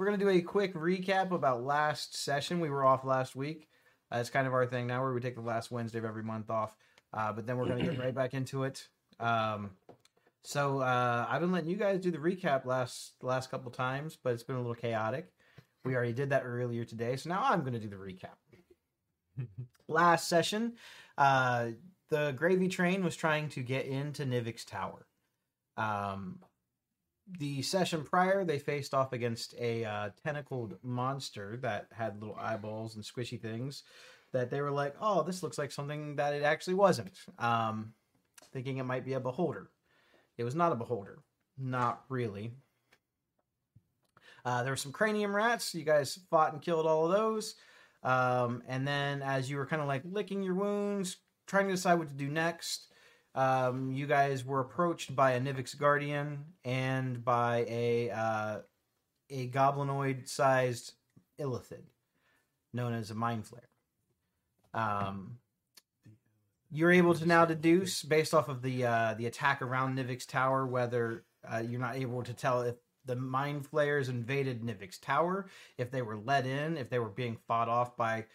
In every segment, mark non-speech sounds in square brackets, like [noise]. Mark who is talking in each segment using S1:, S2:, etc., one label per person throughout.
S1: We're going to do a quick recap about last session. We were off last week. Uh, it's kind of our thing now where we take the last Wednesday of every month off. Uh, but then we're going to get right back into it. Um, so uh, I've been letting you guys do the recap last last couple times, but it's been a little chaotic. We already did that earlier today, so now I'm going to do the recap. last session, uh, the gravy train was trying to get into Nivik's tower. Um, the session prior, they faced off against a uh, tentacled monster that had little eyeballs and squishy things. That they were like, "Oh, this looks like something that it actually wasn't," um, thinking it might be a beholder. It was not a beholder, not really. Uh, there were some cranium rats. You guys fought and killed all of those. Um, and then, as you were kind of like licking your wounds, trying to decide what to do next, um, you guys were approached by a Nivix guardian and by a uh, a goblinoid-sized illithid known as a mind flare. Um, you're able to now deduce based off of the uh, the attack around Nivik's tower whether uh, you're not able to tell if the mind flayers invaded Nivik's tower, if they were let in, if they were being fought off by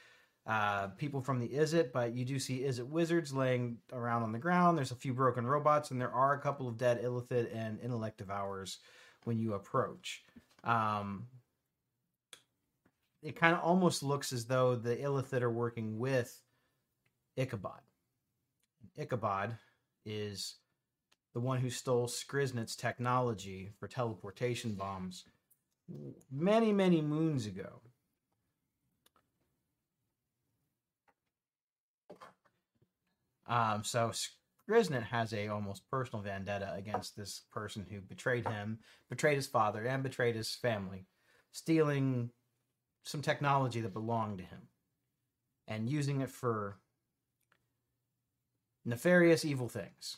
S1: uh, people from the Izzet. But you do see Izzet wizards laying around on the ground. There's a few broken robots, and there are a couple of dead Illithid and Intellect Devourers when you approach. Um, it kind of almost looks as though the Illithid are working with Ichabod. Ichabod is the one who stole Skriznit's technology for teleportation bombs many, many moons ago. Um, so Skriznit has a almost personal vendetta against this person who betrayed him, betrayed his father, and betrayed his family, stealing some technology that belonged to him and using it for nefarious evil things.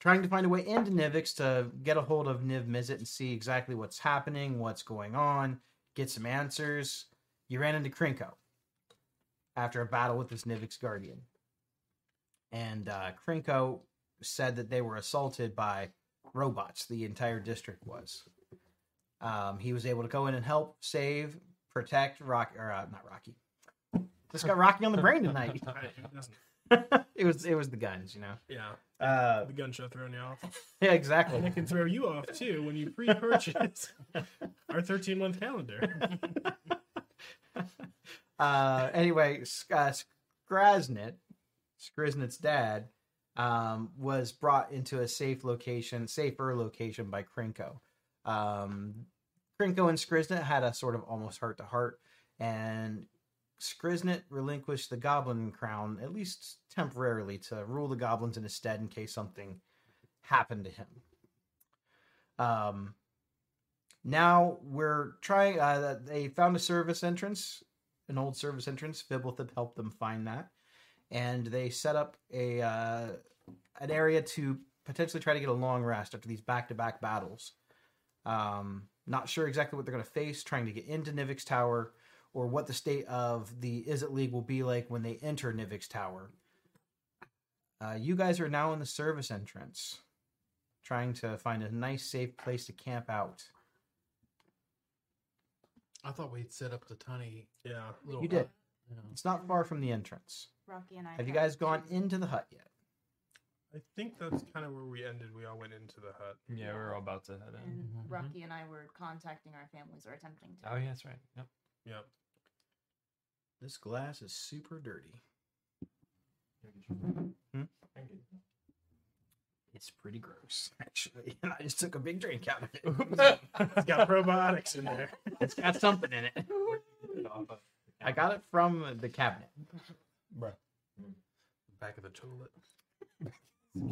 S1: Trying to find a way into Nivix to get a hold of Niv Mizzet and see exactly what's happening, what's going on, get some answers. You ran into Krinko after a battle with this Nivix Guardian. And uh, Krinko said that they were assaulted by robots, the entire district was. Um, he was able to go in and help, save, protect Rocky, or uh, not Rocky. Just got Rocky on the brain tonight.
S2: [laughs]
S1: [laughs] it was it was the guns, you know.
S2: yeah,
S1: Uh,
S2: the gun show throwing you off.
S1: [laughs] yeah,
S2: And
S1: exactly.
S2: it can throw you off too when you [laughs] pre-purchase our 13 month calendar.
S1: Uh, anyway, S- uh, Skraznit, Skriznit's dad, um, was brought into a safe location, safer location by Krinko. Um, Krinko and Skriznit had a sort of almost heart to heart, and Skriznit relinquished the Goblin Crown, at least temporarily, to rule the goblins in his stead in case something happened to him. Um, now we're trying. Uh, they found a service entrance, an old service entrance. Fibblethip helped them find that, and they set up a uh, an area to potentially try to get a long rest after these back to back battles. Um, not sure exactly what they're going to face, trying to get into Nivik's tower, or what the state of the Is It League will be like when they enter Nivik's tower. Uh, you guys are now in the service entrance, trying to find a nice, safe place to camp out.
S3: I thought we'd set up the tiny
S2: Yeah,
S3: little.
S1: You did.
S3: hut, you know.
S1: It's not far from the entrance.
S4: Rocky and I
S1: Have you
S4: got
S1: guys gone
S4: chosen.
S1: into the hut yet?
S2: I think that's kind of where we ended. We all went into the hut.
S5: Yeah, we were all about to head in.
S4: And
S3: Mhm.
S4: Rocky and I were contacting our families or attempting to.
S5: Mm-hmm, Oh yeah, that's right. Yep.
S2: Yep.
S1: This glass is super dirty. Hmm? It's pretty gross, [laughs] actually. And I just took a big drink out of it.
S2: It's got probiotics in there.
S1: it's got something in it.
S5: uh,
S1: I got it from the cabinet.
S3: Back of the toilet.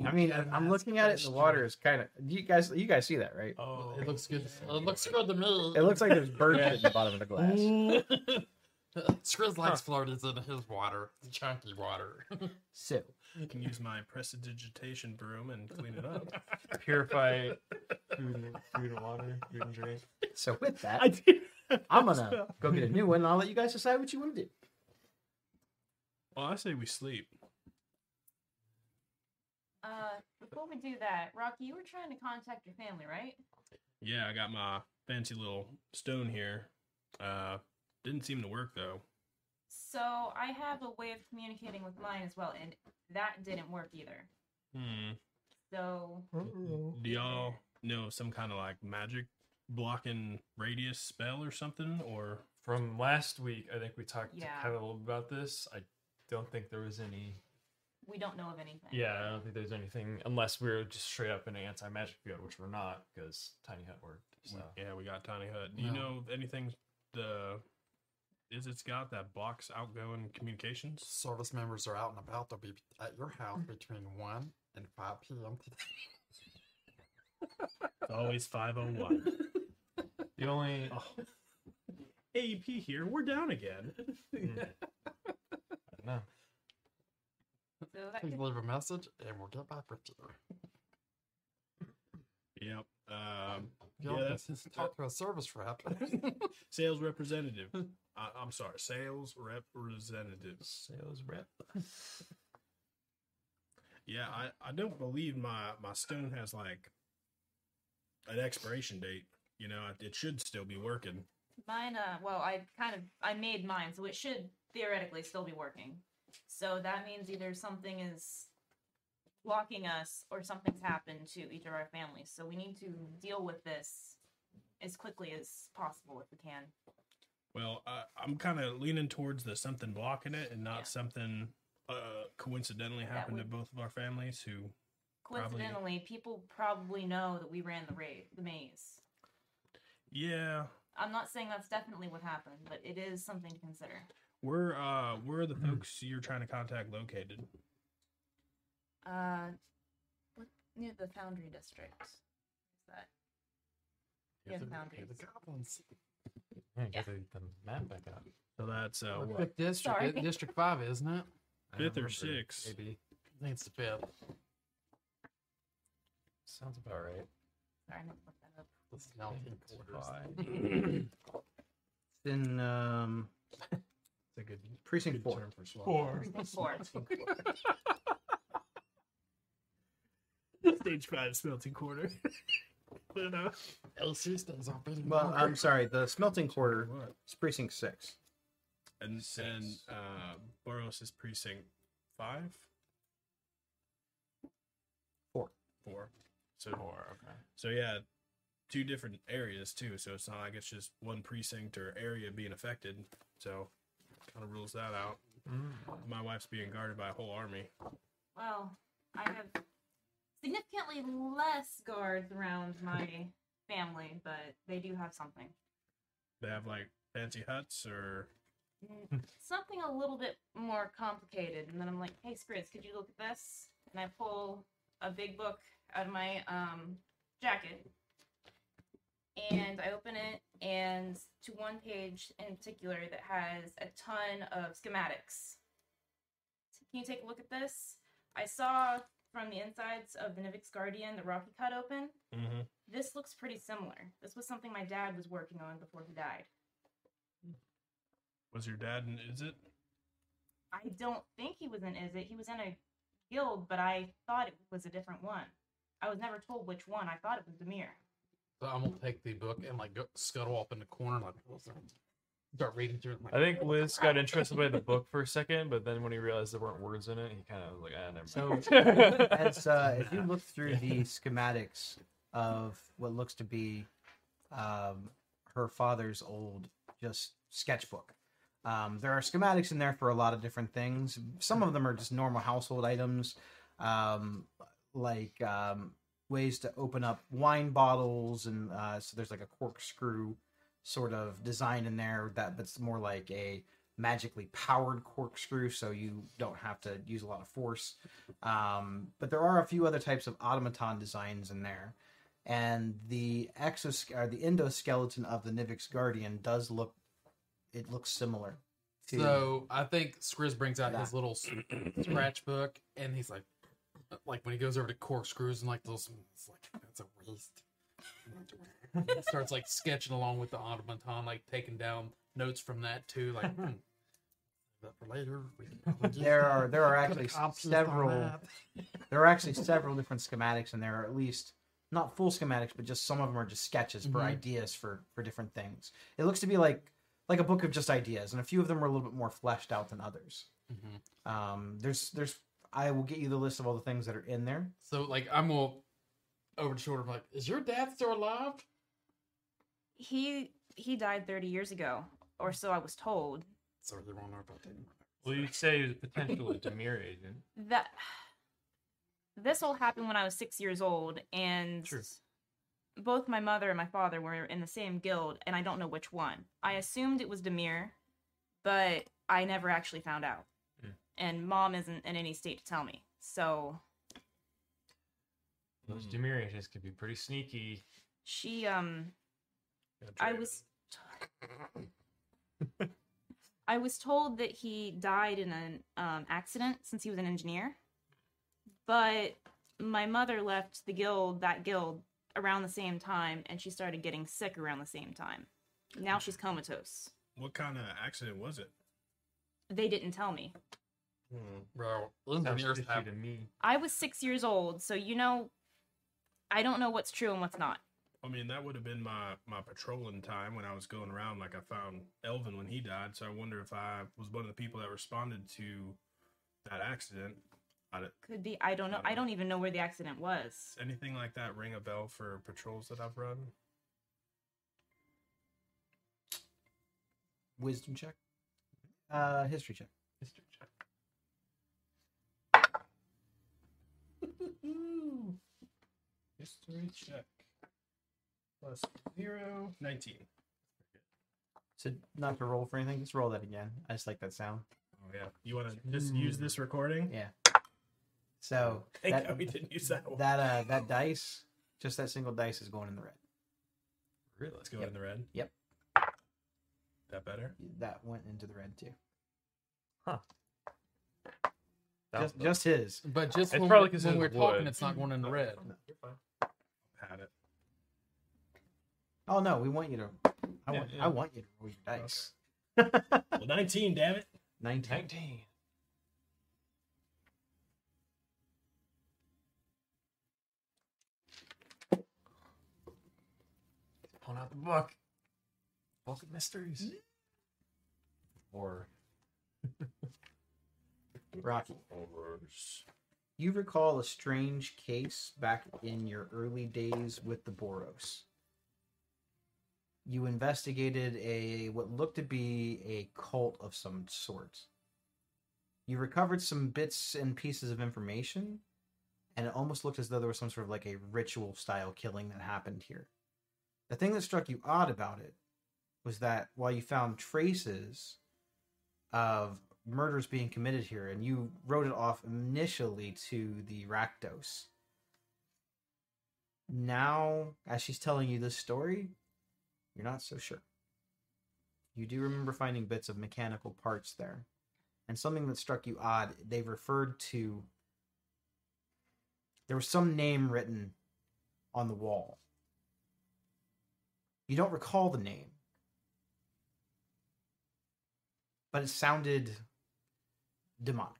S1: I mean, I- I'm looking at it, and the water is kind of. You guys, you guys see that, right?
S2: Oh,
S3: It looks good. It looks good to me.
S1: It looks like there's bird shit in the bottom of the glass.
S3: [laughs] Skriz likes Florida's in his water, the chunky water.
S1: So,
S2: I can use my prestidigitation broom and clean it up.
S5: [laughs] Purify food, and- food and water, food and drink.
S1: so with
S2: I
S1: that,
S2: do.
S1: I'm [laughs] gonna go get a new one, and I'll let you guys decide what you want to do.
S2: Well, I say we sleep.
S4: Uh, before we do that, Rocky, you were trying to contact your family, right?
S2: Yeah, I got my fancy little stone here. Uh, didn't seem to work though.
S4: So I have a way of communicating with mine as well, and that didn't work either.
S2: Hmm.
S4: So
S2: Do y'all know some kind of like magic blocking radius spell or something? Or
S5: From last week, I think we talked
S4: Yeah.
S5: kind of a little about this. I don't think there was any.
S4: we don't know of anything.
S5: Yeah, I don't think there's anything unless we are just straight up in an anti magic field, which we're not because Tiny Hut worked. So
S2: yeah, we got tiny hut. Do you
S5: No.
S2: know if anything? The is it's got that blocks outgoing
S5: [laughs]
S2: communications?
S3: Service members are out and about. They'll be at your house [laughs] between 1 and 5 p.m. today.
S2: It's always five oh
S5: [laughs]
S2: one.
S3: [laughs]
S5: the only
S3: Oh,
S2: AEP here. We're down
S5: [laughs]
S2: again. Hmm.
S5: Hmm. no,
S4: So that
S3: Please
S4: could,
S3: leave a message and we'll get back with you.
S2: Yep. Um,
S3: Y'all
S2: Yeah,
S3: yeah,
S2: that's-
S3: talk to a service rep. [laughs]
S2: sales
S5: [laughs]
S2: representative. I, I'm sorry, sales representatives.
S5: sales rep.
S2: Yeah, I, I don't believe my my stone has like an expiration date. You know, it, it should still be working.
S4: mine, uh, well, I kind of I made mine, so it should theoretically still be working. So that means either something is blocking us, or something's happened to each of our families. So we need to deal with this as quickly as possible if we can.
S2: Well, I, I'm kind of leaning towards the something blocking it and not
S4: Yeah.
S2: something uh, coincidentally
S4: That
S2: happened
S4: would-
S2: to both of our families. Who Probably-
S4: Coincidentally, people probably know that we ran the raid, the maze.
S2: yeah,
S4: I'm not saying that's definitely what happened, but it is something to consider.
S2: where uh where are the folks you're trying to contact located?
S4: Uh, what near the Foundry District? Is that Yeah,
S3: the,
S4: boundaries.
S3: the goblins.
S5: Yeah,
S4: Yeah.
S5: get the, the map back up.
S2: So that's uh
S3: What
S2: what?
S3: fifth district?
S4: Sorry.
S3: Di- District five, isn't it?
S5: I don't
S2: Fifth or
S5: remember,
S2: sixth.
S5: Maybe
S3: I think it's the fifth.
S5: sounds about right.
S4: sorry, I meant to look that up.
S3: It's now
S5: think
S3: in
S5: it's
S3: quarters.
S5: five.
S3: [laughs]
S1: It's in um,
S5: It's a good
S1: precinct
S2: Good
S1: four.
S2: term for swap.
S4: Four.
S2: [laughs] Stage five smelting quarter. [laughs] but, uh,
S3: LC stays open.
S1: Well, I'm sorry, the smelting quarter
S2: what?
S1: is precinct six.
S2: And and
S5: Six.
S2: uh, Boros is precinct five,
S1: Four.
S2: four. So
S5: Four, okay.
S2: so yeah, two different areas too. So it's not like it's just one precinct or area being affected. So kind of rules that out.
S4: Hmm.
S2: My wife's being guarded by a whole army.
S4: Well, I have significantly less guards around my family, but they do have something.
S2: They have like fancy huts or
S4: Mm, Something a little bit more complicated, and then I'm like, "Hey, Scritz, could you look at this?" And I pull a big book out of my um, jacket, and I open it, and to one page in particular that has a ton of schematics. Can you take a look at this? I saw from the insides of the Nivix Guardian the Rocky Cut open.
S1: Mm-hmm.
S4: This looks pretty similar. This was something my dad was working on before he died.
S2: was your dad? in Is it?
S4: I don't think he was in Is It. He was in a guild, but I thought it was a different one. I was never told which one. I thought it was Demir.
S3: So I'm gonna take the book and like go, scuttle up in the corner, like what's that? start reading through. it, Like,
S5: I think Liz got interested by the book for a second, but then when he realized there weren't words in it, he kind of was like, "Ah, never mind."
S1: As uh, if you look through the schematics of what looks to be um, her father's old just sketchbook. Um, there are schematics in there for a lot of different things. Some of them are just normal household items, um, like um, ways to open up wine bottles, and uh, so there's like a corkscrew sort of design in there that that's more like a magically powered corkscrew, so you don't have to use a lot of force. Um, but there are a few other types of automaton designs in there and the exos or the endoskeleton of the Nivix Guardian does look it looks similar. To,
S3: so I think Skriz brings out his
S1: That. [clears throat]
S3: little s- scratch book, and he's like, like when he goes over to corkscrews and like those, it's like that's a waste. He starts like sketching along with the automaton, like taking down notes from that too,
S1: [laughs]
S3: like. Hmm, but for later, we can probably use
S1: There
S3: that.
S1: are- there are
S3: Put a
S1: actually
S3: copy on
S1: several-
S3: that.
S1: there are actually several different schematics, and there are at least not full schematics, but just some of them are just sketches for
S3: Mhm.
S1: ideas for for different things. It looks to be like like a book of just ideas, and a few of them are a little bit more fleshed out than others.
S3: Mhm.
S1: Um, there's there's I will get you the list of all the things that are in there.
S3: So like I'm all over the shoulder. I'm like, is your dad still alive?
S4: He he died 30 years ago, or so I was told.
S3: Sorry, they won't know about that.
S5: [laughs] Well, you say he was
S4: [laughs]
S5: potentially a Demir agent.
S4: That this all happened when I was six years old, and
S5: True.
S4: both my mother and my father were in the same guild, and I don't know which one. I assumed it was Demir, but I never actually found out.
S5: Hmm.
S4: And mom isn't in any state to tell me. So
S5: Those
S2: Mm.
S5: Demir agents could be pretty sneaky.
S4: she um
S2: Gotta
S4: I
S2: trade
S4: was I was told that he died in an um, accident since he was an engineer. But my mother left the guild, that guild, around the same time, and she started getting sick around the same time. Now she's comatose.
S2: it. What kind of accident was it?
S4: They didn't tell me.
S3: Bro,
S5: Sounds
S3: engineers
S5: fishy
S3: have
S5: to me.
S4: I was six years old, so you know, I don't know what's true and what's not.
S2: I mean, that would have been my my patrolling time when I was going around. Like I found Elvin when he died, so I wonder if I was one of the people that responded to that accident. I don't-
S4: Could be, I don't know. I don't even know where the accident was.
S2: Does anything like that ring a bell for patrols that I've run?
S1: Wisdom check, uh, history check.
S5: History check.
S2: History check. Plus zero. 19.
S1: So not to roll for anything, just roll that again. I just like that sound.
S2: Oh, yeah. You want to
S1: Mm.
S2: just use this recording?
S1: Yeah. So
S2: Thank [laughs]
S1: that,
S2: God we didn't use that one.
S1: that uh that dice, just that single dice is going in the red.
S5: Really?
S2: Let's go
S1: Yep.
S2: in the red.
S1: Yep.
S2: That better?
S1: That went into the red too.
S5: That
S1: just
S5: was-
S1: just his.
S3: But just
S5: It's
S3: when,
S5: probably
S3: we,
S5: 'cause
S3: when
S5: it's
S3: we're
S5: wood.
S3: talking, it's not going in the red.
S2: Had it.
S1: Oh no, we want you to. I
S5: Yeah,
S1: want.
S5: yeah.
S1: I want you to roll your dice.
S2: Well, 19, damn it.
S1: Nineteen.
S5: [laughs] 19. Pulling out the book. Book of Mysteries. Or
S1: Rocky. You recall a strange case back in your early days with the Boros. You investigated a what looked to be a cult of some sort. You recovered some bits and pieces of information, and it almost looked as though there was some sort of like a ritual style killing that happened here. The thing that struck you odd about it was that while you found traces of murders being committed here, and you wrote it off initially to the Rakdos. Now, as she's telling you this story, you're not so sure. You do remember finding bits of mechanical parts there. And something that struck you odd, they referred to. There was some name written on the wall. You don't recall the name, but it sounded demonic.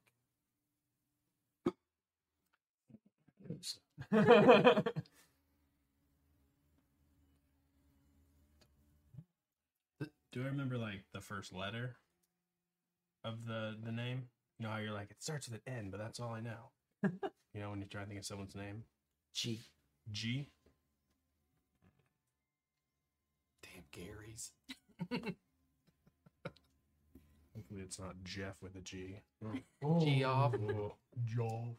S2: Do I remember, like, the first letter of the, the name? You know how you're like, it starts with an N, but that's all
S1: [laughs]
S2: I know. you know, when you try to think of someone's name?
S1: Gee,
S2: G?
S3: Damn Gary's.
S2: Hopefully it's not Jeff with a G.
S3: Geoff.
S1: [laughs]
S2: Oh, Joel.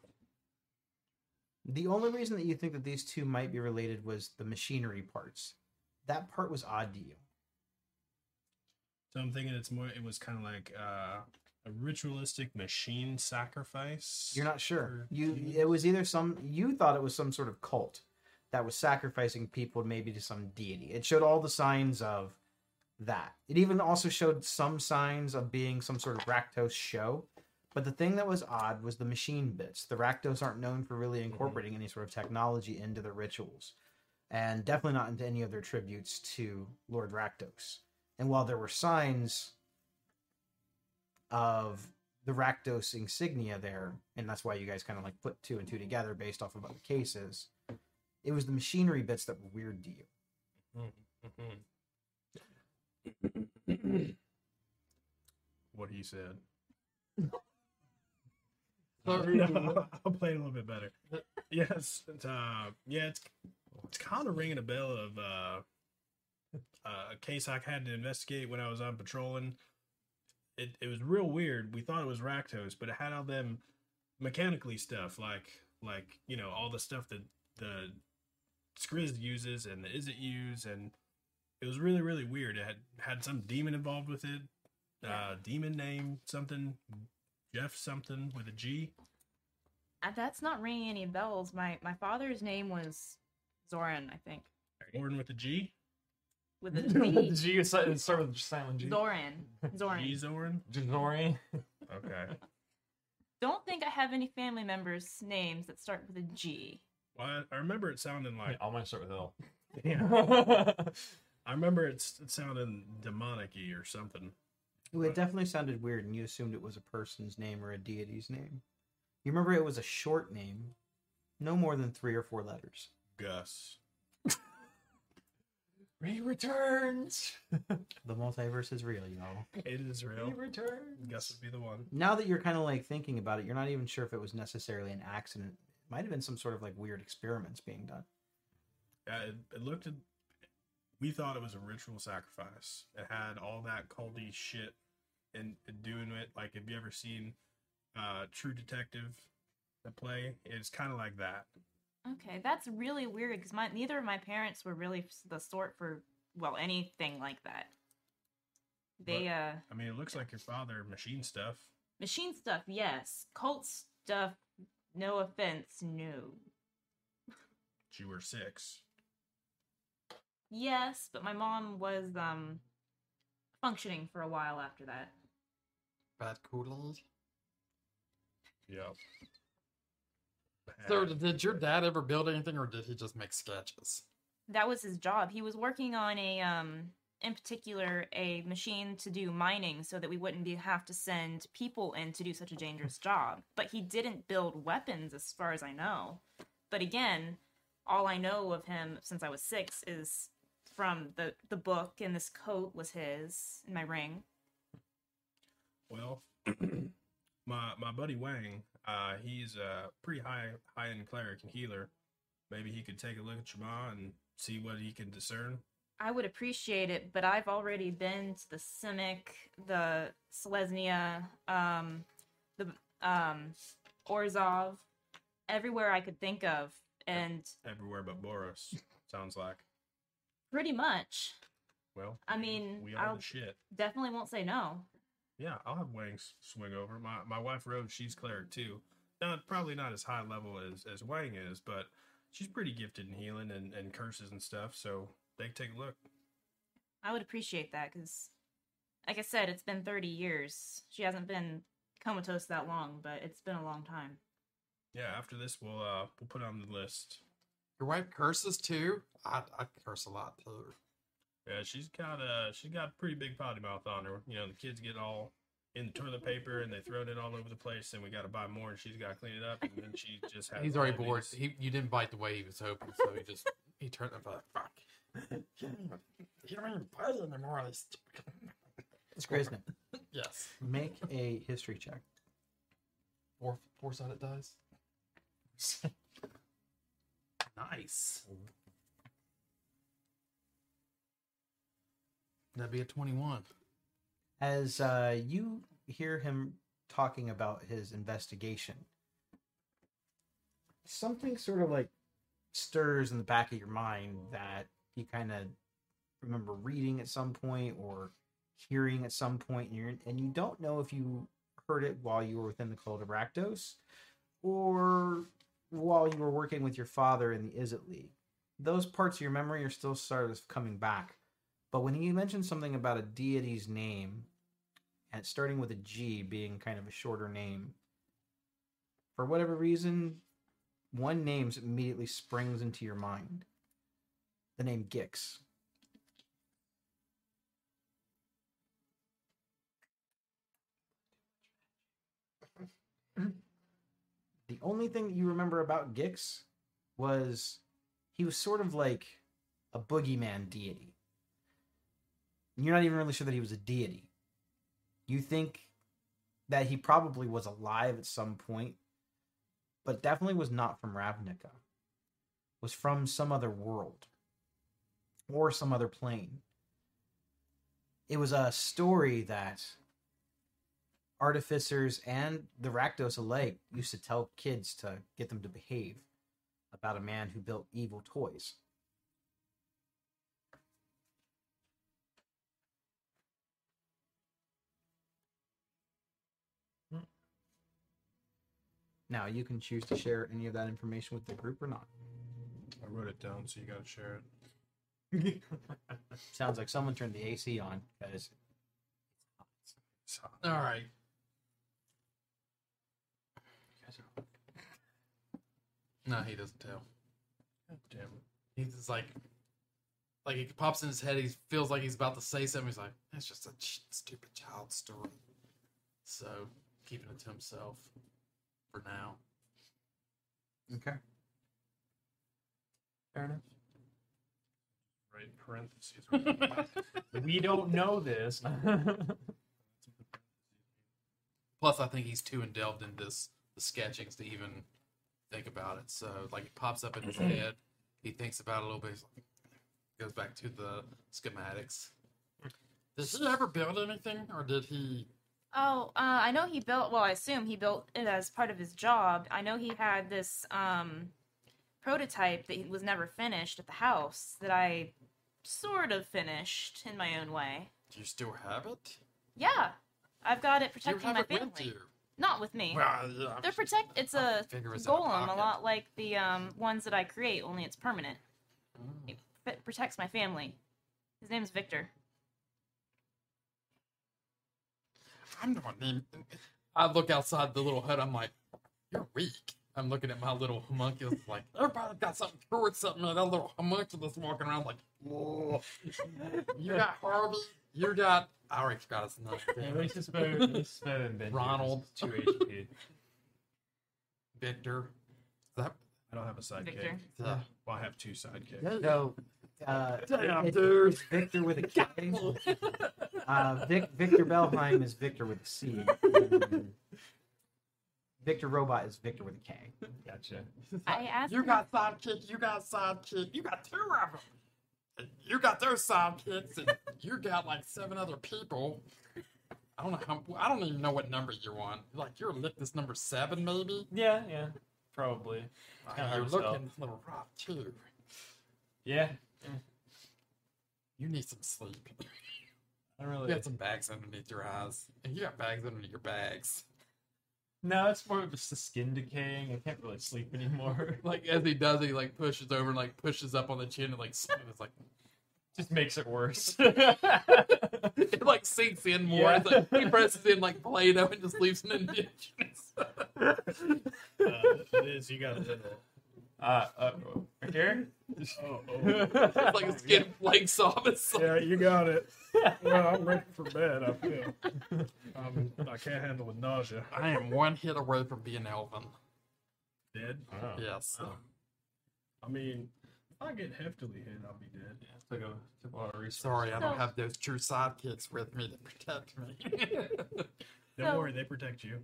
S1: The only reason that you think that these two might be related was the machinery parts. That part was odd to you.
S2: So I'm thinking it's more. It was kind of like uh, a ritualistic machine sacrifice.
S1: You're not sure.
S2: Sure.
S1: You it was either some you thought it was some sort of cult that was sacrificing people maybe to some deity. It showed all the signs of that. It even also showed some signs of being some sort of Rakdos show. But the thing that was odd was the machine bits. The Rakdos aren't known for really incorporating any sort of technology into their rituals. And definitely not into any of their tributes to Lord Rakdos. And while there were signs of the Rakdos insignia there, and that's why you guys kind of like put two and two together based off of other cases. It was the machinery bits that were weird to you.
S2: what he said. [laughs]
S3: Sorry.
S2: I'll play it a little bit better. Yes, it's, uh, yeah, it's it's kind of ringing a bell of uh, a case I had to investigate when I was on patrolling. It it was real weird. We thought it was Rakdos, but it had all them mechanically stuff like like you know all the stuff that the Skriz uses and the Izzet use, and it was really really weird. It had had some demon involved with it. Uh, demon name something Jeff something with a G.
S4: Uh, That's not ringing any bells. My my father's name was Zoran, I think,
S2: Gordon with a G.
S4: [laughs] with a
S5: The
S4: Z.
S5: G is si- start with just silent G.
S4: [laughs] Zoran. Zoran.
S2: G Zoran.
S5: Jizori.
S2: Okay.
S4: Don't think I have any family members' names that start with a G.
S2: Well, I, I remember it sounding like
S5: All mine start with [laughs] L.
S2: I remember it, s- it sounding demonic-y or something.
S1: It definitely sounded weird, and you assumed it was a person's name or a deity's name. You remember it was a short name, no more than three or four letters.
S2: Gus.
S5: Ray returns.
S1: The multiverse is real, y'all.
S2: It is
S5: Ray
S2: real.
S5: returns.
S2: Gus would be the one.
S1: Now that you're kind of like thinking about it, you're not even sure if it was necessarily an accident. It might have been some sort of like weird experiments being done.
S2: Yeah, it, it looked. at- We thought it was a ritual sacrifice. It had all that culty shit and and doing it. Like, have you ever seen uh, True Detective? The play. It's kind of like that.
S4: Okay, that's really weird because my neither of my parents were really s- the sort for well anything like that. They
S2: But-
S4: uh
S2: I mean, it looks like your father machine stuff.
S4: machine stuff, yes. Cult stuff, no offense, no.
S2: You were six.
S4: Yes, but my mom was um functioning for a while after that.
S3: [laughs] Bad Kool-Aid.
S2: Yep.
S3: So, did your dad ever build anything, or did he just make sketches?
S4: that was his job. He was working on a um in particular a machine to do mining so that we wouldn't be have to send people in to do such a dangerous job. But he didn't build weapons as far as I know. But again, all I know of him since I was 6 is from the the book and this coat was his and my ring.
S2: Well, [clears throat] my my buddy Wang, uh, he's a pretty high high end cleric and healer. Maybe he could take a look at your ma and see what he can discern.
S4: I would appreciate it, but I've already been to the Simic, the Selesnya, um, the um, Orzov, everywhere I could think of, and
S2: Everywhere but Boros, sounds like.
S4: pretty much
S2: Well,
S4: I mean,
S2: we are
S4: I'll-
S2: the shit.
S4: definitely won't say no.
S2: Yeah, I'll have Wang s- swing over. My my wife Rose, she's cleric too. Not probably not as high level as as Wang is, but she's pretty gifted in healing and, and curses and stuff. So they can take a look.
S4: I would appreciate that because, like I said, it's been 30 years. She hasn't been comatose that long, but it's been a long time.
S2: Yeah, after this, we'll uh we'll put on the list.
S3: Your wife curses too. I, I curse a lot too.
S2: Yeah, she's got uh she's got a pretty big potty mouth on her. You know, the kids get all in the toilet paper and they throw it all over the place. and we got to buy more, and she's got to clean it up. And then [laughs] she just has
S3: He's already
S2: all
S3: bored.
S2: these-
S3: He, you didn't bite the way he was hoping, so he just he turned up like fuck. [laughs] You don't even bite anymore. I just-
S1: It's Grisna.
S3: Yes,
S1: Make a history check. [laughs]
S3: four four sided dice. nice. That'd be a twenty one.
S1: As uh, you hear him talking about his investigation, something sort of like stirs in the back of your mind that you kind of remember reading at some point or hearing at some point, and, you're, and you don't know if you heard it while you were within the cult of Rakdos or while you were working with your father in the Izzet League. Those parts of your memory are still sort of coming back. But when you mentioned something about a deity's name and it's starting with a G being kind of a shorter name, for whatever reason, one name immediately springs into your mind. The name Gix. [laughs] The only thing that you remember about Gix was he was sort of like a boogeyman deity. You're not even really sure that he was a deity. You think that he probably was alive at some point, but definitely was not from Ravnica. Was from some other world or some other plane. It was a story that artificers and the Rakdos alike used to tell kids to get them to behave about a man who built evil toys. Now you can choose to share any of that information with the group or not.
S2: I wrote it down, so you gotta share it. [laughs]
S1: Sounds like someone turned the AC on because
S2: So-
S3: All right. No, he doesn't tell.
S2: God damn it.
S3: He's just like, like it pops in his head. He feels like he's about to say something. He's like, "That's just a ch- stupid child story." So keeping it to himself for now.
S1: okay, fair enough.
S2: Right in parentheses.
S5: we don't know this. [laughs]
S3: Plus, I think he's too indelved in this the sketchings to even think about it. So like it pops up in his head. He thinks about it a little bit. He's like, goes back to the schematics. Does he ever build anything, or did he?
S4: Oh, uh, I know he built. Well, I assume he built it as part of his job. I know he had this um, prototype that was never finished at the house that I sort of finished in my own way.
S3: Do you still have it?
S4: Yeah, I've got it
S3: Do you have
S4: protecting my
S3: it with
S4: family.
S3: you?
S4: Not with me.
S3: Well, yeah,
S4: They're protect. It's
S3: I'll
S4: a
S3: figure it's in a
S4: golem, a
S3: pocket.
S4: lot like the um, ones that I create, only it's permanent.
S3: Mm.
S4: It p- protects my family. His name's Victor.
S3: I'm not name. I look outside the little hut. I'm like, you're weak. I'm looking at my little homunculus. Like everybody got something cool with something. And that little homunculus walking around like, whoa. you got Harvey. You got. I already forgot his
S5: At [laughs]
S3: name.
S5: least it's better, at least it's better than Benji.
S3: Ronald.
S5: It's 2 HP.
S3: Victor. Is that
S2: I don't have a sidekick.
S4: Victor.
S3: the?
S2: Well, I have two sidekicks.
S1: So, uh,
S3: Damn,
S1: it's,
S3: dude.
S1: it's Victor with a [laughs] K.
S3: [laughs]
S1: Uh, Vic, Victor Belheim is Victor with a [laughs] C. Victor Robot is Victor with a K.
S5: Gotcha.
S4: I asked.
S3: You
S4: him-
S3: got sidekick, you got sidekick, you got two of them. And You got those sidekicks, and you got like seven other people. I don't know how. I don't even know what number you're on. Like you're lick this number seven, maybe.
S5: Yeah, yeah. Probably.
S3: And
S5: how
S3: you're
S5: it's spelled.
S3: looking a little rough too.
S5: Yeah.
S3: You need some sleep.
S5: I really.
S3: You got some bags underneath your eyes, and you got bags underneath your bags.
S5: No, it's more of just the skin decaying. I can't really sleep [laughs] anymore.
S3: Like as he does, it, he like pushes over and like pushes up on the chin and like s- it's like [laughs]
S5: just makes it [laughs] worse.
S3: it like sinks in more.
S5: Yeah.
S3: It's like, he presses in like Play-Doh and just leaves an indentation.
S2: Uh, Liz, you got a little.
S5: Uh, uh, right here?
S2: [laughs] Oh, oh.
S5: it's
S3: It's
S4: [laughs]
S3: like his skin flakes off. It's like,
S2: Yeah, you got it. Well, I'm ready for bed. I feel. Um, I can't handle the nausea.
S3: I am one hit away from being Elvin.
S2: Dead.
S3: Yes. so-
S2: I mean, if I get heftily hit, I'll be dead.
S5: Took a, took a lot of research.
S3: Sorry, I don't
S4: So-
S3: have those true sidekicks with me to protect me. [laughs]
S2: Don't
S4: So-
S2: worry, they protect you.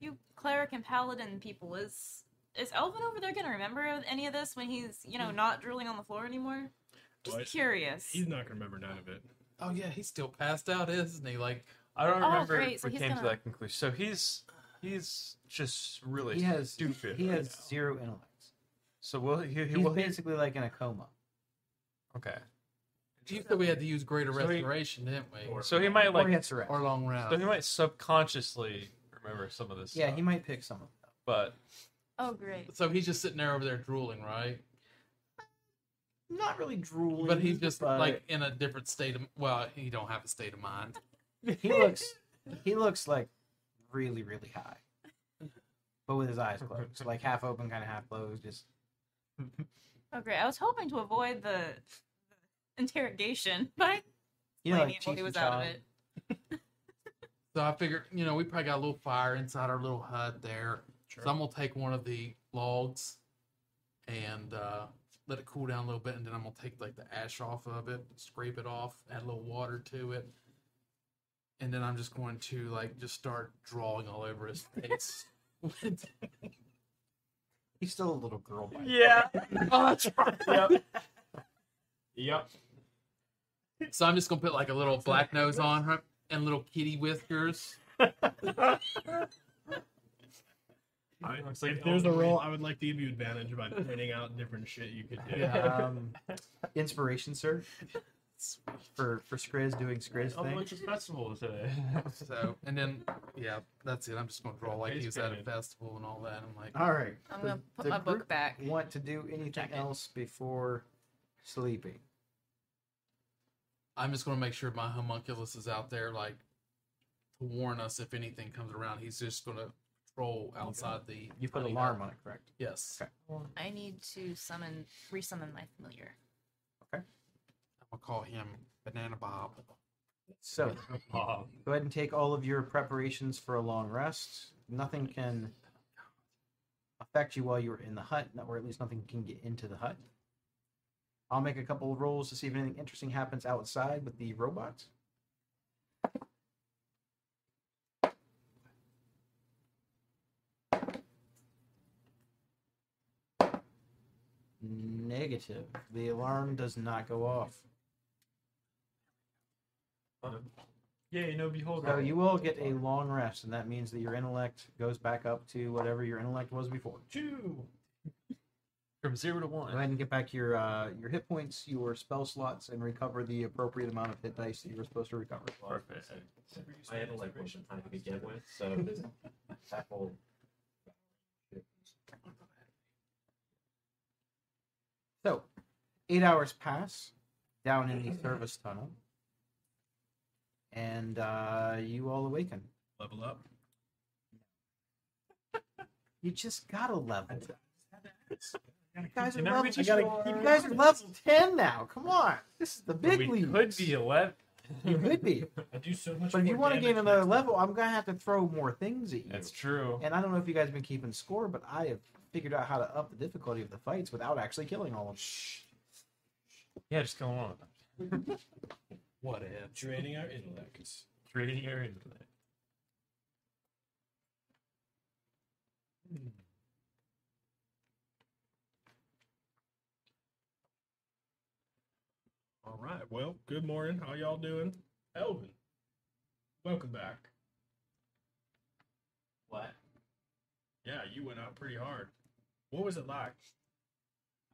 S4: you cleric and paladin people is is elvin over there gonna remember any of this when he's you
S1: Hmm.
S4: know not drooling on the floor anymore just
S2: What?
S4: curious
S2: He's not gonna remember none of it.
S3: oh yeah, he's still passed out, isn't he? Like,
S5: I don't
S4: Oh,
S5: remember
S4: great,
S5: if
S4: so
S5: we
S4: he's
S5: came to
S4: gonna-
S5: that conclusion. So he's he's just really
S1: He has
S5: stupid.
S1: he
S5: right
S1: has
S5: now.
S1: zero intellect.
S5: So will he? he
S1: He's
S5: will he,
S1: basically like in a coma.
S3: okay. You said we had to use greater
S5: So he-
S3: restoration, didn't we? Or,
S2: Or-
S5: so he might
S1: Or he
S5: like.
S1: has Tourette's.
S3: long
S5: So he
S3: round.
S5: might subconsciously remember some of this.
S1: Yeah,
S5: stuff,
S1: he might pick some of them.
S5: But
S4: oh great
S3: So he's just sitting there over there drooling, right?
S1: Not really drooling,
S3: But he's just
S1: but [laughs]
S3: like in a different state of well, he don't have a state of mind.
S1: he looks he looks like really really high, but with his eyes closed, like half open, kind of half closed. Just
S4: oh great i was hoping to avoid the interrogation [laughs] but
S1: you know, like
S4: Blaming it while
S1: Cheech
S4: he
S1: and
S4: was out of
S1: Chong.
S4: it.
S3: So I figured, you know, we probably got a little fire inside our little hut there.
S2: Sure.
S3: So I'm gonna take one of the logs and uh, let it cool down a little bit, and then I'm gonna take like the ash off of it, scrape it off, add a little water to it, and then I'm just going to like just start drawing all over his face.
S1: He's still a little girl. By
S5: Yeah.
S3: oh, that's right.
S5: yep. Yep.
S3: So I'm just gonna put like a little black nose on her and little kitty whiskers.
S2: I-
S5: Looks like
S2: If there's a
S5: Elden
S2: roll, I would like to give you advantage by pointing out different shit you could do. [laughs]
S3: Yeah.
S1: Um, inspiration, sir, for for Skriz doing Skriz
S5: Oh,
S1: thing.
S5: it's a festival
S2: [laughs]
S5: today.
S3: So and then yeah, that's it. I'm just gonna draw like he was at a festival and all that. I'm like,
S1: All right.
S4: I'm gonna
S1: Does
S4: put
S1: the
S4: my book
S1: group
S4: back.
S1: Want to do anything
S4: Jacket.
S1: else before sleeping?
S3: I'm just gonna make sure my homunculus is out there, like to warn us if anything comes around. He's just gonna patrol outside the.
S1: You put
S3: honey
S1: alarm
S3: hut.
S1: on it, correct?
S3: Yes,
S1: Okay.
S4: I need to summon, resummon my familiar.
S3: I'm gonna call him Banana Bob.
S1: So
S5: Bob.
S1: go ahead and take all of your preparations for a long rest. Nothing can affect you while you're in the hut, no- or at least nothing can get into the hut. I'll make a couple of rolls to see if anything interesting happens outside with the robots. Negative. The alarm does not go off.
S5: Yay, no beholder.
S1: So you will get a long rest, and that means that your intellect goes back up to whatever your intellect was before.
S5: Two. From zero to
S1: Go ahead
S5: one.
S1: and get back your uh, your hit points, your spell slots, and recover the appropriate amount of hit dice that you were supposed to recover.
S6: Perfect. I had a like one time to begin with,
S1: [laughs]
S6: so this that whole
S1: So, eight hours pass down in the service tunnel, and uh, you all awaken.
S2: Level up.
S1: You just gotta level. You guys are
S5: You never
S1: level.
S5: reach your-
S1: You guys are level ten now. Come on, this is the big
S5: we
S1: league.
S5: could be eleven.
S1: You could be.
S2: I do so much.
S1: But if
S2: more
S1: you want to
S2: damage
S1: gain another
S2: next-
S1: level, I'm gonna have to throw more things at you.
S5: That's true.
S1: And I don't know if you guys have been keeping score, but I have figured out how to up the difficulty of the fights without actually killing all of them.
S5: Yeah, just going on.
S3: What if?
S2: Draining our intellects.
S5: Creating your internet.
S2: All right. Well, good morning. How y'all doing? Elvin, welcome back.
S6: what?
S2: Yeah, you went out pretty hard. What was it like?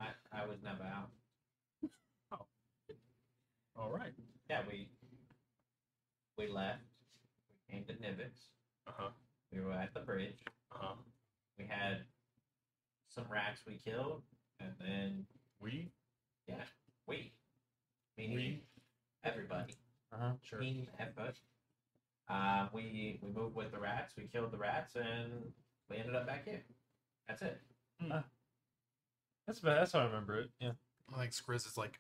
S6: I, I was never out.
S2: All right.
S6: Yeah, we we left. We came to Nibbits.
S2: Uh huh.
S6: We were at the bridge.
S2: Uh
S3: Uh-huh.
S2: huh.
S6: We had some rats we killed, and then
S2: We
S6: we, meaning
S2: We?
S6: everybody,
S5: Uh-huh.
S2: sure.
S6: team effort. Uh, we we moved with the rats. We killed the rats, and we ended up back here. That's it.
S5: That's about, that's how I remember it. Yeah.
S3: I think Skriz is like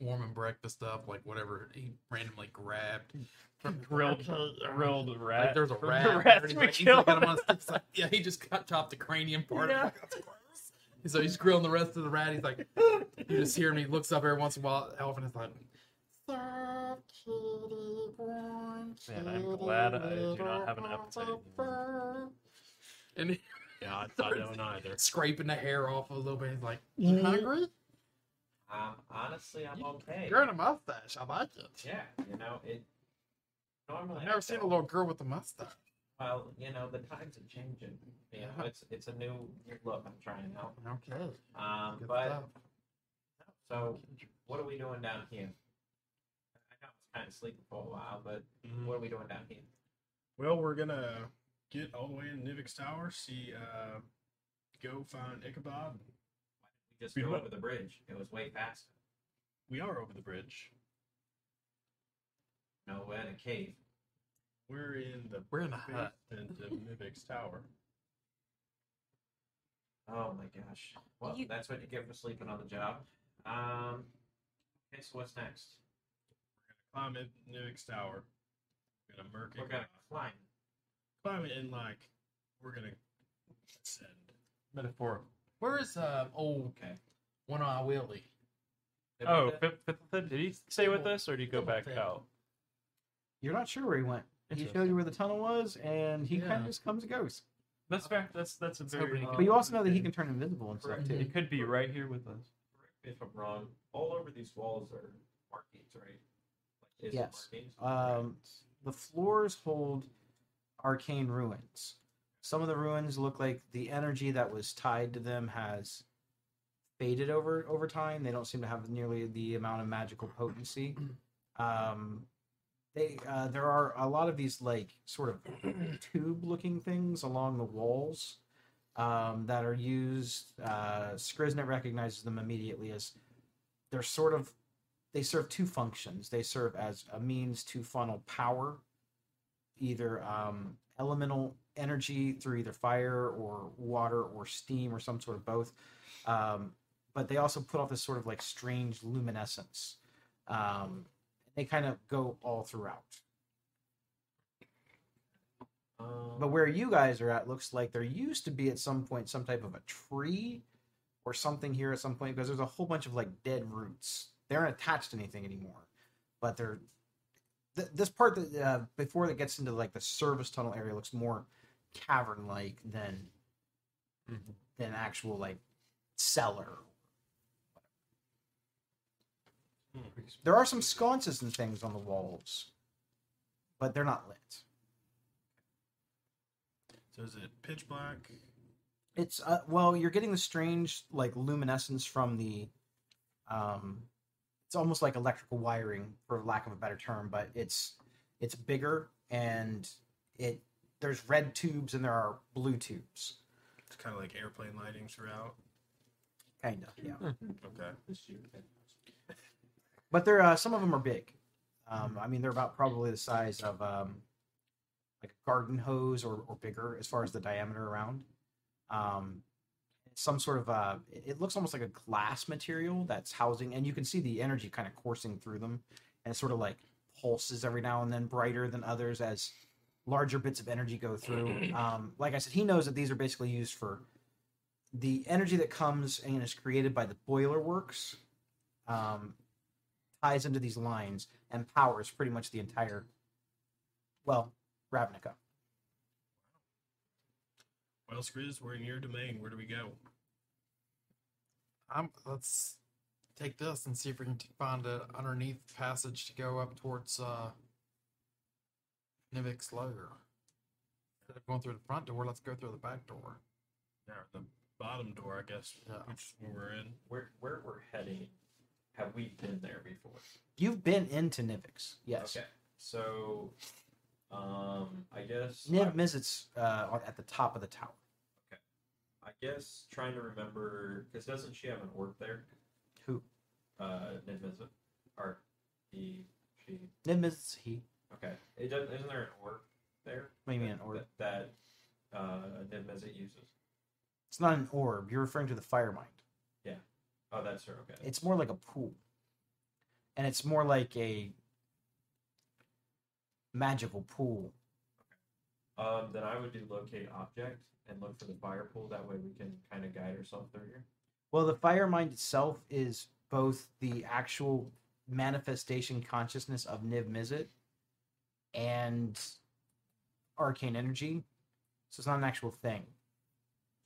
S3: warming breakfast up, like whatever he randomly grabbed.
S1: [laughs]
S3: From
S5: Grilled, grilled rat.
S3: Like, there's a
S5: from the
S3: rat.
S5: rats
S3: He's
S5: we
S3: like- he's
S5: killed.
S3: like, "I don't wanna stick-" It's like, yeah, he just cut chopped the cranium part.
S5: Yeah.
S3: Yeah. So he's grilling the rest of the rat. He's like, you just hear him. He looks up every once in a while. Elvin is like, "Soft kitty, warm
S5: Man, I'm
S3: kitty,
S5: glad I do not have an
S3: little
S5: appetite
S3: buffer." And he-
S2: Yeah,
S3: [laughs]
S2: I, I don't either.
S3: scraping the hair off a little bit. He's like, you hungry?
S6: Um, honestly, I'm okay.
S3: You're in a mustache. I like it.
S6: Yeah, you know it. Normally,
S3: I've
S6: I
S3: never seen a
S6: don't.
S3: little girl with a mustache.
S6: Well, you know the times are changing. You
S3: Yeah.
S6: know, it's it's a new new look I'm trying out.
S3: Okay.
S6: Um,
S3: Good
S6: but
S3: stuff.
S6: so what are we doing down here? I know I was kind of sleeping for a while, but what are we doing down here?
S2: Well, we're gonna get all the way to Nivix Tower. See, uh, go find Ichabod.
S6: We just
S2: We
S6: go
S2: went-
S6: over the bridge. It was way faster.
S2: We are over the bridge.
S6: No, we're in a cave.
S2: We're in the
S3: We're in a hut.
S2: basement of Nivix Tower.
S6: Oh my gosh. Well,
S4: You-
S6: that's what you get for sleeping on the job. Um, okay, so what's next?
S2: Climb it, Nivix Tower. We're gonna murk
S6: We're
S2: Ichabod.
S6: gonna climb.
S2: Climb it and like we're gonna ascend.
S5: Metaphorical.
S3: Where is uh old
S6: Okay.
S3: One eye wieldy.
S6: They
S5: Oh,
S6: both-
S5: fifth, fifth, fifth, did he stay with us or did he go
S3: Double
S5: back
S3: fifth.
S5: out?
S1: You're not sure where he went. He showed you
S5: Interesting.
S1: where the tunnel was, and he kind
S3: Yeah.
S1: of just comes and goes.
S5: That's fair. That's that's a
S3: Let's
S5: very.
S3: hope he can-
S1: But you also know that he can turn invisible and stuff
S6: Correct.
S1: too.
S5: He could be right here with us.
S6: correct me if I'm wrong. All over these walls are markings, right? Like, is it
S1: Yes.
S6: markings?
S1: Um, The floors hold arcane ruins. Some of the ruins look like the energy that was tied to them has faded over over time. They don't seem to have nearly the amount of magical potency. Um, they uh, there are a lot of these like sort of tube looking things along the walls um, that are used. Uh, Skriznet recognizes them immediately as they're sort of they serve two functions. They serve as a means to funnel power, either um, elemental energy through either fire or water or steam or some sort of both. Um, but they also put off this sort of like strange luminescence. Um, they kind of go all throughout.
S6: Um,
S1: But where you guys are at looks like there used to be at some point some type of a tree or something here at some point because there's a whole bunch of like dead roots. They aren't attached to anything anymore, but they're th- this part that uh, before it gets into like the service tunnel area looks more cavern like than
S5: Mhm.
S1: than actual like cellar.
S3: Hmm.
S1: There are some sconces and things on the walls, but they're not lit.
S2: So is it pitch black?
S1: It's uh, well, you're getting the strange like luminescence from the um it's almost like electrical wiring for lack of a better term, but it's it's bigger and it there's red tubes and there are blue tubes.
S2: It's kind of like airplane lighting throughout.
S1: Kind of, yeah.
S2: Okay.
S1: But they're uh, some of them are big. Um, I mean, they're about probably the size of um, like a garden hose or, or bigger as far as the diameter around. Um, some sort of uh, it, it looks almost like a glass material that's housing, and you can see the energy kind of coursing through them, and it sort of like pulses every now and then, brighter than others as larger bits of energy go through. Um, like I said, he knows that these are basically used for the energy that comes and is created by the boiler works. Um, ties into these lines and powers pretty much the entire, well, Ravnica.
S2: Well, Skriz, we're in your domain. Where do we go?
S3: I'm, let's take this and see if we can t- find an underneath passage to go up towards uh, Nivik's lair. Instead of going through the front door, let's go through the back door.
S2: Yeah, the bottom door, I guess.
S3: Yeah.
S2: Which is where we're in.
S6: where where we're heading? Have we been there before?
S1: You've been into Nivix, yes.
S6: Okay. So, um, I guess
S1: Niv Mizzets uh, on- at the top of the tower.
S6: I, I guess trying to remember because doesn't she have an orb there?
S1: Who?
S6: Uh, Niv-Mizzet, or he, she?
S1: Niv Mizzets, he.
S6: Okay. It doesn't. Isn't there an orb there?
S1: What do you mean
S6: that-
S1: an orb?
S6: that, that uh, Niv-Mizzet uses?
S1: It's not an orb. You're referring to the Fire Mind.
S6: Oh, that's her. Okay.
S1: It's more like a pool. And it's more like a magical pool.
S6: Um, then I would do locate object and look for the fire pool. That way we can kind of guide ourselves through here.
S1: Well, the fire mind itself is both the actual manifestation consciousness of Niv Mizzet and arcane energy. So it's not an actual thing.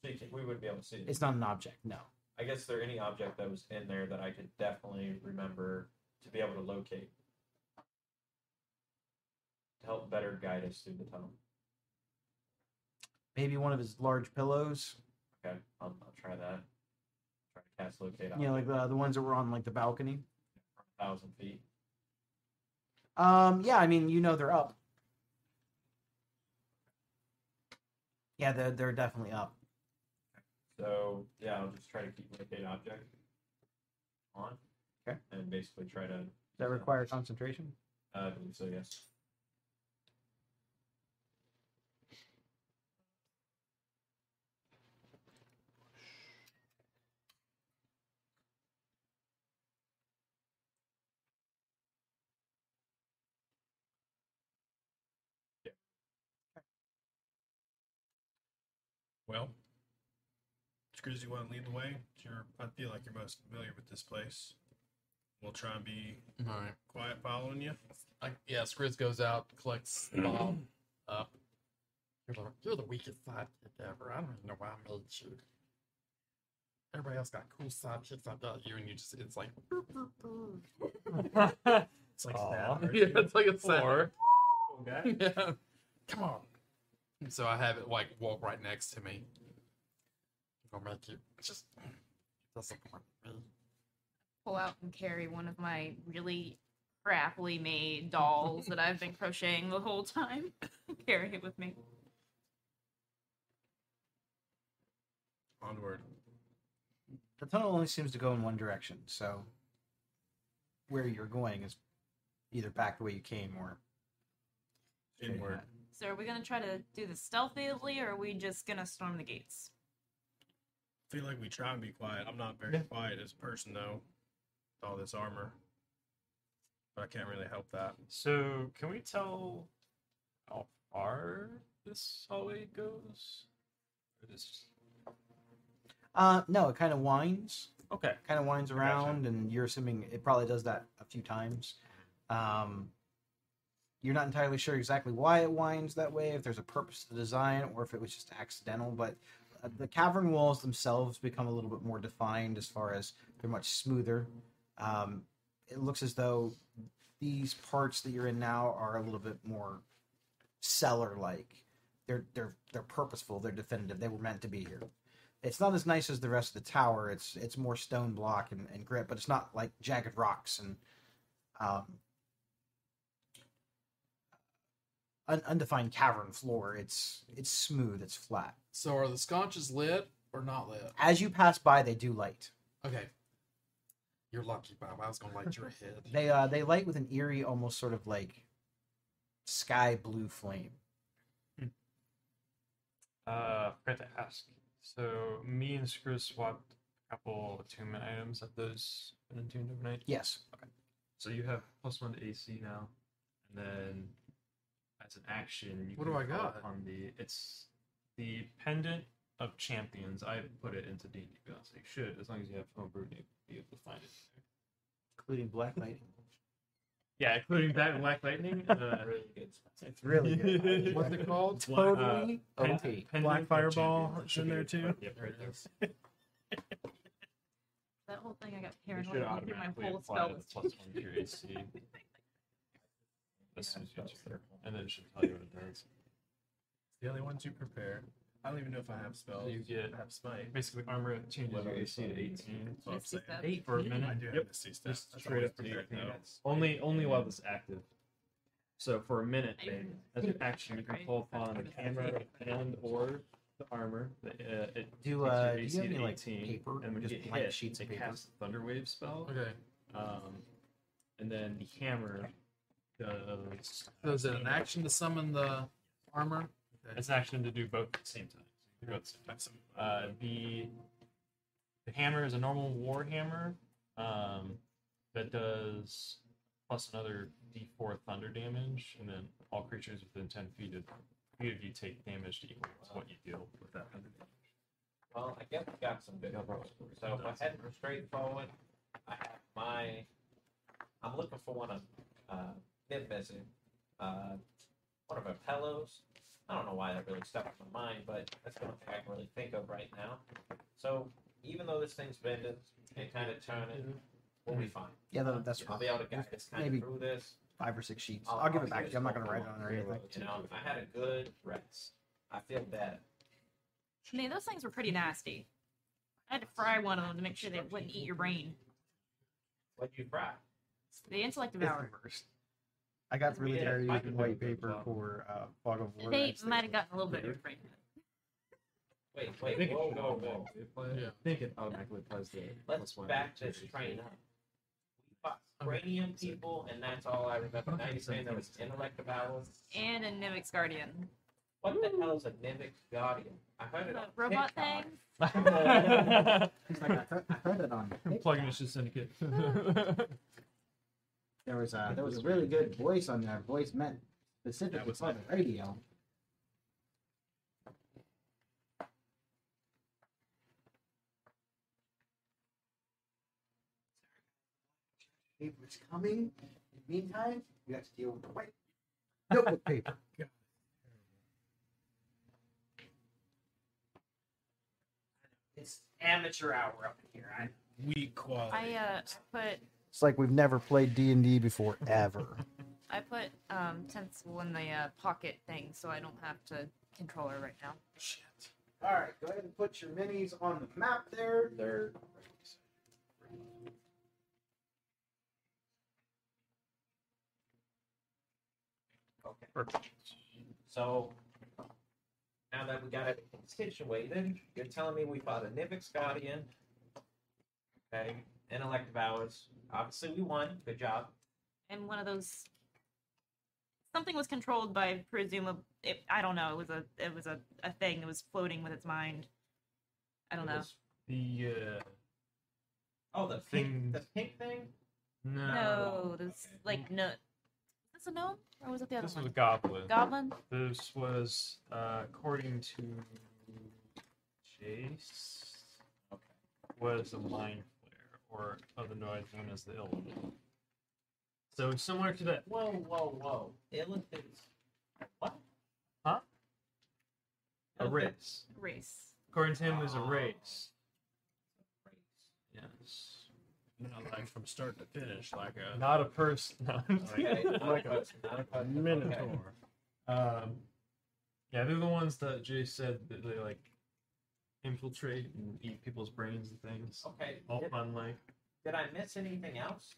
S6: So you can- we wouldn't be able to see. it.
S1: It's not an object, no.
S6: I guess there any object that was in there that I could definitely remember to be able to locate to help better guide us through the tunnel.
S1: Maybe one of his large pillows.
S6: Okay, I'll, I'll try that. Try to cast locate
S1: You know,
S6: object
S1: like the, the ones that were on like the balcony.
S6: from a thousand feet.
S1: Um, yeah, I mean, you know they're up. Yeah, they're they're definitely up.
S6: So yeah, I'll just try to keep locate object on.
S1: Okay.
S6: And basically try to.
S1: Does that require concentration?
S6: Uh, I believe so. Yes.
S2: Well, Screws, you want to lead the way? You're, I feel like you're most familiar with this place. We'll try and be
S3: All right.
S2: quiet following you.
S3: I, yeah, Scrizz goes out, collects the Bob up. You're the, you're the weakest sidekick ever. I don't even know why I made you. Everybody else got cool sidekicks. I've got you, and you just, it's like, [laughs]
S2: It's like
S5: Aw.
S2: that.
S3: [laughs] yeah, it's like a sound.
S5: Or
S6: Okay.
S3: [laughs] Yeah. Come on. So I have it like walk right next to me. I'm gonna make you just disappoint me.
S4: pull out and carry one of my really crappily made dolls that I've been crocheting the whole time. [laughs] carry it with me.
S2: Onward.
S1: The tunnel only seems to go in one direction, so where you're going is either back the way you came or
S2: Inward.
S4: So are we gonna try to do this stealthily, or are we just gonna storm the gates?
S2: I feel like we try and be quiet. I'm not very
S5: Yeah.
S2: quiet as a person, though. With all this armor. But I can't really help that.
S5: So, can we tell how far this hallway goes? Or this...
S1: Uh, no, it kind of winds,
S5: Okay.
S1: kind of winds around, and you're assuming it probably does that a few times. Um, you're not entirely sure exactly why it winds that way, if there's a purpose to design, or if it was just accidental. But uh, the cavern walls themselves become a little bit more defined as far as they're much smoother. Um, it looks as though these parts that you're in now are a little bit more cellar-like. They're they're they're purposeful. They're definitive. They were meant to be here it's not as nice as the rest of the tower. It's it's more stone block and, and grit, but it's not like jagged rocks and um, un- undefined cavern floor. It's it's smooth. It's flat.
S3: So are the sconches lit or not lit?
S1: As you pass by, they do light.
S3: Okay. You're lucky, Bob. I was gonna light your head.
S5: [laughs]
S1: They uh, they light with an eerie, almost sort of like sky blue flame.
S5: Uh, forgot to ask. So, me and Screw swapped a couple attunement items at those been attuned overnight.
S1: Yes.
S5: So you have plus one to AC now, and then as an action, you
S3: What
S5: can
S3: do I
S5: call
S3: got?
S5: upon the it's the pendant of champions. I put it into D and D so you should, as long as you have homebrew, you be able to find it.
S1: Including black lightning.
S5: Yeah, including that and Black Lightning. Uh,
S6: Really good.
S1: It's really good.
S3: What's it called?
S1: Totally
S5: uh, pen-
S1: OP.
S5: pendant
S2: Black
S5: of
S2: Fireball
S5: champions.
S2: is
S5: Should
S2: in
S5: be
S2: there
S5: right-
S2: too?
S5: Yep, right there.
S4: That whole thing I got
S5: You
S4: paranoid
S5: should
S4: going through my
S5: automatically
S4: whole
S5: apply
S4: spell
S5: the
S4: [laughs] list.
S5: plus one to your AC. As soon as you enter there. And then it should tell you what it does.
S2: The only ones you prepare. I don't even know if I have spells.
S5: You get-
S2: I have smite.
S5: Basically, armor changes your
S6: Whatever.
S5: AC to 18.
S2: That's what I'm
S4: Misty
S2: saying.
S4: Step.
S5: Eight for a
S2: I
S5: minute.
S2: do have
S5: Yep.
S2: misty step.
S5: Just
S2: That's
S5: straight
S2: always
S5: up to
S2: prepared,
S5: your
S2: though.
S5: hands. Only, only while this is active. So for a minute,
S4: I
S5: then,
S4: didn't-
S5: as an action, you can pull upon the camera and or the armor. The, uh, it
S1: Do
S5: takes your
S1: uh, do
S5: AC
S1: you have
S5: to
S1: any like
S5: 18,
S1: paper?
S5: And when you
S1: Just
S5: get
S1: blank
S5: hit,
S1: sheets of
S5: it
S1: paper.
S5: casts the Thunderwave spell.
S3: Okay.
S5: Um, and then the hammer does.
S3: So is it an action to summon the armor?
S5: It's an action to do both at the same time. You do both at the same time.
S2: That's some-
S5: Uh, the the hammer is a normal war hammer um, that does plus another d4 thunder damage, and then all creatures within 10 feet of, feet of you take damage to equal to what you deal with that thunder damage.
S6: Well, I guess we got some good rolls. So if I head for straightforward, I have my. I'm looking for one of uh, them missing. Uh, one of her pillows. I don't know why that really stuck in my mind, but that's the only thing I can really think of right now. So even though this thing's bending and kind of turning, we'll be fine.
S1: Mm-hmm. Yeah, that, that's
S6: I'll
S1: fine.
S6: be able to guide us kind
S1: Maybe
S6: of through this.
S1: Five or six sheets.
S6: I'll-
S1: I'll give
S6: I'll
S1: it back
S6: give
S1: to you. I'm not
S6: us
S1: gonna write it on or anything.
S6: You know, I had a good rest. I feel better.
S4: I mean, those things were pretty nasty. I had to fry one of them to make sure they wouldn't eat your brain.
S6: What you fry?
S4: The intellect
S1: It's
S4: devoured.
S1: the worst. I got really
S6: Yeah,
S1: tired of
S6: I
S1: using
S6: can
S1: white
S5: do it as
S1: paper
S5: well.
S1: for uh, fog of war.
S4: They
S1: That's the-
S4: might have gotten a little bit of your brain.
S6: Wait, wait, whoa, whoa, whoa.
S3: Yeah.
S5: I think it automatically applies the
S6: Let's back this
S5: [laughs]
S6: train up. We fought Cranium people, and that's all I remember. Now you're saying there was intellect about us.
S4: And a Nivix Guardian.
S6: What the hell is a Nimic Guardian? I heard it
S4: The
S6: on
S4: Uh, robot
S6: TikTok.
S4: thing?
S1: He's like, I heard- [laughs] I heard it on.
S5: Plug into [laughs] syndicate.
S1: There was a there was a really good voice on there. Voice meant
S2: That
S1: specifically
S2: was
S1: for the radio.
S7: paper's coming. In the meantime, you have to deal with the white notebook paper.
S8: It's amateur hour up in here. I
S2: Weak quality.
S4: I uh put
S1: [laughs] It's like we've never played D and D before ever.
S4: I put um Tensil in the uh, pocket thing, so I don't have to control her right now.
S1: All right, go ahead and put your minis on the map there. They're
S6: Okay. So now that we got it situated, you're telling me we fought a Nivix Guardian. Okay. And elective hours. Obviously we won. Good job.
S4: And one of those something was controlled by presumably it, I don't know. It was a it was a, a thing that was floating with its mind. I don't
S5: It
S4: know.
S5: was The uh,
S6: Oh the
S5: Thing.
S6: pink the pink thing?
S5: no,
S4: No, this
S6: okay.
S4: like no. That's a gnome, or was it the other
S5: this was
S4: one?
S5: a goblin.
S4: Goblin.
S5: This was uh, according to Jace.
S6: Okay.
S5: Was a mind flare, or otherwise known as the ill. So similar to that.
S6: Whoa, whoa, whoa. Elephants. What? Oh,
S5: Huh? A
S6: Elephants.
S5: race.
S4: Race.
S5: According to him, it was
S6: Oh.
S5: a race.
S6: Race.
S5: Yes.
S2: Not like from start to finish, like uh, a
S5: Not a person. [laughs] No.
S6: Okay, not a question, not a question.
S2: minotaur.
S6: Okay.
S5: Um, yeah, they're the ones that Jay said that they like infiltrate and eat people's brains and things.
S6: Okay.
S5: All
S6: Did,
S5: fun like.
S6: did I miss anything else?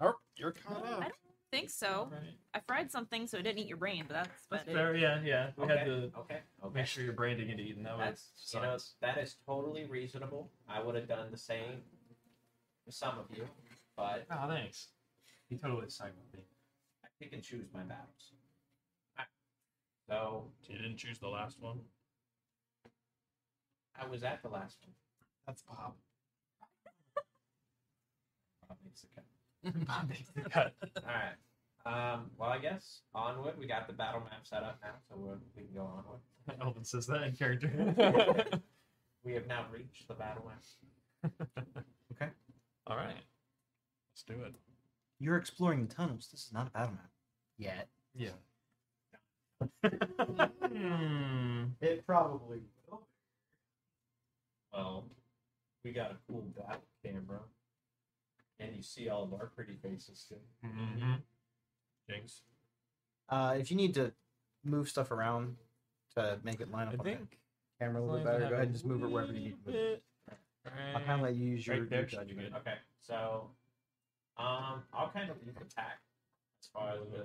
S2: Oh, you're caught up.
S4: Think so.
S5: Right.
S4: I fried something, so it didn't eat your brain, but that's
S5: That's
S4: about it.
S5: fair. Yeah, yeah. We
S6: okay.
S5: had to
S6: okay. Okay.
S5: make sure your brain didn't get eaten. That was
S6: That's you know
S5: science.
S6: that is totally reasonable. I would have done the same. for Some of you, but
S5: Oh, thanks. He totally psyched me.
S6: I pick and choose my battles. Alright. So
S2: You didn't choose the last one.
S6: I was at the last one.
S2: That's Bob. [laughs]
S5: Oh,
S6: Bob makes the cut.
S5: Cut.
S6: All right. Um, well, I guess onward. We got the battle map set up now, so we're, we can go onward.
S5: [laughs] Elvin says that
S2: [laughs]
S5: in character.
S6: We have now reached the battle map.
S5: All right.
S2: Let's do it.
S1: you're exploring the tunnels. This is not a battle map.
S7: Yet.
S2: [laughs]
S5: Yeah.
S2: Mm-hmm.
S5: Hmm.
S7: It probably will.
S6: Well, we got a cool battle camera, and you see all of our pretty faces too.
S5: Mhm.
S2: Jinx.
S1: Uh, if you need to move stuff around to make it line up
S5: I
S1: on the
S5: think.
S1: camera a little bit better, go ahead and just move it wherever you need to move. it. I'll kind of let you use your,
S5: Right there
S1: your
S5: should be
S1: judgment.
S5: good.
S6: Okay, so um, I'll kind of lead the pack as far as with-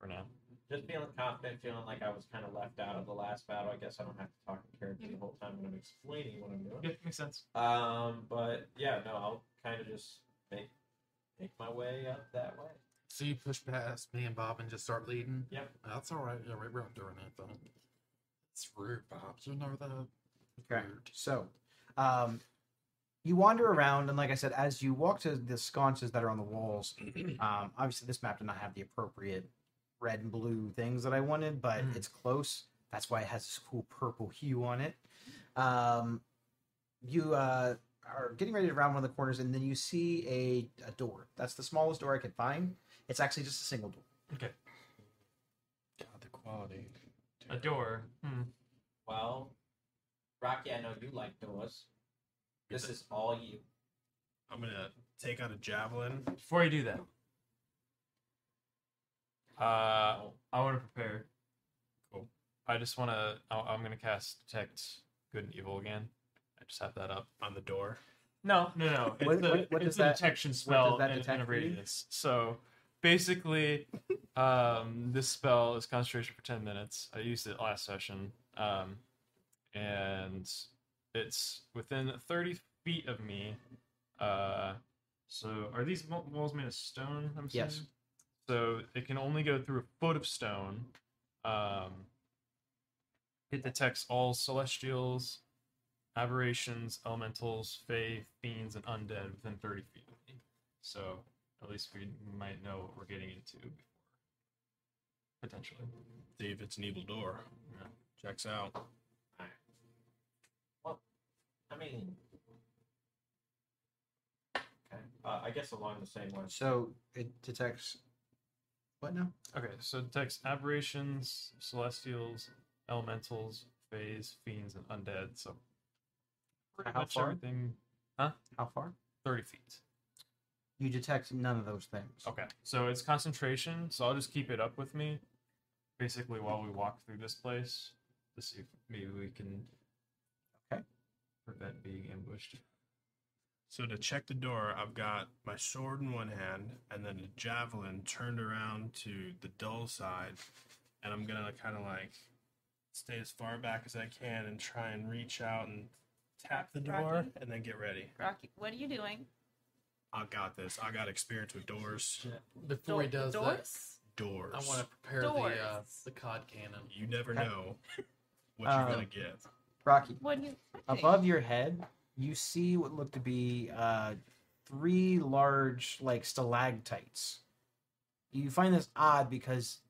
S5: For now.
S6: just feeling confident, feeling like I was kind of left out of the last battle. I guess I don't have to talk in character the whole time when I'm explaining what I'm doing.
S5: Yeah, makes sense.
S6: Um, but yeah, no, I'll kind of just make make my way up that way.
S3: So you push past me and Bob and just start leading?
S6: Yep.
S3: That's all right. Yeah, we we're not doing anything. It's rude, Bob. You know that. It's
S1: Okay.
S3: rude.
S1: So, um, you wander around, and like I said, as you walk to the sconces that are on the walls, um, obviously this map did not have the appropriate red and blue things that I wanted, but
S3: Mm.
S1: it's close. That's why it has this cool purple hue on it. Um, you uh, are getting ready to round one of the corners, and then you see a, a door. That's the smallest door I could find. It's actually just a single door.
S2: God, the quality.
S5: A door. Hmm.
S6: Well, Rocky, I know you like doors. This is all you.
S2: I'm gonna take out a javelin.
S5: Before you do that, uh, I want to prepare.
S2: Cool.
S5: I just want to. I'm going to cast detect good and evil again. I just have that up.
S2: on the door.
S5: No, no, [laughs] no. It's
S1: What-
S5: a,
S1: what- what does
S5: it's a
S1: that-
S5: detection spell
S1: that
S5: and- and,
S1: detect
S5: a
S1: for you?
S5: radius. So basically, um, this spell is concentration for 10 minutes. I used it last session. Um, and it's within 30 feet of me. Uh, so are these mo- walls made of stone? I'm
S1: Yes.
S5: assuming? So it can only go through a foot of stone. Um, it detects all celestials, aberrations, elementals, fae, fiends, and undead within 30 feet of me. So at least we might know what we're getting into before. Potentially.
S2: See if it's an evil door.
S5: Yeah.
S2: Checks out.
S6: I mean, Uh, I guess along the same lines.
S1: So it detects what now?
S5: Okay, so it detects aberrations, celestials, elementals, phase, fiends, and undead. So pretty
S1: How
S5: much
S1: far?
S5: everything
S1: How far?
S5: thirty feet.
S1: You detect none of those things.
S5: Okay, so it's concentration, so I'll just keep it up with me, basically while we walk through this place to see if maybe we can
S1: Okay.
S5: prevent being ambushed.
S2: So to check the door, I've got my sword in one hand and then a javelin turned around to the dull side, and I'm gonna kind of like stay as far back as I can and try and reach out and tap the door
S4: Rocky?
S2: and then get ready.
S4: Rocky, what are you doing?
S2: I got this. I got experience with doors.
S3: Before he does that,
S4: doors?
S2: Doors.
S3: I want to prepare the uh,
S4: Doors.
S3: the cod cannon.
S2: You never
S1: Okay.
S2: know what you're
S1: Um,
S2: gonna get.
S1: Rocky,
S4: What are you expecting?
S1: above your head, you see what look to be uh, three large, like, stalactites. You find this odd because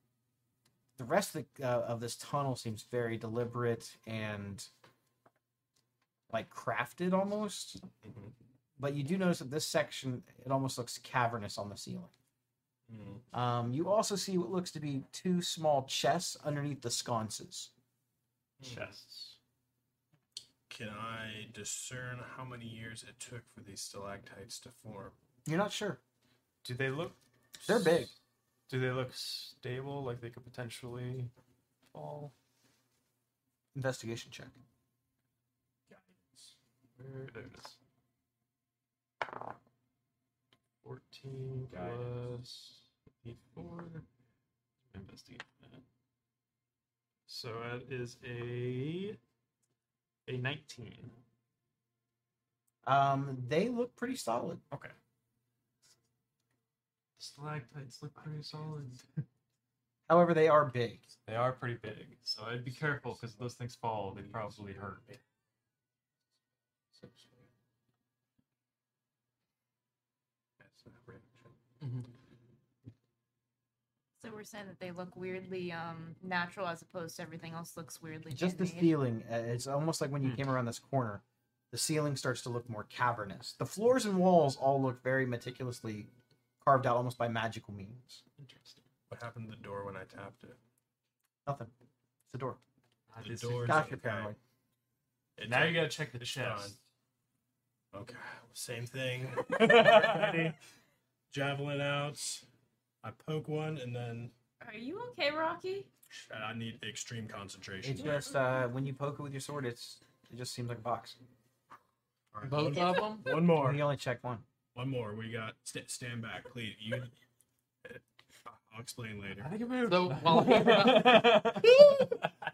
S1: the rest of, the, uh, of this tunnel seems very deliberate and, like, crafted almost.
S2: Mhm.
S1: But you do notice that this section, it almost looks cavernous on the ceiling.
S2: Mm.
S1: Um, you also see what looks to be two small chests underneath the sconces. Hmm.
S5: Chests.
S2: Can I discern how many years it took for these stalactites to form?
S1: You're not sure.
S5: Do they look?
S1: They're
S5: s-
S1: big.
S5: Do they look stable? Like they could potentially fall?
S1: Investigation check.
S5: Where there it is. Fourteen plus
S6: Guidance.
S5: eight four. Investigate that. So that is a a nineteen.
S1: Um, they look pretty solid.
S5: Okay. Stalactites look pretty solid.
S1: However, they are big.
S5: They are pretty big, so I'd be careful because those things fall, they probably hurt.
S4: So we're saying that they look weirdly um natural as opposed to everything else looks weirdly
S1: Just the
S4: man-made.
S1: ceiling. uh, It's almost like when you
S5: Hmm.
S1: came around this corner, the ceiling starts to look more cavernous. The floors and walls all look very meticulously carved out, almost by magical means.
S5: Interesting.
S2: What happened to the door when I tapped it?
S1: Nothing. It's a door.
S5: Ah,
S2: The
S5: this
S2: doors-
S5: is...
S1: Got your
S2: okay.
S1: paranoid.
S2: It's
S5: Now
S2: like-
S5: you gotta check the
S2: it's
S5: [laughs] chest.
S2: Okay, same thing.
S5: Ready?
S2: Javelin out. I poke one, and then
S4: Are you okay, Rocky?
S2: I need extreme concentration.
S1: It's just uh, when you poke it with your sword, it's it just seems like a box.
S2: All right,
S3: Both
S2: one,
S4: [laughs]
S3: of them.
S2: one more.
S1: You only check one.
S2: One more. We got. St- stand back, please. You. I'll explain later.
S5: think it moved.
S3: So while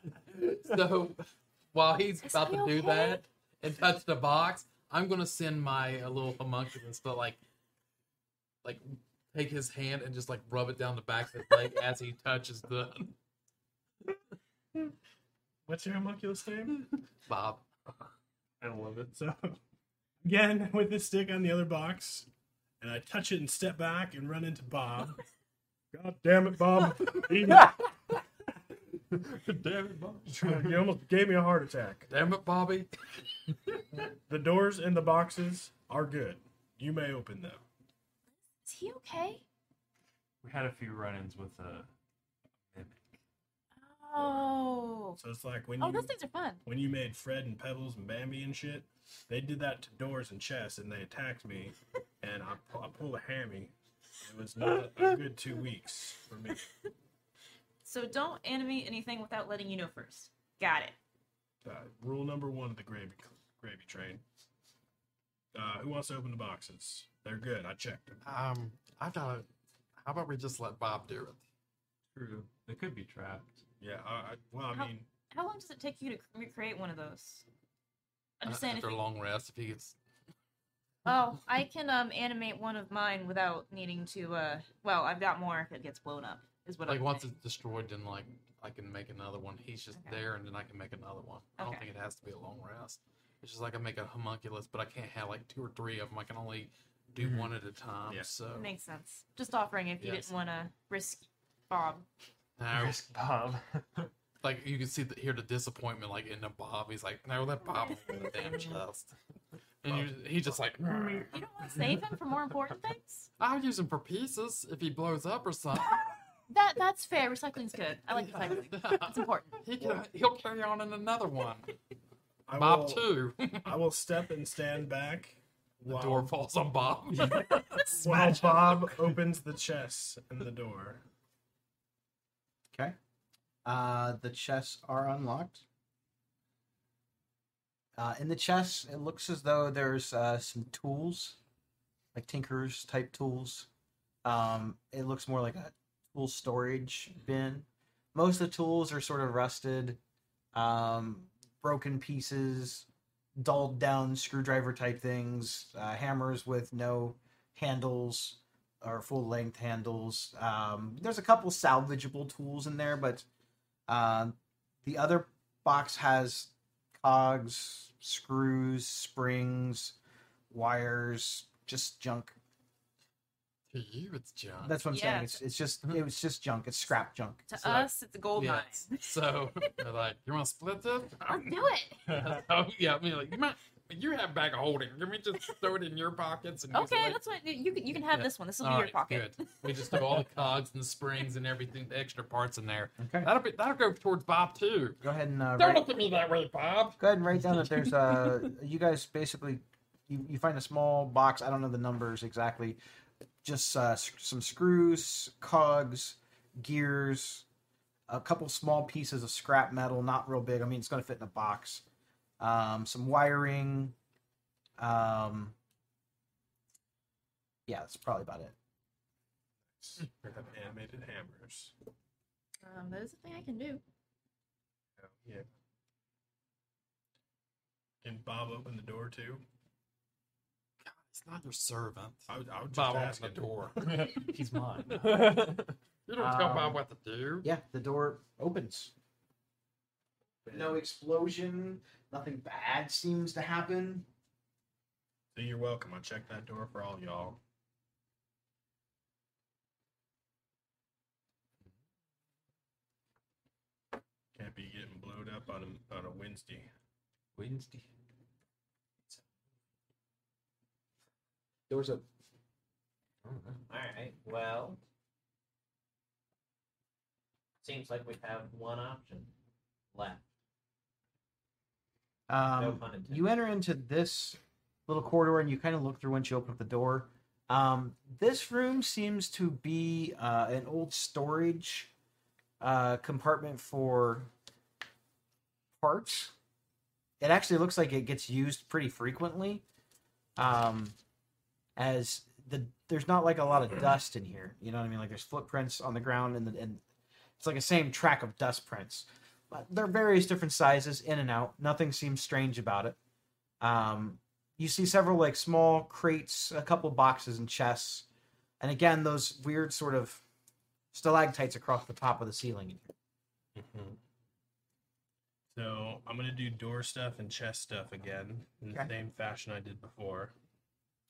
S4: [laughs]
S3: [laughs] So while he's
S4: Is
S3: about
S4: he
S3: to do
S4: okay?
S3: that and touch the box, I'm gonna send my uh, little homunculus to like, like take his hand and just like rub it down the back of his leg as he touches the
S2: What's your homunculus
S1: [laughs]
S2: name?
S3: Bob.
S5: I love it.
S2: So, again, with this stick on the other box, and I touch it and step back and run
S1: [laughs]
S2: into Bob. God damn it, Bob! He-
S5: Damn it, Bob.
S2: he almost gave me a heart attack.
S3: Damn it, Bobby!
S2: The doors and the boxes are good. You may open them.
S4: Is he okay?
S5: We had a few run-ins with uh,
S4: Oh.
S2: So it's like when
S4: Oh,
S2: you
S3: Hmm.
S4: those things are fun.
S2: when you made Fred and Pebbles and Bambi and shit, they did that to doors and chests, and they attacked me, and I, pu- I pulled a hammy. It was not a good two weeks for me.
S4: So don't animate anything without letting you know first. Got it.
S2: Uh, rule number one of the gravy gravy train. Uh, who wants to open the boxes? They're good. I checked them.
S3: Um, I thought, how about we just let Bob do it?
S5: True. They could be trapped.
S2: Yeah. I, I, well, I
S4: How-
S2: mean,
S4: How long does it take you to recreate one of those? I'm just
S3: Uh,
S4: saying. If
S3: after a
S4: you,
S3: long rest, if he gets
S4: oh, I can um animate one of mine without needing to. uh Well, I've got more if it gets blown up. Is what
S3: like
S4: I'm
S3: once
S4: saying.
S3: it's destroyed, then like I can make another one. He's just
S4: Okay.
S3: there, and then I can make another one. I don't
S4: Okay.
S3: think it has to be a long rest. It's just like I make a homunculus, but I can't have like two or three of them. I can only do
S2: Mhm.
S3: one at a time.
S2: Yeah.
S3: So
S4: Makes sense. Just offering if you
S3: Yes.
S4: didn't want to risk Bob.
S3: now,
S5: Risk Bob. [laughs]
S3: like
S4: [laughs]
S3: you can see the, hear the disappointment like in the Bob. He's like, "No, that Bob will be in the damn chest." And you, he just like, "Grr."
S4: You don't want to save him for more
S3: [laughs]
S4: important things?
S3: I would use him for pieces if he blows up or something.
S4: That that's fair. Recycling's good. [laughs] I like recycling.
S3: [laughs]
S4: It's important.
S3: he can, he'll carry on in another [laughs] one.
S2: I
S3: Bob
S2: will,
S3: [laughs] too.
S2: I will step and stand back.
S3: The
S2: while-
S3: door falls on [laughs] Bob.
S2: While
S3: Smash him.
S2: Bob opens the chest and the door.
S1: Okay. Uh, the chests are unlocked. Uh, in the chests, it looks as though there's uh, some tools, like tinker's type tools. Um, it looks more like a tool storage bin. Most of the tools are sort of rusted, um, broken pieces, dulled down screwdriver type things, uh, hammers with no handles or full length handles. Um, there's a couple salvageable tools in there, but uh, the other box has cogs, screws, springs, wires, just junk.
S3: To you, it's John.
S1: That's what I'm
S4: Yeah.
S1: saying. It's, it's just it was just junk. It's scrap junk.
S4: To
S3: So-
S4: us, it's a gold
S3: Yeah.
S4: mine.
S3: So they're like, you want to split this? [laughs]
S4: I'll do it.
S3: oh yeah, I mean like you might you have bag of holding. Can we just throw it in your pockets and use it
S4: Okay,
S3: later?
S4: that's what you can. You can have
S3: Yeah.
S4: this one. This will be
S3: All
S4: your
S3: right,
S4: pocket.
S3: good. We just throw
S4: [laughs]
S3: all the cogs and the springs and everything, the extra parts in there.
S1: Okay.
S3: That'll be that'll go towards Bob too.
S1: Go ahead and uh,
S3: Don't
S1: write,
S3: look at me that way, Bob.
S1: go ahead and write down that there's uh you guys basically you, you find a small box. I don't know the numbers exactly. Just uh, s- some screws, cogs, gears, a couple small pieces of scrap metal, not real big. I mean, it's going to fit in a box. Um, some wiring. Um, yeah, that's probably about it.
S2: We have animated hammers.
S4: Um, that is a thing I can do.
S2: Yeah. Can Bob open the door too?
S3: He's not your servant.
S2: I would, I would just
S3: Bob opens
S2: ask
S3: the
S2: him.
S3: [laughs] door.
S5: He's mine.
S3: [laughs] You don't tell
S1: Um,
S3: Bob what to do.
S1: Yeah, the door opens. No explosion. Nothing bad seems to happen.
S2: So you're welcome. I'll check that door for all y'all. Can't be getting blowed up on a, on a Wednesday.
S5: Wednesday.
S1: Doors open.
S6: Alright, well. Seems like we have one option left. No
S1: Um,
S6: pun intended.
S1: you enter into this little corridor and you kind of look through once you open up the door. Um, this room seems to be uh, an old storage uh, compartment for parts. It actually looks like it gets used pretty frequently, um, as the there's not like a lot of dust in here. You know what I mean? Like there's footprints on the ground and the, and it's like a same track of dust prints but they're various different sizes in and out nothing seems strange about it um, you see several like small crates a couple boxes and chests and again those weird sort of stalactites across the top of the ceiling in here
S2: Mm-hmm. So I'm gonna do door stuff and chest stuff again in the
S1: Okay.
S2: same fashion I did before.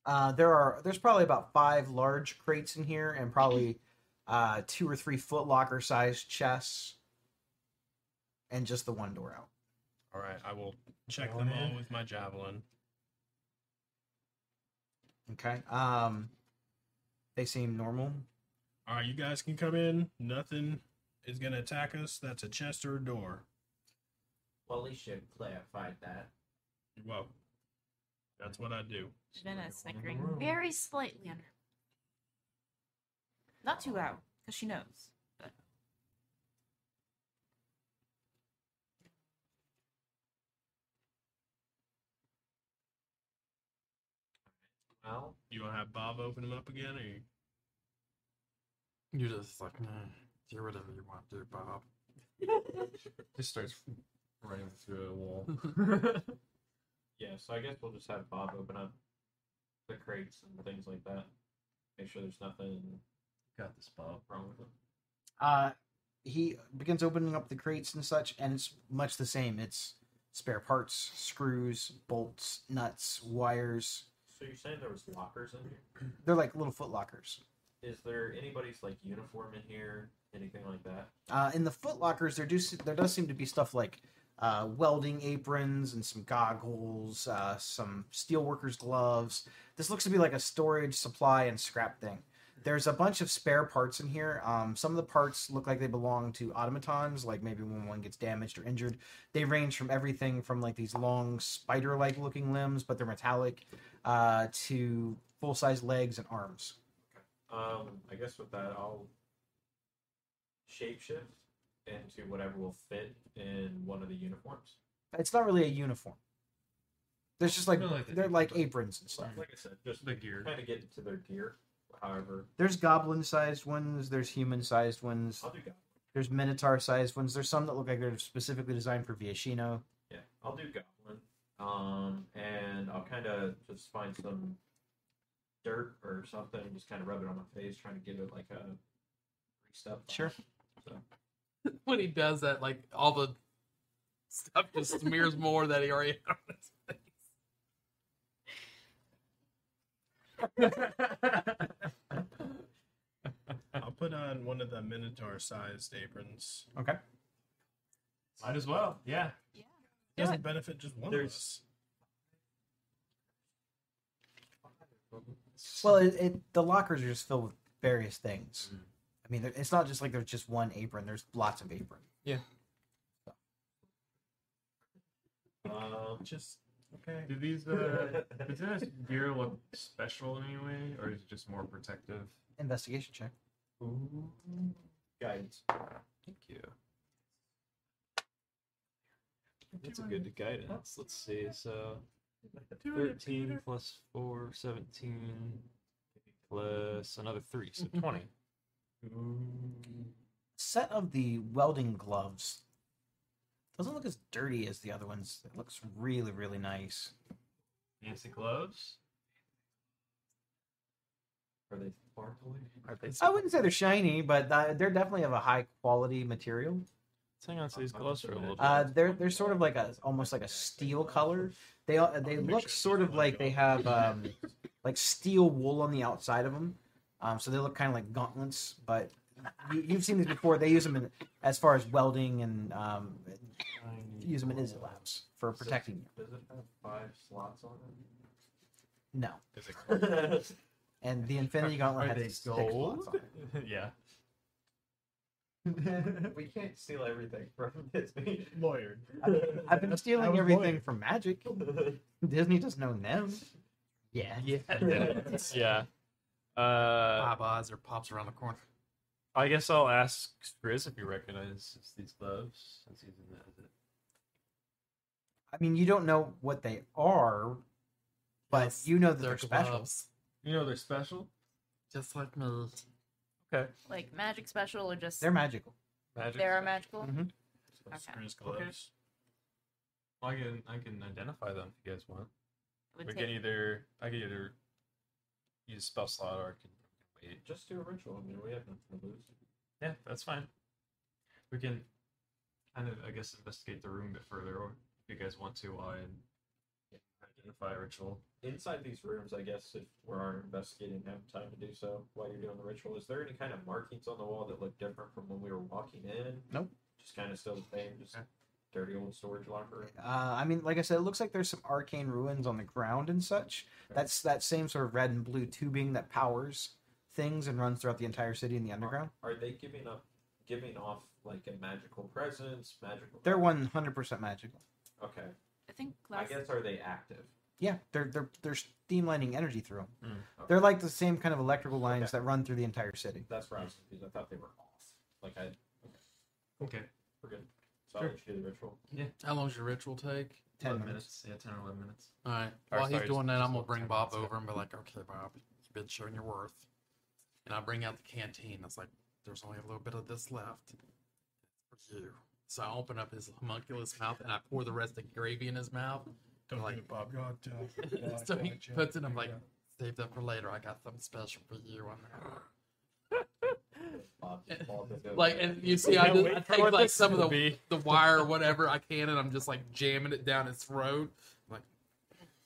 S1: uh, there are there's probably about five large crates in here and probably uh, two or three foot locker sized chests and just the one door out
S2: All right, I will check
S5: Going
S2: them all
S5: in.
S2: with my javelin.
S1: okay um they seem normal
S2: All right, you guys can come in. Nothing is gonna attack us. That's a chest or a door.
S6: Well, at least you clarified that.
S2: Well, that's what I do.
S4: Jenna is
S5: Somebody
S4: uh, snickering
S5: going in the room.
S4: very slightly under. Not too loud, because she knows. But
S6: Well,
S2: You gonna have Bob open them up again, or you...
S3: You're just like, nah, do whatever you want to do, Bob. [laughs]
S5: Just starts running through a wall. [laughs]
S6: [laughs] yeah. So I guess we'll just have Bob open up the crates and things like that. Make sure there's nothing
S5: Got this, Bob.
S6: wrong with them.
S1: uh, he begins opening up the crates and such, and it's much the same. It's spare parts, screws, bolts, nuts, wires.
S6: So you're saying there was lockers in here?
S1: They're like little foot lockers.
S6: Is there anybody's like uniform in here? Anything like that?
S1: Uh, in the foot lockers, there do se- there does seem to be stuff like uh, welding aprons and some goggles, uh, some steelworkers' gloves. This looks to be like a storage, supply, and scrap thing. There's a bunch of spare parts in here. Um, some of the parts look like they belong to automatons, like maybe when one gets damaged or injured. They range from everything from like these long spider like looking limbs, but they're metallic, uh, to full size legs and arms.
S6: Um, I guess with that, I'll shapeshift into whatever will fit in one of the uniforms.
S1: It's not really a uniform. There's just like
S5: No, like the
S1: they're like
S5: apron.
S1: aprons and stuff.
S6: Like I said, just
S5: The gear.
S6: kind of get into their gear. However,
S1: There's goblin sized ones. There's human sized ones.
S6: I'll do goblin.
S1: There's minotaur sized ones. There's some that look like they're specifically designed for Viashino.
S6: Yeah, I'll do goblin. Um, and I'll kind of just find some dirt or something, just kind of rub it on my face, trying to give it like a greased up.
S1: Sure.
S3: when he does that, like all the stuff
S5: [laughs]
S3: just smears more that he already had on his face.
S2: I'll put on one of the Minotaur sized aprons.
S5: Might as well. Yeah.
S4: Yeah. Do
S2: Doesn't
S4: it.
S2: benefit just one of
S6: There's-
S2: us.
S1: Well, it, it the lockers are just filled with various things. I mean, there- it's not just like there's just one apron. There's lots of apron.
S6: [laughs] Um,
S2: Just okay.
S5: Do these
S6: [laughs]
S5: uh, does this gear look special in any way, or is it just more protective?
S1: Investigation check.
S6: guidance.
S5: Thank you.
S6: That's a good guidance. Let's see. So
S2: Do it,
S5: 13
S2: Peter.
S5: plus 4, 17, plus another 3, so 20.
S1: Set of the welding gloves doesn't look as dirty as the other ones. It looks really, really nice.
S5: Fancy gloves?
S6: Are they sparkly? Are [laughs] they?
S1: I wouldn't say they're shiny, but uh, they're definitely of a high quality material.
S5: Let's hang on to these gloves for a little bit.
S1: Uh, they're they're sort of like a almost like a steel color. They all- they look sort of like they have um, like steel wool on the outside of them, um, so they look kind of like gauntlets. But you, you've seen these before. They use them in, as far as welding and um, use them in
S5: [laughs]
S1: Izzet labs for protecting you.
S6: Does it have five slots on it?
S1: No,
S2: [laughs] Is it-
S1: and the Infinity Gauntlet
S5: Are
S1: has
S5: they
S1: six slots on it.
S5: yeah.
S6: we can't steal everything from Disney.
S2: Lawyered.
S1: I've
S6: [laughs]
S1: been
S2: I
S1: stealing
S2: was
S1: everything
S2: loyal.
S1: from Magic. Disney doesn't own them. Yeah, [laughs] yeah.
S5: yeah.
S3: [laughs]
S5: Uh,
S3: Bob Ozer pops around the corner.
S5: I guess I'll ask Grizz if you recognize these gloves. Since he's in the,
S1: I mean, you don't know what they are, but
S3: Yes,
S1: you know that
S3: They're
S1: they're, special.
S3: gloves,
S5: You know they're special?
S3: just like me.
S4: Like magic special or just
S1: They're magical.
S5: Magic?
S4: they're magical?
S1: Mhm.
S2: Screws gloves.
S5: I can I can identify them if you guys want.
S4: It would
S5: We
S4: take-
S5: can either I can either use spell slot or I can wait.
S6: Just do a ritual. I mean, we have nothing to lose.
S5: Yeah, that's fine. We can kind of I guess investigate the room a bit further, or if you guys want to, I identify a ritual.
S6: Inside these rooms, I guess if we're investigating, and have time to do so while you're doing the ritual. Is there any kind of markings on the wall that look different from when we were walking in?
S1: Nope.
S6: Just kind of still the same. Just
S5: Okay.
S6: dirty old storage locker.
S1: Uh, I mean, like I said, it looks like there's some arcane ruins on the ground and such. That's that same sort of red and blue tubing that powers things and runs throughout the entire city in the underground.
S6: Are they giving up, giving off like a magical presence? Magical.
S1: They're 100% magical.
S6: Okay.
S4: I think
S6: I
S4: last
S6: guess are they active?
S1: Yeah, they're they're they're streamlining energy through them.
S5: Mm,
S6: okay.
S1: They're like the same kind of electrical lines
S6: Okay.
S1: that run through the entire city.
S6: That's where I was confused. I thought they were off. Like I,
S5: Okay.
S6: we're good. So
S5: Sure.
S6: I'll let you do the ritual.
S3: How long's your ritual take?
S1: 10
S5: 11
S1: minutes.
S5: Yeah, ten or eleven minutes.
S3: All right.
S5: Or,
S3: While he's
S5: sorry,
S3: doing
S5: just-
S3: that,
S5: just
S3: I'm gonna
S5: about
S3: bring
S5: 10
S3: Bob
S5: minutes, yeah.
S3: over and be like, "Okay, Bob, you've been showing your worth." And I bring out the canteen. It's like there's only a little bit of this left for you. So I open up his homunculus mouth and I pour the rest of the gravy in his mouth.
S2: Don't
S3: Like-
S2: do it, Bob. God, uh,
S3: [laughs] so he
S2: God, yeah,
S3: puts it. I'm
S2: yeah.
S3: like, saved up for later. I got something special for you. on there."
S6: Bob,
S3: And-
S6: Bob is good.
S3: like, and you see, I,
S5: Can't
S3: just,
S5: wait
S3: I
S5: for
S3: take
S5: what
S3: like
S5: this
S3: some of
S5: will
S3: the
S5: be.
S3: the wire or whatever I can, and I'm just like jamming it down his throat.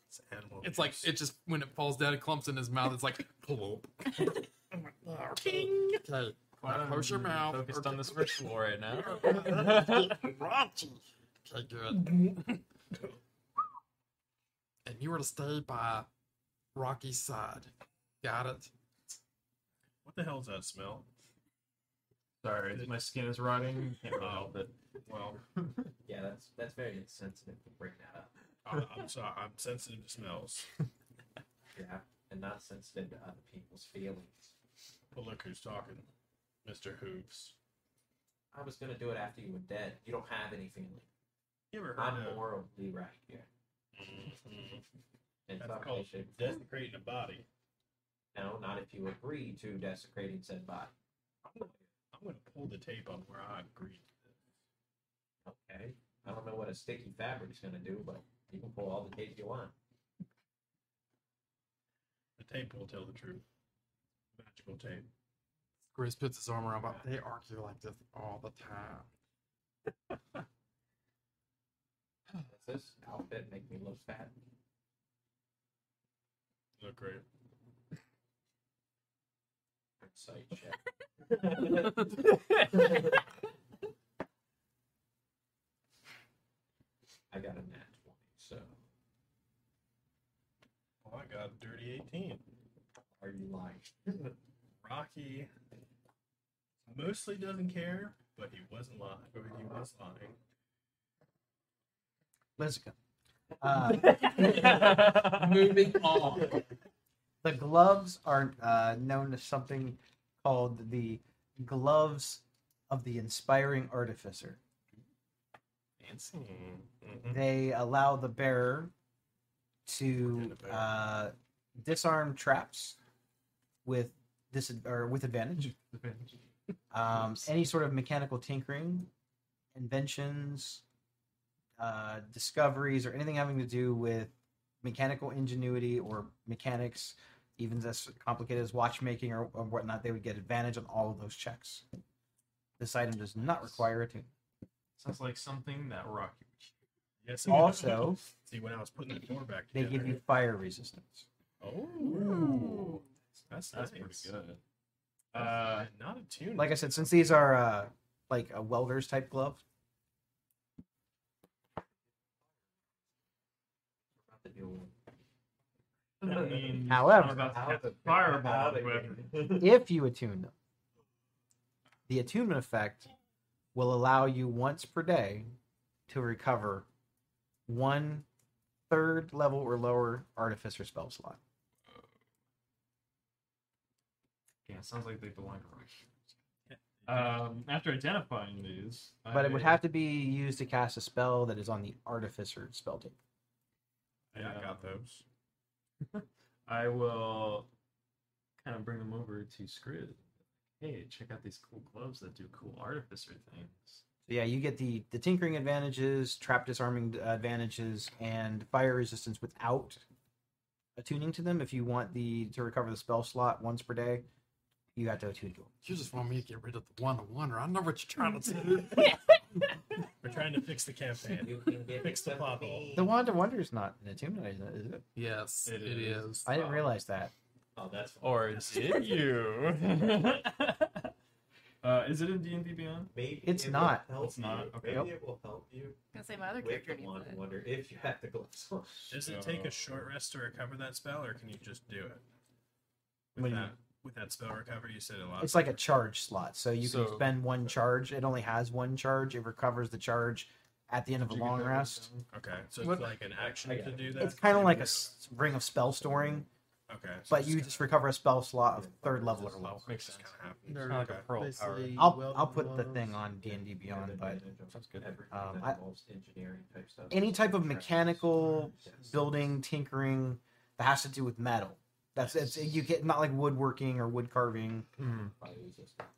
S2: It's animal
S3: It's like
S2: abuse.
S3: it just when it falls down, it clumps in his mouth. It's like [laughs] plop. Ting. Okay, now
S5: Why don't
S3: close your
S5: you
S3: mouth.
S5: Focused on this ritual right now.
S3: Raunchy. Okay, good. and you were to stay by Rocky's side. Got it?
S2: What the hell is that smell?
S5: Sorry, my skin is rotting. Can't really help it.
S2: Oh, Well,
S6: Yeah, that's that's very insensitive to bring that up.
S2: I, I'm sorry. I'm sensitive to smells.
S6: Yeah, and not sensitive to other people's feelings.
S2: But look who's talking, Mister Hooves.
S6: I was gonna do it after you were dead. You don't have any feeling.
S2: You ever heard
S6: I'm
S2: of
S6: morally right here. And
S2: That's
S6: fuck
S2: called
S6: this shit.
S2: desecrating a body?
S6: No, not if you agree to desecrating said body.
S2: I'm gonna pull the tape up where I agreed.
S6: Okay. I don't know what a sticky fabric's gonna do, but you can pull all the tape you want.
S2: The tape will tell the truth. Magical tape.
S3: Grizz puts his arm around, but they argue like this all the time.
S6: Does this outfit make me look fat?
S2: Look great.
S6: Sight check. [laughs] I got a nat 20, so
S2: Oh, I got a dirty 18.
S6: are you lying?
S2: [laughs] Rocky mostly doesn't care, but he wasn't lying. Or he was lying.
S1: Lizica. Uh,
S6: [laughs]
S3: Moving on.
S1: the gloves are uh, known as something called the gloves of the inspiring artificer.
S5: Fancy.
S1: They allow the bearer
S2: We're
S1: to
S2: doing a bear.
S1: uh, disarm traps with dis- or [laughs] with advantage. Um, any sort of mechanical tinkering, inventions, uh, discoveries, or anything having to do with mechanical ingenuity or mechanics, even as complicated as watchmaking or, or whatnot, they would get advantage on all of those checks. This item does not require a [laughs] tune.
S5: Sounds like something that Rocky would
S2: Yes. it
S1: Mm-hmm. Also,
S2: is. see when I was putting the door back
S1: they
S2: together.
S1: give you fire resistance.
S2: Oh, that's
S5: That's
S2: nice.
S5: pretty good. Uh,
S2: not a tune.
S1: Like I said, since these are uh, like a welder's type glove,
S6: Not the new one.
S5: I mean,
S1: However-
S5: I'm about to
S6: Out
S5: catch
S6: of-
S5: a fireball.
S6: out of
S5: whoever-
S6: here.
S1: if you attune them, the attunement effect will allow you once per day to recover one third level or lower artificer spell slot.
S5: Yeah, it sounds like they belong to Rocky. Um, after identifying these,
S1: But it would have to be used to cast a spell that is on the artificer spell table.
S2: yeah, I got those.
S5: I will kind of bring them over to Scrid. Hey, check out these cool gloves that do cool artificer things.
S1: So yeah, you get the the tinkering advantages, trap disarming uh, advantages, and fire resistance without attuning to them. If you want the to recover the spell slot once per day, you have to attune to them.
S3: You just want me to get rid of the one to one, or I know what you're trying to do.
S2: We're trying to fix the
S5: [laughs]
S2: campaign.
S6: [laughs] You can get
S2: Fix the
S6: some
S2: pothole.
S6: meat.
S1: The wand of wonder is not an attunement, is it- is it?
S3: yes,
S5: It
S3: it
S5: is.
S3: is.
S1: I didn't realize that.
S6: Oh, that's
S5: Or [laughs] did you? uh, is it in D and D Beyond?
S6: maybe
S1: It's
S6: it will
S1: not.
S6: help
S5: It's not,
S6: you.
S5: okay.
S6: Maybe it will help you
S4: gonna say my other
S6: with
S4: character
S6: the
S4: needs
S6: wand of
S4: it.
S6: wonder if you have the gloves on.
S2: Does it take
S5: No.
S2: a short rest to recover that spell, or can you just do it? With
S1: What do you
S2: that, with that spell recovery, you said a lot.
S1: It's like a charge slot, so you can
S5: So-
S1: spend one charge. It only has one charge. It recovers the charge at the end of a
S5: Did you get
S1: long
S5: that
S1: rest.
S5: one
S2: okay, so
S1: What-
S2: it's like an action
S6: I
S2: to
S6: got it.
S2: do that.
S1: It's kind of like a s- ring of spell storing,
S2: okay, so
S1: but you just recover a spell slot of third level or lower.
S5: down? Makes sense.
S2: kind of happens.
S5: Kind of like a pearl power.
S3: Basically,
S1: I'll
S3: welding
S1: I'll put the
S3: gloves.
S1: thing on D and D Beyond, but
S5: Sounds good.
S6: Everything
S1: Um,
S6: that
S1: I-
S6: involves engineering type stuff.
S1: any type of
S6: Traps,
S1: mechanical
S6: yes.
S1: building, tinkering that has to do with metal. That's it's you get not like woodworking or wood carving.
S6: Fire resistance.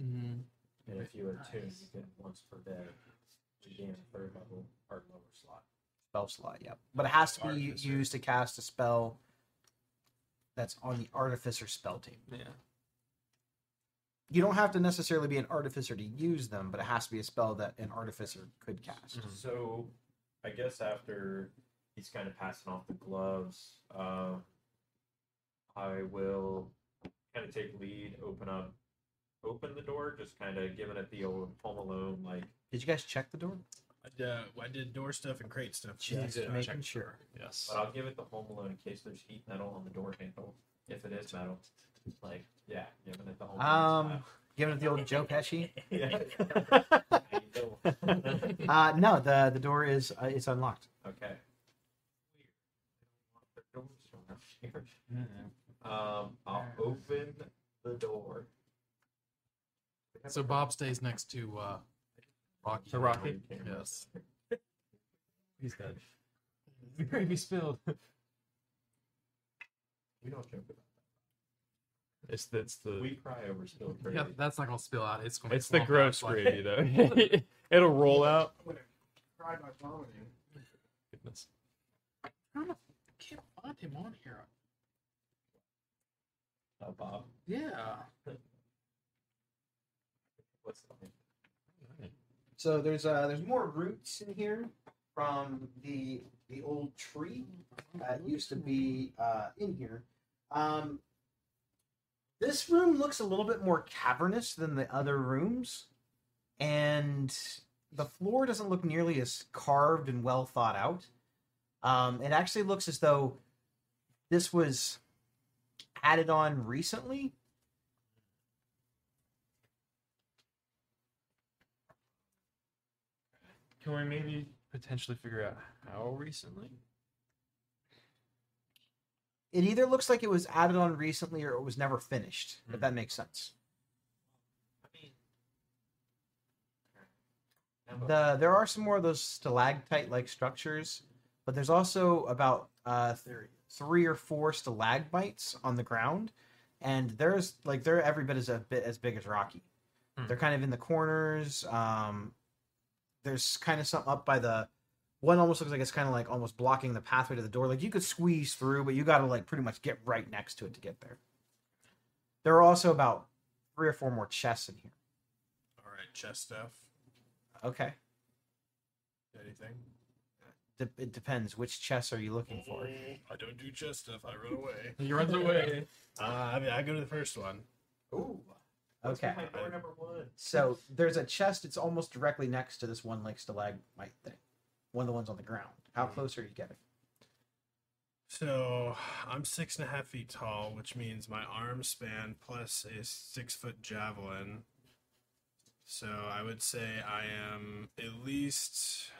S3: Mhm.
S6: And if you attune, you get once per day. You gain a third level or lower slot.
S1: spell slot. Yep. But it has to be
S2: Artificer.
S1: used to cast a spell that's on the artificer spell table.
S5: Yeah.
S1: You don't have to necessarily be an artificer to use them, but it has to be a spell that an artificer could
S6: Mm-hmm.
S1: cast.
S5: Mhm.
S6: So, I guess after he's kind of passing off the gloves, uh, I will kind of take lead, open up, open the door, just kind of giving it the old Home Alone like.
S1: Did you guys check the door?
S2: I did, uh, I did door stuff and crate stuff.
S1: Just
S5: Yeah,
S1: making
S5: check.
S1: sure.
S5: Yes.
S6: But I'll give it the home alone in case there's heat metal on the door handle. If it is metal, like yeah, giving it the home. Alone
S1: Um, giving it the old Joe Pesci.
S6: style. yeah. [laughs] How you doing? [laughs]
S1: Uh, no, the the door is uh, it's unlocked.
S6: Okay. Um, I'll open the door.
S3: So Bob stays next to uh, Rocky.
S5: To Rocky?
S3: Yes.
S5: He's dead. The gravy spilled.
S6: We don't joke about.
S5: It's that's
S6: It.
S5: the
S6: We cry over spilled gravy.
S3: Yeah, that's not gonna spill out. It's gonna.
S5: it's the [laughs]
S3: clump out.
S5: gross
S3: like-
S5: gravy though. [laughs] It'll roll out.
S7: Cried my phone in.
S5: Goodness.
S3: can't find him on here.
S6: Uh, Bob,
S3: Yeah.
S6: what's the name?
S7: So there's uh there's more roots in here from the the old tree that used to be uh, in here.
S1: Um, this room looks a little bit more cavernous than the other rooms, and the floor doesn't look nearly as carved and well thought out. Um, it actually looks as though this was added on recently.
S5: Can we maybe potentially figure out how recently?
S1: It either looks like it was added on recently or it was never finished, if
S5: Hmm.
S1: that makes sense.
S6: I mean, Now, Bob,
S1: The there are some more of those stalactite like structures, but there's also about uh three or four stalagmites on the ground, and there's like they're every bit as a bit as big as Rocky.
S5: Hmm.
S1: They're kind of in the corners. Um, there's kind of something up by the one almost looks like it's kind of like almost blocking the pathway to the door. Like you could squeeze through, but you got to like pretty much get right next to it to get there. There are also about three or four more chests in here.
S2: All right, chest stuff.
S1: Okay,
S2: Anything?
S1: De- it depends. Which chests are you looking for?
S5: Mm-hmm.
S2: I don't do chest stuff. I run away.
S5: He runs away.
S2: Uh, I mean, I go to the first one.
S6: Ooh, what's
S1: Okay.
S6: behind door number one.
S1: So there's a chest. It's almost directly next to this one like stalagmite thing, one of the ones on the ground. How close are you getting?
S2: So I'm six and a half feet tall, which means my arm span plus a six foot javelin. So I would say I am at least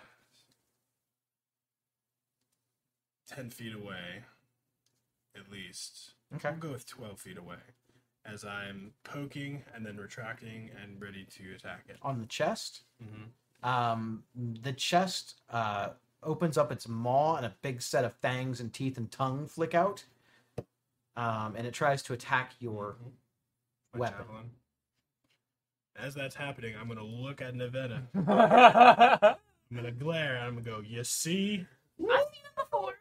S2: ten feet away. At least.
S1: Okay.
S2: I'll go with twelve feet away. As I'm poking and then retracting and ready to attack it.
S1: On the chest.
S2: Mm-hmm.
S1: Um, the chest uh, opens up its maw, and a big set of fangs and teeth and tongue flick out. Um, and it tries to attack your.
S2: My
S1: weapon.
S2: javelin. As that's happening, I'm gonna look
S1: [laughs]
S2: at Nevada. I'm gonna glare. and I'm gonna go. You see
S4: I've seen them before.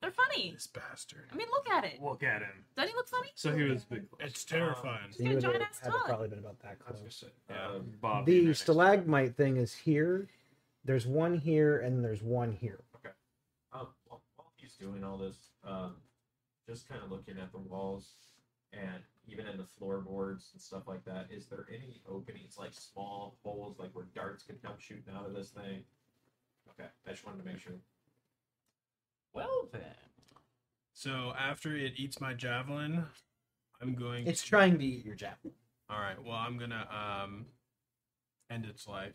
S4: They're funny.
S2: this bastard?
S4: I mean, look at it.
S5: [laughs] Look at him.
S4: Doesn't he look funny?
S5: So he was big.
S2: It's terrifying.
S4: He's got a giant ass tongue.
S1: been about that
S5: Yeah,
S6: Um,
S5: Bob. being
S1: The
S5: right next to him.
S1: stalagmite thing is here. There's one here, and there's one here.
S6: Um, while, while he's doing all this, um, just kind of looking at the walls and even in the floorboards and stuff like that, is there any openings, like small holes, like where darts could come shooting out of this thing? Okay, I just wanted to make sure.
S5: Well then.
S2: So after it eats my javelin, I'm going.
S1: It's
S2: to-
S1: trying to eat your javelin.
S2: All right. Well, I'm gonna um end its [laughs] life.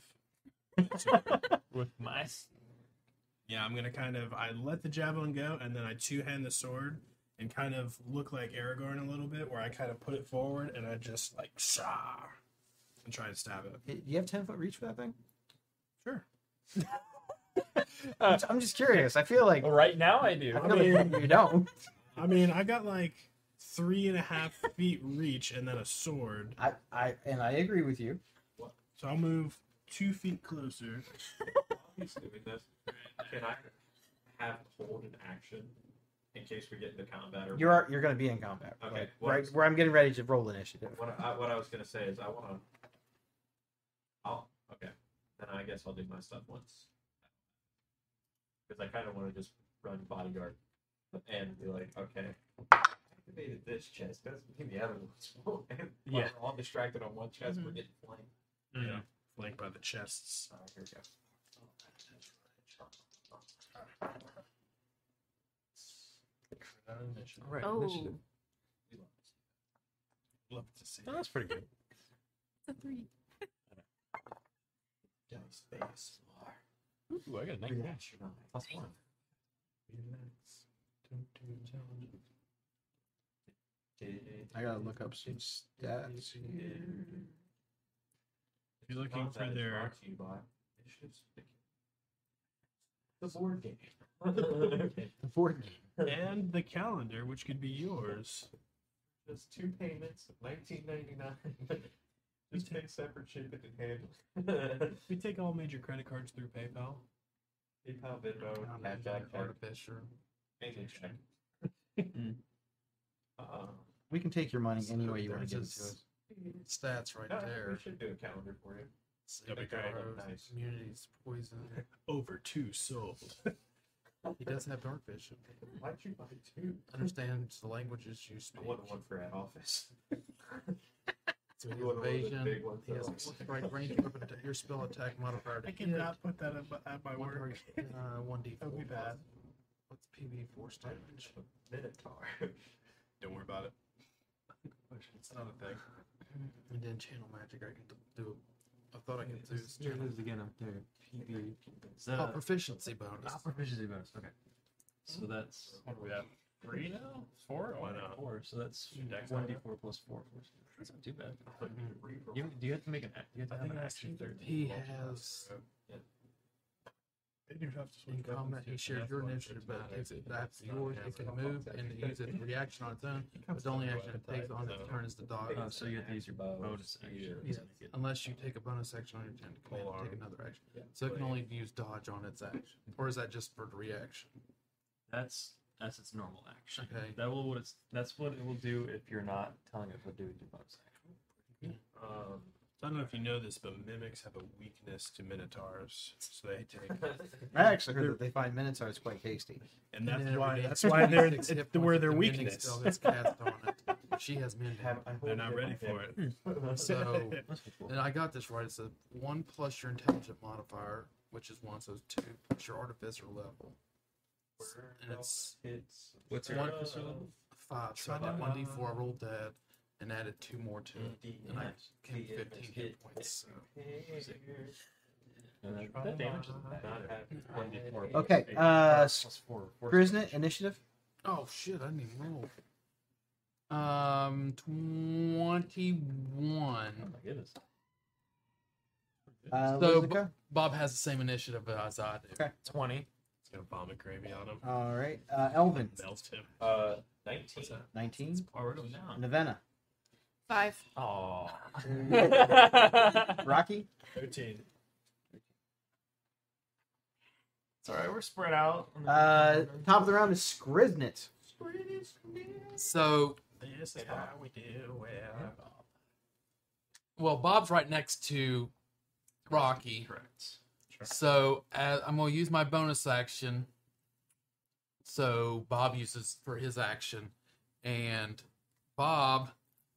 S5: With my s-
S2: Yeah, I'm gonna kind of I let the javelin go and then I two hand the sword and kind of look like Aragorn a little bit, where I kind of put it forward and I just like shah and try and stab it.
S1: Do you have ten foot reach for that thing?
S2: Sure.
S1: I'm- I'm just curious. I feel like
S5: Well, Oh, right now I do.
S1: I feel like you don't.
S2: I mean, I got like three and a half [laughs] feet reach and then a sword,
S1: I, I and I agree with you.
S2: so I'll move two feet closer.
S6: While he's doing this, can I have hold an action in case we get into combat? Or
S1: You're you're going to be in combat.
S6: Okay,
S1: like,
S6: well,
S1: right where I'm getting ready to roll initiative.
S6: What I, what I was gonna say is I want to. I'll okay. Then I guess I'll do my stuff once. Because I kind of want to just run bodyguard and be like, okay, activated this chest. Doesn't mean the other ones [laughs] won't. And while
S5: Yeah.
S6: We're all distracted on one chest. We're
S4: Mhm.
S6: getting flanked.
S5: Mm.
S2: Flanked by the chests.
S6: Uh, here we go.
S5: Right.
S4: [laughs] oh,
S5: initiative.
S2: Love to see
S5: Oh, that's pretty good.
S4: it's a three.
S6: Dice base floor.
S5: Ooh, I got a
S6: Reaction
S5: nineteen.
S6: eye.
S5: Plus one.
S6: Relax. Don't do it, John.
S1: I gotta look up some stats.
S2: If you're looking for
S6: Content is
S2: their
S6: brought to you by Initiative Speaking. The board game. [laughs]
S1: The board
S2: and the calendar, which could be yours.
S6: There's two payments, nineteen ninety nine. Just pay separate shipping and handling.
S2: We take all major credit cards through PayPal.
S6: [laughs] PayPal, Venmo, Snapchat,
S3: Artificer.
S6: Maybe check.
S5: [laughs] Hmm.
S6: Uh,
S1: We can take your money any way you want
S3: That's
S1: to give it
S3: his
S1: to us.
S3: Stats right
S6: no,
S3: there.
S6: Uh, we should do a calendar for you.
S2: That'd be
S3: Cigar,
S2: great.
S6: Nice.
S3: Communities poison.
S2: Over two sold.
S3: He does have dark vision.
S6: Why'd you buy two?
S3: Understands the languages you speak.
S6: I want one for at office. [laughs]
S3: So he
S6: You
S3: has
S6: want one of the
S3: evasion.
S6: big ones
S3: He
S6: that
S3: has
S6: looks
S3: a
S6: like-
S3: right range of an atta- your spell attack modifier. to
S2: I
S3: hit.
S2: cannot put that at my, at my
S3: One
S2: work. [laughs]
S3: target, uh, one d4.
S2: That would be bad.
S3: What's PV force damage?
S6: Minotaur.
S2: Don't worry about it. It's not a thing.
S3: And then channel magic. I can d- do. I thought I could do this
S5: Here it
S3: channel.
S5: is again up there. PB. Is that
S3: Oh,
S5: a
S3: proficiency bonus.
S5: ah, proficiency bonus? Okay.
S6: Hmm?
S5: So that's what are we at? Three now? Four?
S2: Why
S5: Oh,
S2: not?
S5: Four. So that's
S2: Dex
S5: one d
S2: bonus.
S5: four plus four. That's not too bad. You, do you have to make an? act- You have to
S2: I
S5: have
S2: think
S5: an
S2: I
S5: action.
S2: see
S5: third.
S3: He has
S2: They do have to
S3: in
S2: switch
S3: combat.
S2: weapons
S3: He
S2: too,
S3: shares
S2: and
S3: your
S2: that's
S3: initiative,
S2: why
S3: but
S2: it's
S3: if it-
S2: not
S3: that's
S2: as- not
S3: yours,
S2: as
S3: it can
S2: a-
S3: move and use its reaction on its own. But the only action it takes on its turn is the dodge.
S5: Oh, so you have to use your bonus action.
S3: Yes, unless you take a bonus action on your turn to command
S2: Full
S3: and take
S2: arm.
S3: another action.
S6: Yeah.
S3: So it can only use dodge on its action.
S2: Mm-hmm.
S3: Or is that just for the reaction?
S5: That's that's its normal action.
S3: Okay.
S5: That will what it's that's what it will do if you're not telling it what to do with your
S6: [laughs]
S5: bonus action.
S6: Um,
S2: I don't know if you know this, but mimics have a weakness to minotaurs, so they take,
S6: [laughs]
S1: I actually heard that they find Minotaurs quite tasty.
S2: and that's
S3: then it
S2: why
S3: regains
S2: that's why they're
S3: 26 hit
S2: it's
S3: points
S2: where
S3: if
S2: their
S3: the mending
S2: weakness.
S3: spell gets cast on
S2: [laughs]
S3: it. She has mending.
S6: have- I hope
S2: They're not
S6: that-
S2: ready for [laughs] it. [laughs]
S6: [laughs]
S3: So,
S5: That's pretty cool.
S3: and I got this right. It's a one plus your intelligent modifier, which is one, so it's two plus your artificer level. And it's
S6: It's
S5: What's your
S3: one-
S5: artificer level?
S3: five. So I did one d four. I rolled that and added two more to
S2: Mm.
S3: it.
S5: Mm-hmm.
S3: And I came
S6: The
S3: fifteen hit points. So.
S5: And that, that damage is
S6: Not
S5: not
S6: happy.
S5: one d four.
S1: Okay, uh, Grisnet, initiative?
S3: Oh shit! I didn't even roll. Um,
S5: Oh
S3: twenty-one.
S5: my goodness.
S1: Uh,
S3: So,
S1: Lizica?
S3: Bob has the same initiative as I do.
S1: Okay.
S5: Twenty.
S2: It's gonna bomb a gravy on them.
S1: All right. Uh, Elvin,
S2: Melt him.
S6: Uh, nineteen.
S2: What's that?
S1: 19.
S5: Oh, we're doing down.
S1: Navenna.
S4: Five.
S5: Oh.
S1: Rocky?
S2: Thirteen.
S5: It's alright, we're spread out.
S1: Uh, top of the round is Skriznet.
S3: So,
S2: This is how we do it.
S3: well, Bob's right next to Rocky.
S5: Correct.
S3: So uh, I'm gonna use my bonus action. So Bob uses for his action, and Bob,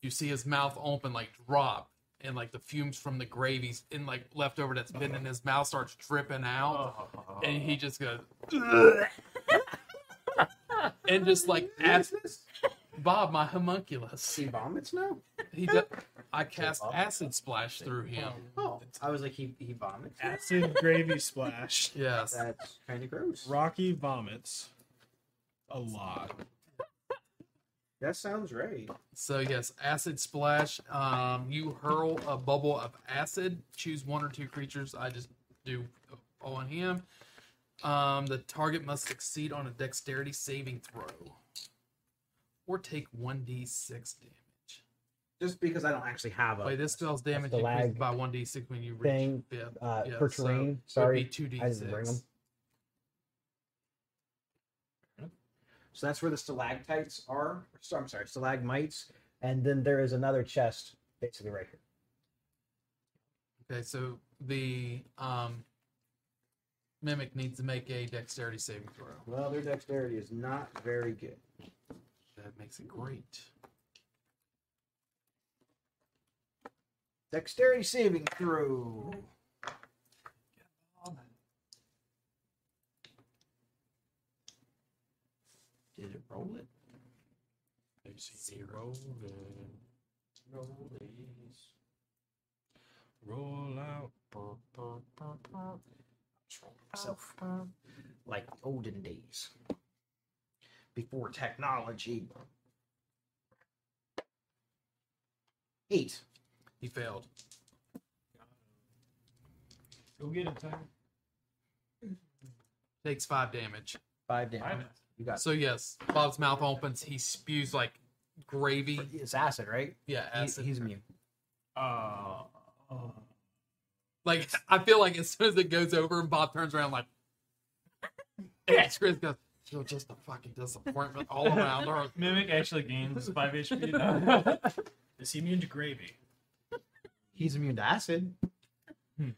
S3: you see his mouth open like drop, and like the fumes from the gravy's in like leftover that's been in his mouth starts dripping out, and he just goes, "Ugh." and just like acid. Bob, my homunculus,
S7: He vomits now?
S3: he does. I cast acid splash through him.
S7: Oh, I was like, he, he vomits? now?
S2: Acid gravy splash.
S3: Yes.
S7: That's kind of gross.
S2: Rocky vomits a lot. [laughs]
S7: That sounds right.
S3: So yes, acid splash. Um, you hurl a bubble of acid. Choose one or two creatures. I just do all on him. Um, the target must succeed on a dexterity saving throw, or take one d six damage.
S7: Just because I don't actually have a
S3: Wait, this spell's damage
S9: the
S3: increased
S9: lag
S3: by one d six when you reach
S9: thing,
S3: fifth.
S9: uh,
S3: Yeah,
S9: for
S3: so
S9: terrain.
S3: it
S9: sorry,
S3: would be two
S9: I
S3: d
S9: didn't bring them.
S3: six.
S7: So that's where the stalactites are. So I'm sorry, stalagmites.
S9: And then there is another chest, basically right here.
S3: Okay, so the um, mimic needs to make a dexterity saving throw.
S7: Well, their dexterity is not very good.
S3: That makes it great.
S1: Dexterity saving throw.
S6: roll it.
S2: Zero. Roll these. Roll out. Burr, burr, burr, burr.
S1: myself like the olden days before technology. Eight.
S3: He failed.
S5: Go get it, Tiger.
S3: Takes five damage.
S1: Five damage.
S5: Five.
S1: You got
S3: So yes, Bob's mouth opens. He spews like gravy.
S1: it's acid, right?
S3: Yeah,
S1: He-
S3: acid.
S1: he's immune.
S5: Uh, oh.
S3: Like I feel like as soon as it goes over and Bob turns around like yeah, Chris goes, You're just a fucking disappointment all around her.
S5: Mimic actually [laughs] gains 5 [laughs] HP.
S2: Is he immune to gravy?
S1: He's immune to acid.
S4: Immune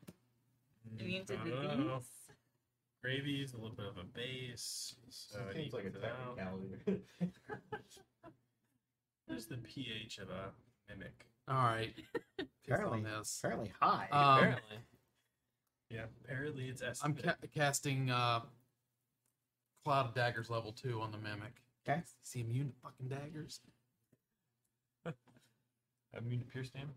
S4: to
S2: I
S4: disease.
S2: don't know. Gravy is a little bit of a base. So it
S6: Seems like a
S2: evens it out.
S6: technicality.
S2: [laughs] What is the pH of a mimic?
S3: Alright. Pissed
S1: Apparently.
S3: on this.
S1: Fairly high.
S7: Uh,
S3: Um,
S5: Apparently.
S2: Yeah, apparently it's
S3: I'm
S2: acid.
S3: ca- casting uh Cloud of Daggers level two on the mimic.
S1: Okay.
S3: Is he immune to fucking daggers?
S5: Immune to pierce damage?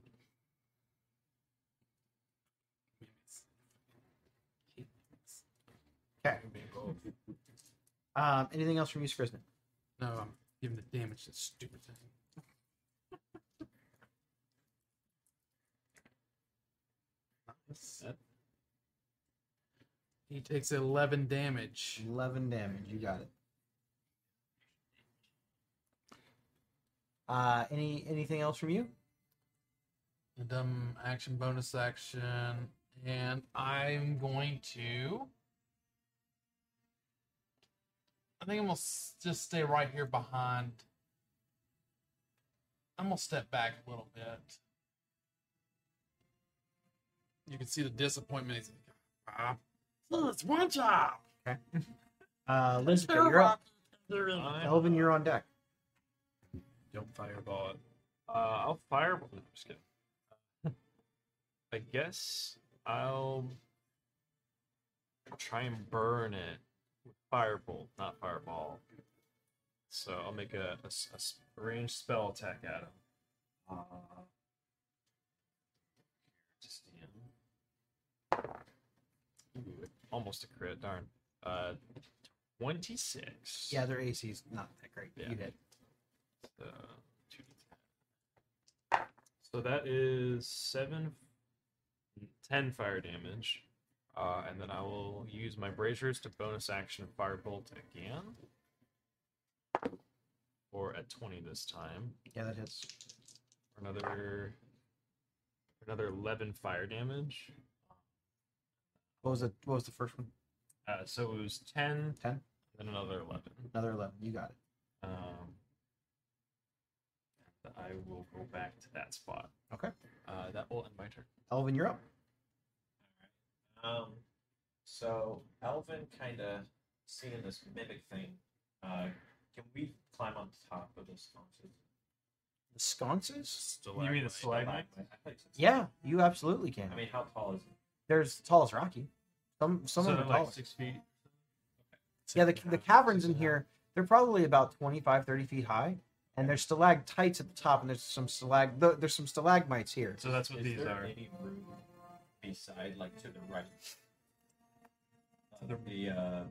S1: um, anything else from you, Skrisnan?
S3: No, I'm giving the damage to this stupid thing. He takes 11 damage.
S1: 11 damage. You got it. Uh, any anything else from you?
S3: And um, action, bonus action, and I'm going to. I think I'm gonna s- just stay right here behind. I'm gonna step back a little bit. You can see the disappointment. He's like, ah, it's one job.
S1: Uh, Elizabeth, you're up. Elvin, you're on deck.
S2: Don't fireball it.
S5: Uh, I'll fireball. No, just kidding. [laughs] I guess I'll try and burn it with firebolt, not fireball. So I'll make a, a s- a s- ranged spell attack at him. Uh, just damn. Ooh, almost a crit, darn. Uh, 26.
S1: Yeah, their AC's not that great.
S5: Yeah.
S1: You hit.
S5: Uh, 2d10. So that is seven, ten fire damage, uh, and then I will use my braziers to bonus action firebolt again, or at twenty this time.
S1: Yeah, that hits.
S5: For another, for another eleven fire damage.
S1: What was the What was the first one?
S5: Uh, so it was 10,
S1: 10?
S5: then another eleven.
S1: Another eleven. You got it.
S5: Um, and I will go back to that spot.
S1: Okay.
S5: Uh, that will end my turn.
S1: Elvin, you're up.
S6: Um, so Elvin kind of seeing this mimic thing. Uh, can we climb on top of this mountain?
S1: The sconces?
S5: You mean the stalagmite?
S1: Yeah, you absolutely can.
S6: I mean, how tall is it?
S1: There's tall as Rocky. Some some
S5: So
S1: of
S5: they're
S1: them are
S5: like
S1: taller.
S5: six feet.
S1: Yeah, the, the caverns in here, they're probably about 25, 30 feet high. And there's stalactites at the top, and there's some stalag th- there's some stalagmites here.
S5: So that's what
S6: Is
S5: these
S6: there
S5: are.
S6: any room beside, like to the right? To the, the uh,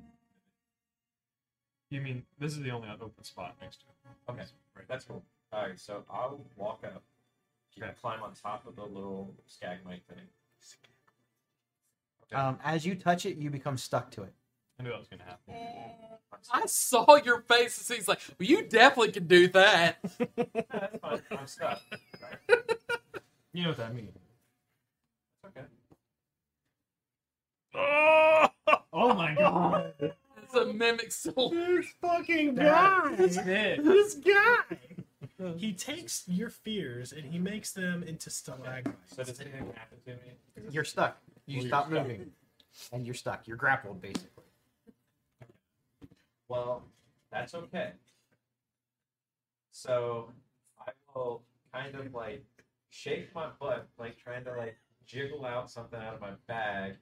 S5: You mean this is the only open spot next to it?
S6: Okay.
S5: Right.
S6: that's cool. All right, so I'll walk up, you
S5: Okay.
S6: climb on top of the little skagmite thing.
S1: Um, as you touch it, you become stuck to it.
S5: I knew that was gonna happen.
S3: I saw your face and he's like, well, you definitely can do that.
S5: [laughs]
S6: No, that's fine. I'm stuck.
S5: You know what that means?
S6: Okay.
S5: Oh my god!
S3: It's a mimic soldier.
S2: Fucking
S5: That
S2: guy!
S5: is [laughs] it.
S2: This guy! He takes your fears and he makes them into stalagmites.
S6: So does anything happen to me?
S1: You're stuck. You
S6: Well, you're
S1: stop
S6: stuck.
S1: moving, and you're stuck. You're grappled, basically.
S6: Well, that's okay. So I will kind of like shake my butt, like trying to like jiggle out something out of my bag,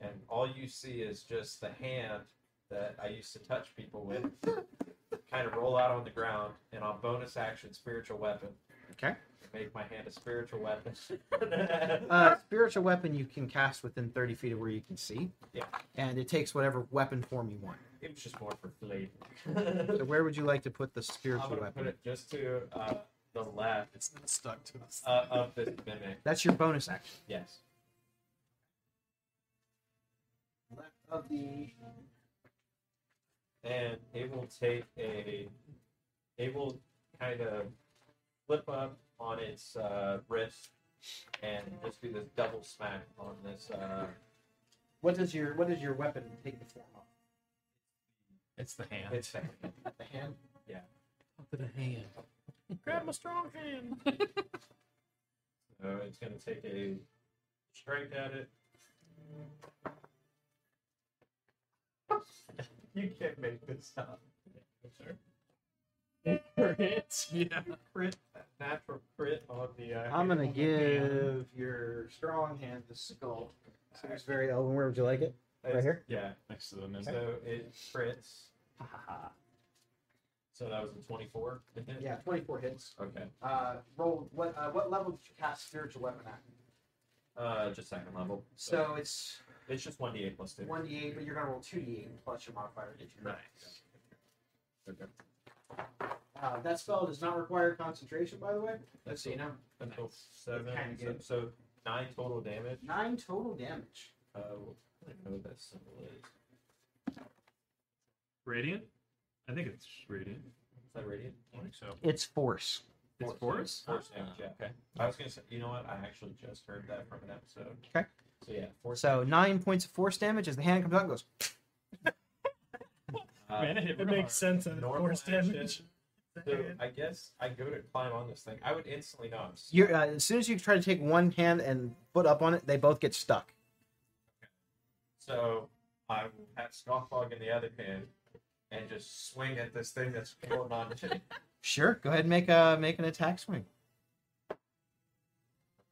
S6: and all you see is just the hand that I used to touch people with, kind of roll out on the ground and on bonus action spiritual weapon.
S1: Okay.
S6: Make my hand a spiritual weapon. [laughs]
S1: Uh, spiritual weapon you can cast within 30 feet of where you can see.
S6: Yeah.
S1: And it takes whatever weapon form you want.
S6: it was just more for flavor. [laughs]
S1: So where would you like to put the
S6: I'm
S1: spiritual
S6: gonna put
S1: weapon?
S6: it just to uh, the left
S2: It's not stuck to us.
S6: uh, of this mimic.
S1: That's your bonus action.
S6: Yes.
S7: Left of the
S6: and it will take a it will kind of flip up on its uh, wrist and just do this double smack on this uh,
S7: what does your what does your weapon take the form of?
S5: It's the hand.
S6: its hand.
S7: The hand.
S3: to the hand.
S2: Grab my strong hand.
S6: So it's gonna take a strike at it. you can't make this up.
S2: Yeah.
S6: [laughs] Crit natural crit on the uh,
S1: I'm gonna
S6: hand.
S1: give
S7: Your strong hand, the skull.
S9: So it's very open. Where would you like it? right here?
S6: Yeah.
S5: Next to the mimic.
S6: So it crits. so that was a twenty-four. to hit?
S7: Yeah, 24 hits.
S6: Okay.
S7: Uh, roll what uh, what level did you cast spiritual weapon at?
S6: Uh, just second level.
S7: So it's
S6: it's just one d eight plus two.
S7: 1d8, but you're gonna roll 2d8 plus your modifier. Did you?
S6: Nice. Okay.
S7: Uh, that spell does not require concentration, by the way. Just so you know.
S6: That's cool. Seven.
S7: Kinda
S6: so-
S7: good.
S6: So, nine total damage.
S7: Nine total damage.
S6: Uh, I don't know what that symbol is.
S5: Radiant? I think it's radiant.
S6: Is that radiant?
S5: I think so.
S1: It's force.
S5: It's force?
S6: Force damage. Yeah. Okay. I was gonna say. You know what? I actually just heard that from an episode.
S1: Okay.
S6: So yeah, force.
S1: So nine points of force damage as the hand comes out and goes.
S6: uh,
S5: Man, it hit
S2: It
S5: real
S2: makes
S5: hard.
S2: sense that it
S6: Normal
S2: force
S6: action.
S2: damage.
S6: So I guess I go to climb on this thing. I would instantly know. I'm s-
S1: You're, uh, as soon as you try to take one hand and put up on it, they both get stuck.
S6: So I will have Scoffbog in the other hand and just swing at this thing that's floating on me.
S1: Sure, go ahead and make a make an attack swing.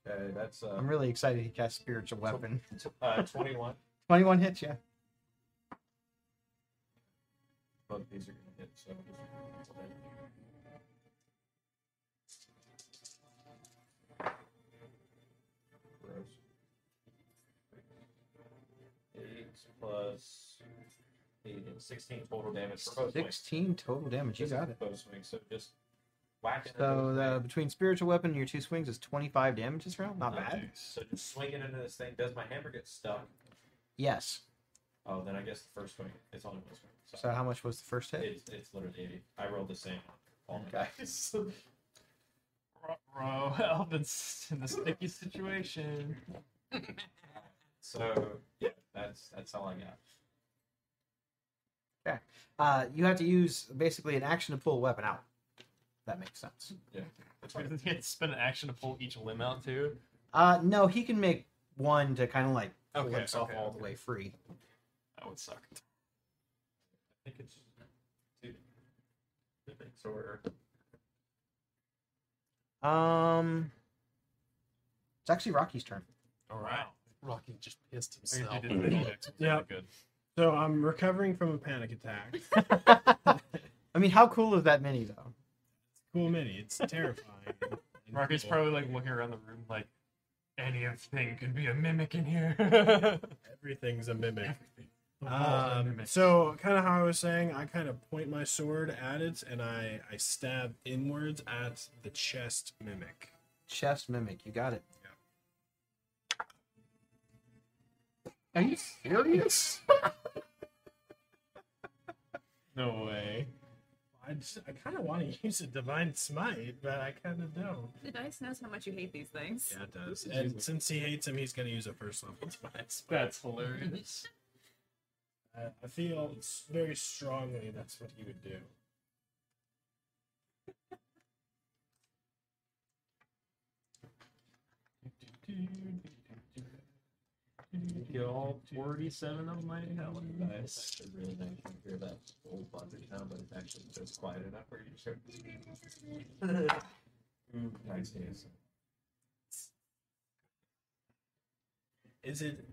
S6: Okay, that's uh,
S1: I'm really excited he cast spiritual weapon.
S6: t- uh, 21.
S1: 21 hits, yeah.
S6: Both of these are gonna hit, so. Gross. Eight plus eight and sixteen total damage for both swings.
S1: 16 total damage. You
S6: Just
S1: got it.
S6: Both swings, so just whack it.
S1: So the, between spiritual weapon and your two swings is 25 damage this round. Not bad.
S6: So just swing it into this thing. Does my hammer get stuck?
S1: Yes.
S6: Oh, then I guess the first swing. It's only one swing. So,
S1: So how much was the first hit?
S6: it's, it's literally. I rolled the same. on all my
S1: Okay.
S6: dice. [laughs]
S5: Ruh, ruh, Alvin's in a sticky situation.
S6: So yeah, that's that's all I got.
S1: Uh, you have to use basically an action to pull a weapon out. That makes sense.
S5: It's weird that you had to spend an action to pull each limb out too.
S1: Uh, no, he can make one to kind of like pull
S5: Okay,
S1: himself
S5: okay,
S1: all the
S5: okay.
S1: way free.
S5: That would suck.
S6: I think it's two mimics or
S1: Um, it's actually Rocky's
S5: [laughs]
S1: turn.
S5: All right.
S3: Rocky just pissed
S5: I guess
S3: himself.
S5: you did the [laughs] mimics.
S2: Yeah.
S5: Good.
S2: So I'm recovering from a panic attack.
S1: I mean, how cool is that mini though?
S2: Cool mini. It's terrifying. [laughs]
S5: Rocky's probably like looking around the room like, anything could be a mimic in here. [laughs]
S2: everything's a mimic.
S5: The walls are
S2: Um,
S5: mimics.
S2: so kind of how I was saying, I kind of point my sword at it and I I stab inwards at the chest mimic.
S1: Chest mimic, you got it. Are you serious?
S5: no way.
S2: I just, I kind of want to [laughs] use a divine smite, but I kind of don't.
S4: The dice knows how much you hate these things.
S2: Yeah, it does. And since he hates him, he's gonna use a first level [laughs] divine smite.
S5: That's hilarious.
S2: I, I feel s- very strongly that's what he would do.
S5: Get all 47 of my health dice.
S6: It's actually really nice to hear that old Bundy sound, but it's actually just quiet enough where you just go. Ooh, nice ASMR.
S2: Is it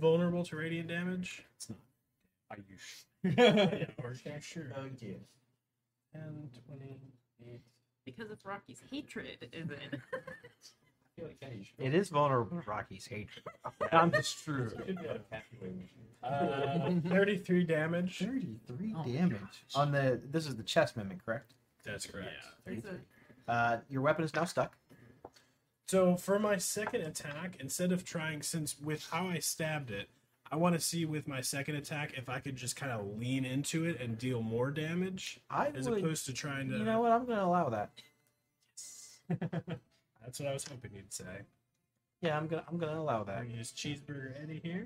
S2: vulnerable to radiant damage?
S5: Are you sure?
S2: Yeah, or- yeah, sure.
S6: Oh yes. 10, 20, 8.
S4: Because it's Rocky's hatred, is it? [laughs]
S6: I feel like, yeah, you should.
S1: It is vulnerable to Rocky's hatred. I'm just true.
S6: You should be able to calculate what you-
S2: [laughs] Uh, 33 damage.
S1: 33
S5: Oh,
S1: damage on the. This is the chest mimic, correct?
S2: That's correct.
S4: It's a-
S1: Uh, your weapon is now stuck.
S2: So for my second attack, instead of trying since with how I stabbed it, I want to see with my second attack if I could just kind of lean into it and deal more damage
S1: I
S2: as
S1: would.
S2: opposed to trying to.
S1: You know what? I'm going to allow that.
S2: That's what I was hoping you'd say.
S1: Yeah, I'm gonna. I'm gonna allow that.
S2: Bring his cheeseburger Eddie here.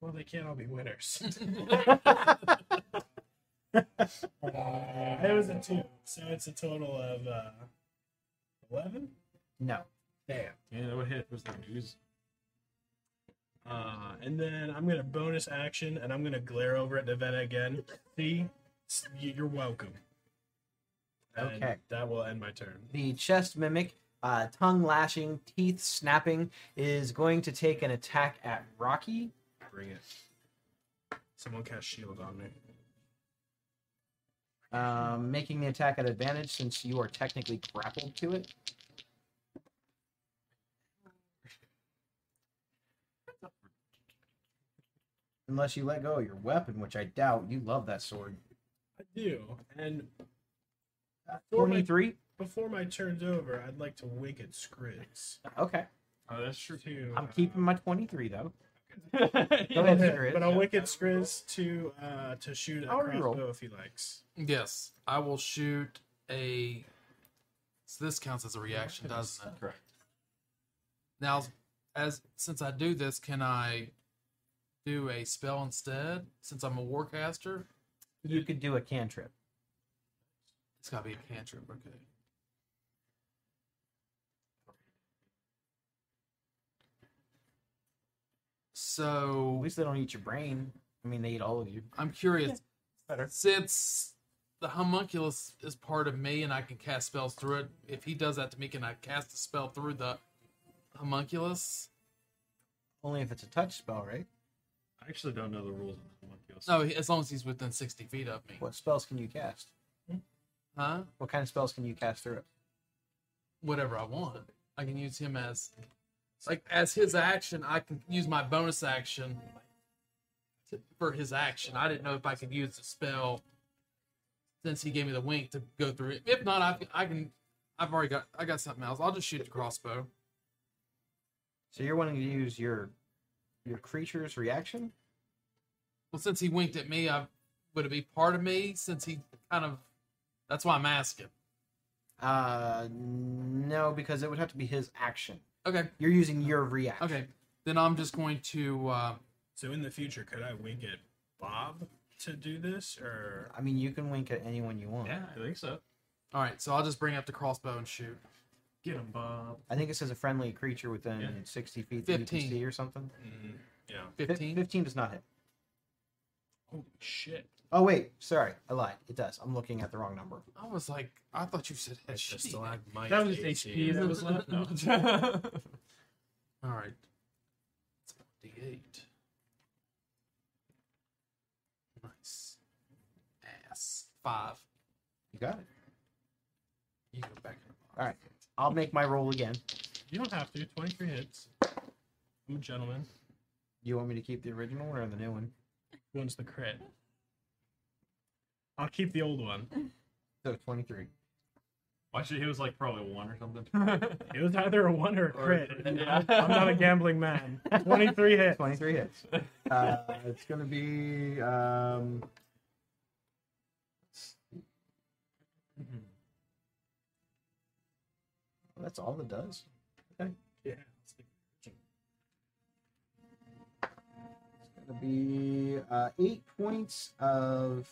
S2: Well, they can't all be winners. [laughs]
S5: [laughs]
S2: Uh, it was a two, so it's a total of uh, eleven.
S1: No.
S2: Damn.
S5: Yeah, what hit was the news?
S2: Uh, and then I'm gonna bonus action, and I'm gonna glare over at Nevada again. See, S- y- you're welcome. And
S1: Okay.
S2: That will end my turn.
S1: The chest mimic, uh, tongue lashing, teeth snapping, is going to take an attack at Rocky.
S2: Bring it. Someone cast shield on me.
S1: um, making the attack at advantage since you are technically grappled to it. Unless you let go of your weapon, which I doubt. You love that sword.
S2: I do. And before my,
S1: Twenty-three.
S2: before my turn's over, I'd like to wink at Scriz.
S1: Okay,
S5: Oh, that's true.
S2: To,
S1: I'm
S2: uh,
S1: keeping my twenty-three though. Go
S2: Go
S1: ahead,
S2: ahead,
S1: Skrizz.
S2: But I'll wicked Skriz to uh to shoot a
S1: I'll reroll.
S2: crossbow if he likes.
S3: Yes, I will shoot a. So this counts as a reaction, doesn't it?
S5: Correct.
S3: Now, as since I do this, can I do a spell instead? Since I'm a warcaster,
S1: You could do a cantrip.
S3: it's gotta be a cantrip. Okay.
S1: At
S3: So
S1: least they don't eat your brain. I mean, they eat all of you.
S3: I'm curious. Since the homunculus is part of me and I can cast spells through it, if he does that to me, can I cast a spell through the homunculus?
S1: Only if it's a touch spell, right?
S5: I actually don't know the rules on the homunculus.
S3: No, he- as long as he's within 60 feet of me.
S1: What spells can you cast?
S3: Huh?
S1: What kind of spells can you cast through it?
S3: Whatever I want. I can use him as, like, as his action. I can use my bonus action to, for his action. I didn't know if I could use the spell since he gave me the wink to go through it. If not, I, can- I can. I've already got. I got something else. I'll just shoot the crossbow.
S1: So you're wanting to use your your creature's reaction?
S3: Well, since he winked at me, I would it be part of me? Since he kind of, that's why I'm asking.
S1: Uh, no, because it would have to be his action.
S3: Okay,
S1: You're using your reaction.
S3: okay. Then I'm just going to. Uh,
S2: So in the future, could I wink at Bob to do this, or
S1: I mean, you can wink at anyone you want.
S5: Yeah, I think so.
S3: all right, so I'll just bring up the crossbow and shoot.
S5: Get him, Bob.
S1: I think it says a friendly creature within 60 feet that you can
S3: 15.
S1: see or something.
S2: Mm, yeah?
S1: Fif-
S3: Fifteen.
S1: 15 does not hit.
S2: Holy shit!
S1: Oh, wait. Sorry. I lied. It does. I'm looking at the wrong number.
S3: I was like, I thought you said
S2: That's just
S3: headshot.
S2: still
S3: All
S2: had my
S5: That was
S2: AC.
S5: just HP [laughs] that was left. No. [laughs] That's
S3: right. It's a D8. Nice. Ass. Five.
S1: You got it.
S3: You go back in the box.
S1: All right. I'll make my roll again.
S5: You don't have to. 23 hits. I'm a gentleman.
S1: You want me to keep the original one or the new one?
S2: One's the crit. I'll keep the old one.
S1: So [laughs] 23.
S5: Actually, he was like probably one or [laughs] something.
S2: It was either a one or a
S5: Or-
S2: crit.
S5: [laughs] yeah.
S2: I'm not a gambling man. Twenty-three hit.
S1: 23 hits.
S2: [laughs]
S1: Uh, it's going to be. Um, that's all it does.
S2: Yeah.
S1: It's gonna be uh, eight points of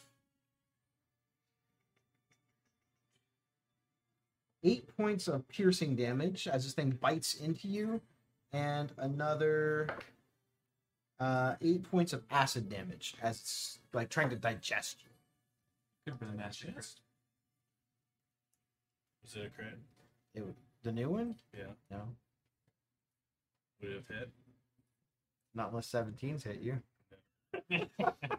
S1: eight points of piercing damage as this thing bites into you, and another uh, eight points of acid damage as it's like trying to digest you.
S5: Could have been a nasty crit.
S2: Was it a crit?
S1: It would- the new one?
S2: Yeah.
S1: No,
S2: Would it have hit?
S1: not unless 17s hit you.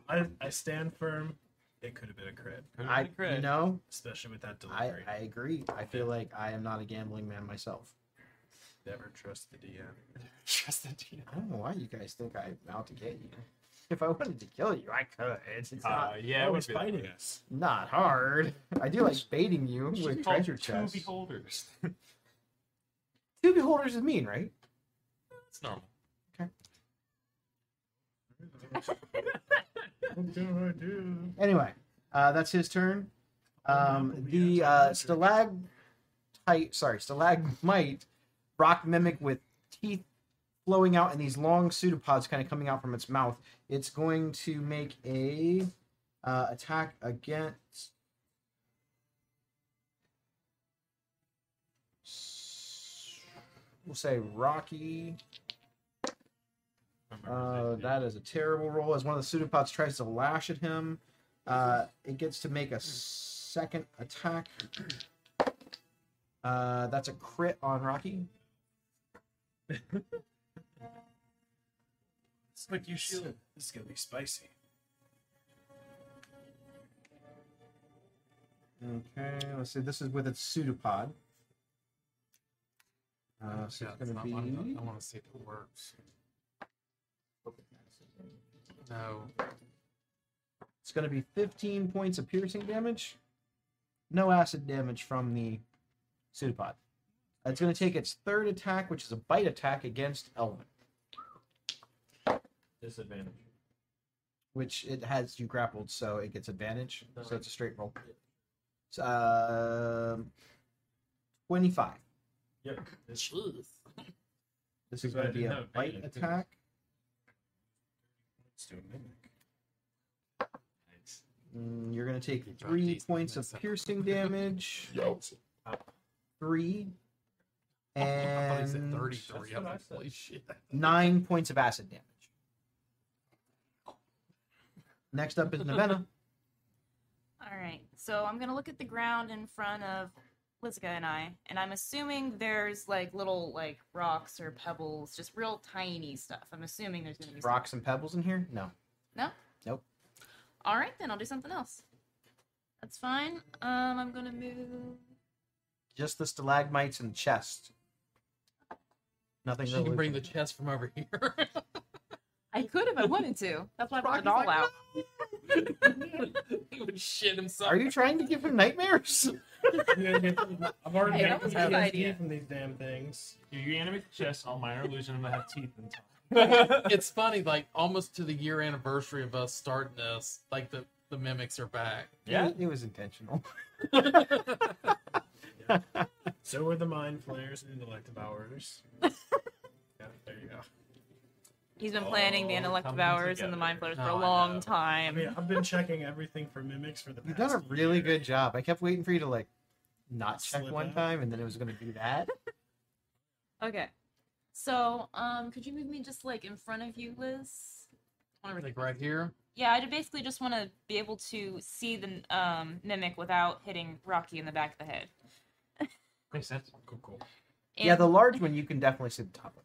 S2: I, I stand firm. It could have been a crit,
S1: I, you know,
S2: especially with that
S1: I,
S2: delivery.
S1: I agree. I feel like I am not a gambling man myself.
S2: Never trust the DM.
S5: Trust the team.
S1: I don't know why you guys think I'm out to get you. [laughs] If I wanted to kill you, I could. It's, it's
S5: Uh,
S1: not,
S5: yeah, it
S2: oh,
S5: would
S2: he's
S5: be that
S2: fighting
S5: way.
S2: us.
S1: not hard. I do like baiting you
S5: We should
S1: with
S5: call
S1: treasure
S5: two
S1: chests.
S5: beholders.
S1: [laughs] Two beholders is mean, right?
S5: It's normal.
S1: Anyway, uh, that's his turn. Um, the uh, stalactite, sorry, stalagmite rock mimic with teeth flowing out and these long pseudopods kind of coming out from its mouth. It's going to make a uh, attack against. We'll say Rocky. Uh, that is a terrible roll. As one of the pseudopods tries to lash at him, uh, it gets to make a second attack. Uh, that's a crit on Rocky.
S2: It's like you should. This is gonna be [laughs] spicy.
S1: Okay, let's see. This is with its pseudopod. Uh, so
S3: Yeah,
S1: it's going to
S3: not
S1: be.
S3: lining up. Oh, I want to see if it works. No.
S1: It's going to be 15 points of piercing damage. No acid damage from the pseudopod. It's going to take its third attack, which is a bite attack against Elvin,
S6: Disadvantage.
S1: which it has you grappled, so it gets advantage.
S6: No.
S1: So it's a straight roll. It's, um 25.
S6: Yep. This
S3: Jeez.
S1: This is
S2: So I
S1: going to be
S2: didn't
S1: a
S2: have
S1: bite
S2: advantage.
S1: attack.
S2: Let's do a mimic.
S1: Mm, You're going to take
S3: You dropped
S1: three
S3: these, didn't
S1: points
S3: you?
S1: of piercing damage. Three.
S3: I thought he said
S1: And
S3: 33. I'm
S6: That's what I
S3: like,
S6: said.
S3: holy shit. [laughs]
S1: nine points of acid damage. Next up is Nevena.
S4: All right. So I'm gonna look at the ground in front of Lizica and I, and I'm assuming there's like little like rocks or pebbles, just real tiny stuff. I'm assuming there's gonna be some-
S1: Rocks and pebbles in here? No.
S4: All right, then I'll do something else. That's fine. Um, I'm gonna move.
S1: Just the stalagmites and chest. Nothing
S3: She
S1: really.
S3: can bring the chest from over [laughs] here.
S4: I could if I wanted to. That's why I brought it
S3: Rocky's
S4: all
S3: like,
S4: out.
S3: he would shit himself.
S1: Are you trying to give him nightmares?
S3: [laughs]
S2: I've already
S4: Hey,
S2: got
S4: that was a
S2: PTSD
S4: good idea.
S2: from these damn things.
S5: You reanimate the chest on minor illusion. I'm gonna have teeth in time.
S3: it's funny, like almost to the year anniversary of us starting this, like the, the mimics are back.
S5: yeah.
S1: It- It was
S3: [laughs]
S1: intentional.
S2: So are the mind flayers and intellect
S4: [laughs]
S2: devourers. yeah, there you go.
S4: He's been planning the
S5: All
S4: intellect of
S5: coming
S4: hours and the
S5: together.
S4: mind flayers for a
S3: Oh, I
S4: long
S3: know.
S2: I
S4: time.
S2: mean, I've been checking everything for mimics for the
S1: You've
S2: past.
S1: done a really
S2: year.
S1: good job. I kept waiting for you to like not check
S2: Slip
S1: one
S2: out.
S1: time, and then it was going to do that.
S4: Okay. So, um, could you move me just like in front of you, Liz? I wanna really-
S3: Like right here.
S4: Yeah, I basically just want to be able to see the um, mimic without hitting Rocky in the back of the head.
S5: Makes sense.
S2: Cool, cool.
S1: Yeah,
S4: And,
S1: the large one you can definitely see the top of.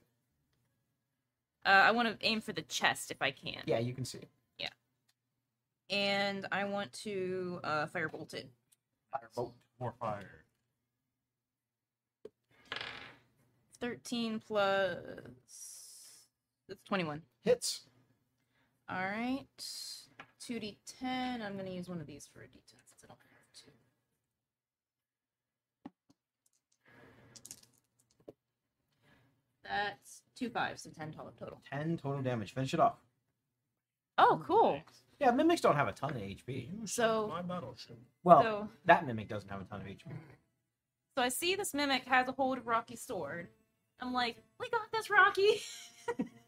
S1: it.
S4: uh, I want to aim for the chest if I can.
S1: Yeah, you can see. it.
S4: And I want to uh, firebolt it.
S1: Firebolt.
S5: More fire.
S4: 13 plus. That's 21.
S1: Hits.
S4: All right. 2d10. I'm going to use one of these for a d10 since I don't have two. That's two fives, so 10 total- total.
S1: Ten total damage. Finish it off.
S4: Oh, cool.
S1: Yeah, mimics don't have a ton of HP.
S2: You
S4: So-
S2: shoot my battleship.
S1: Well,
S4: So,
S1: that mimic doesn't have a ton of HP.
S4: so I see this mimic has a hold of Rocky's sword. I'm like, we got this, Rocky! [laughs]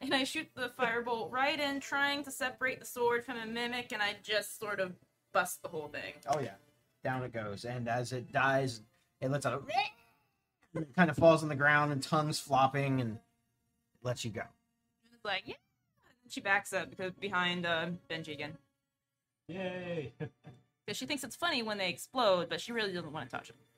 S4: and I shoot the firebolt right in, trying to separate the sword from the mimic, and I just sort of bust the whole thing.
S1: Oh yeah, down it goes, and as it dies, it lets out a and it kind of falls on the ground and tongues flopping and lets you go.
S4: It's like, yeah. And She backs up because behind uh, Benji again.
S5: Yay.
S4: Because she thinks it's funny when they explode, but she really doesn't want to touch them.
S1: Mm-hmm.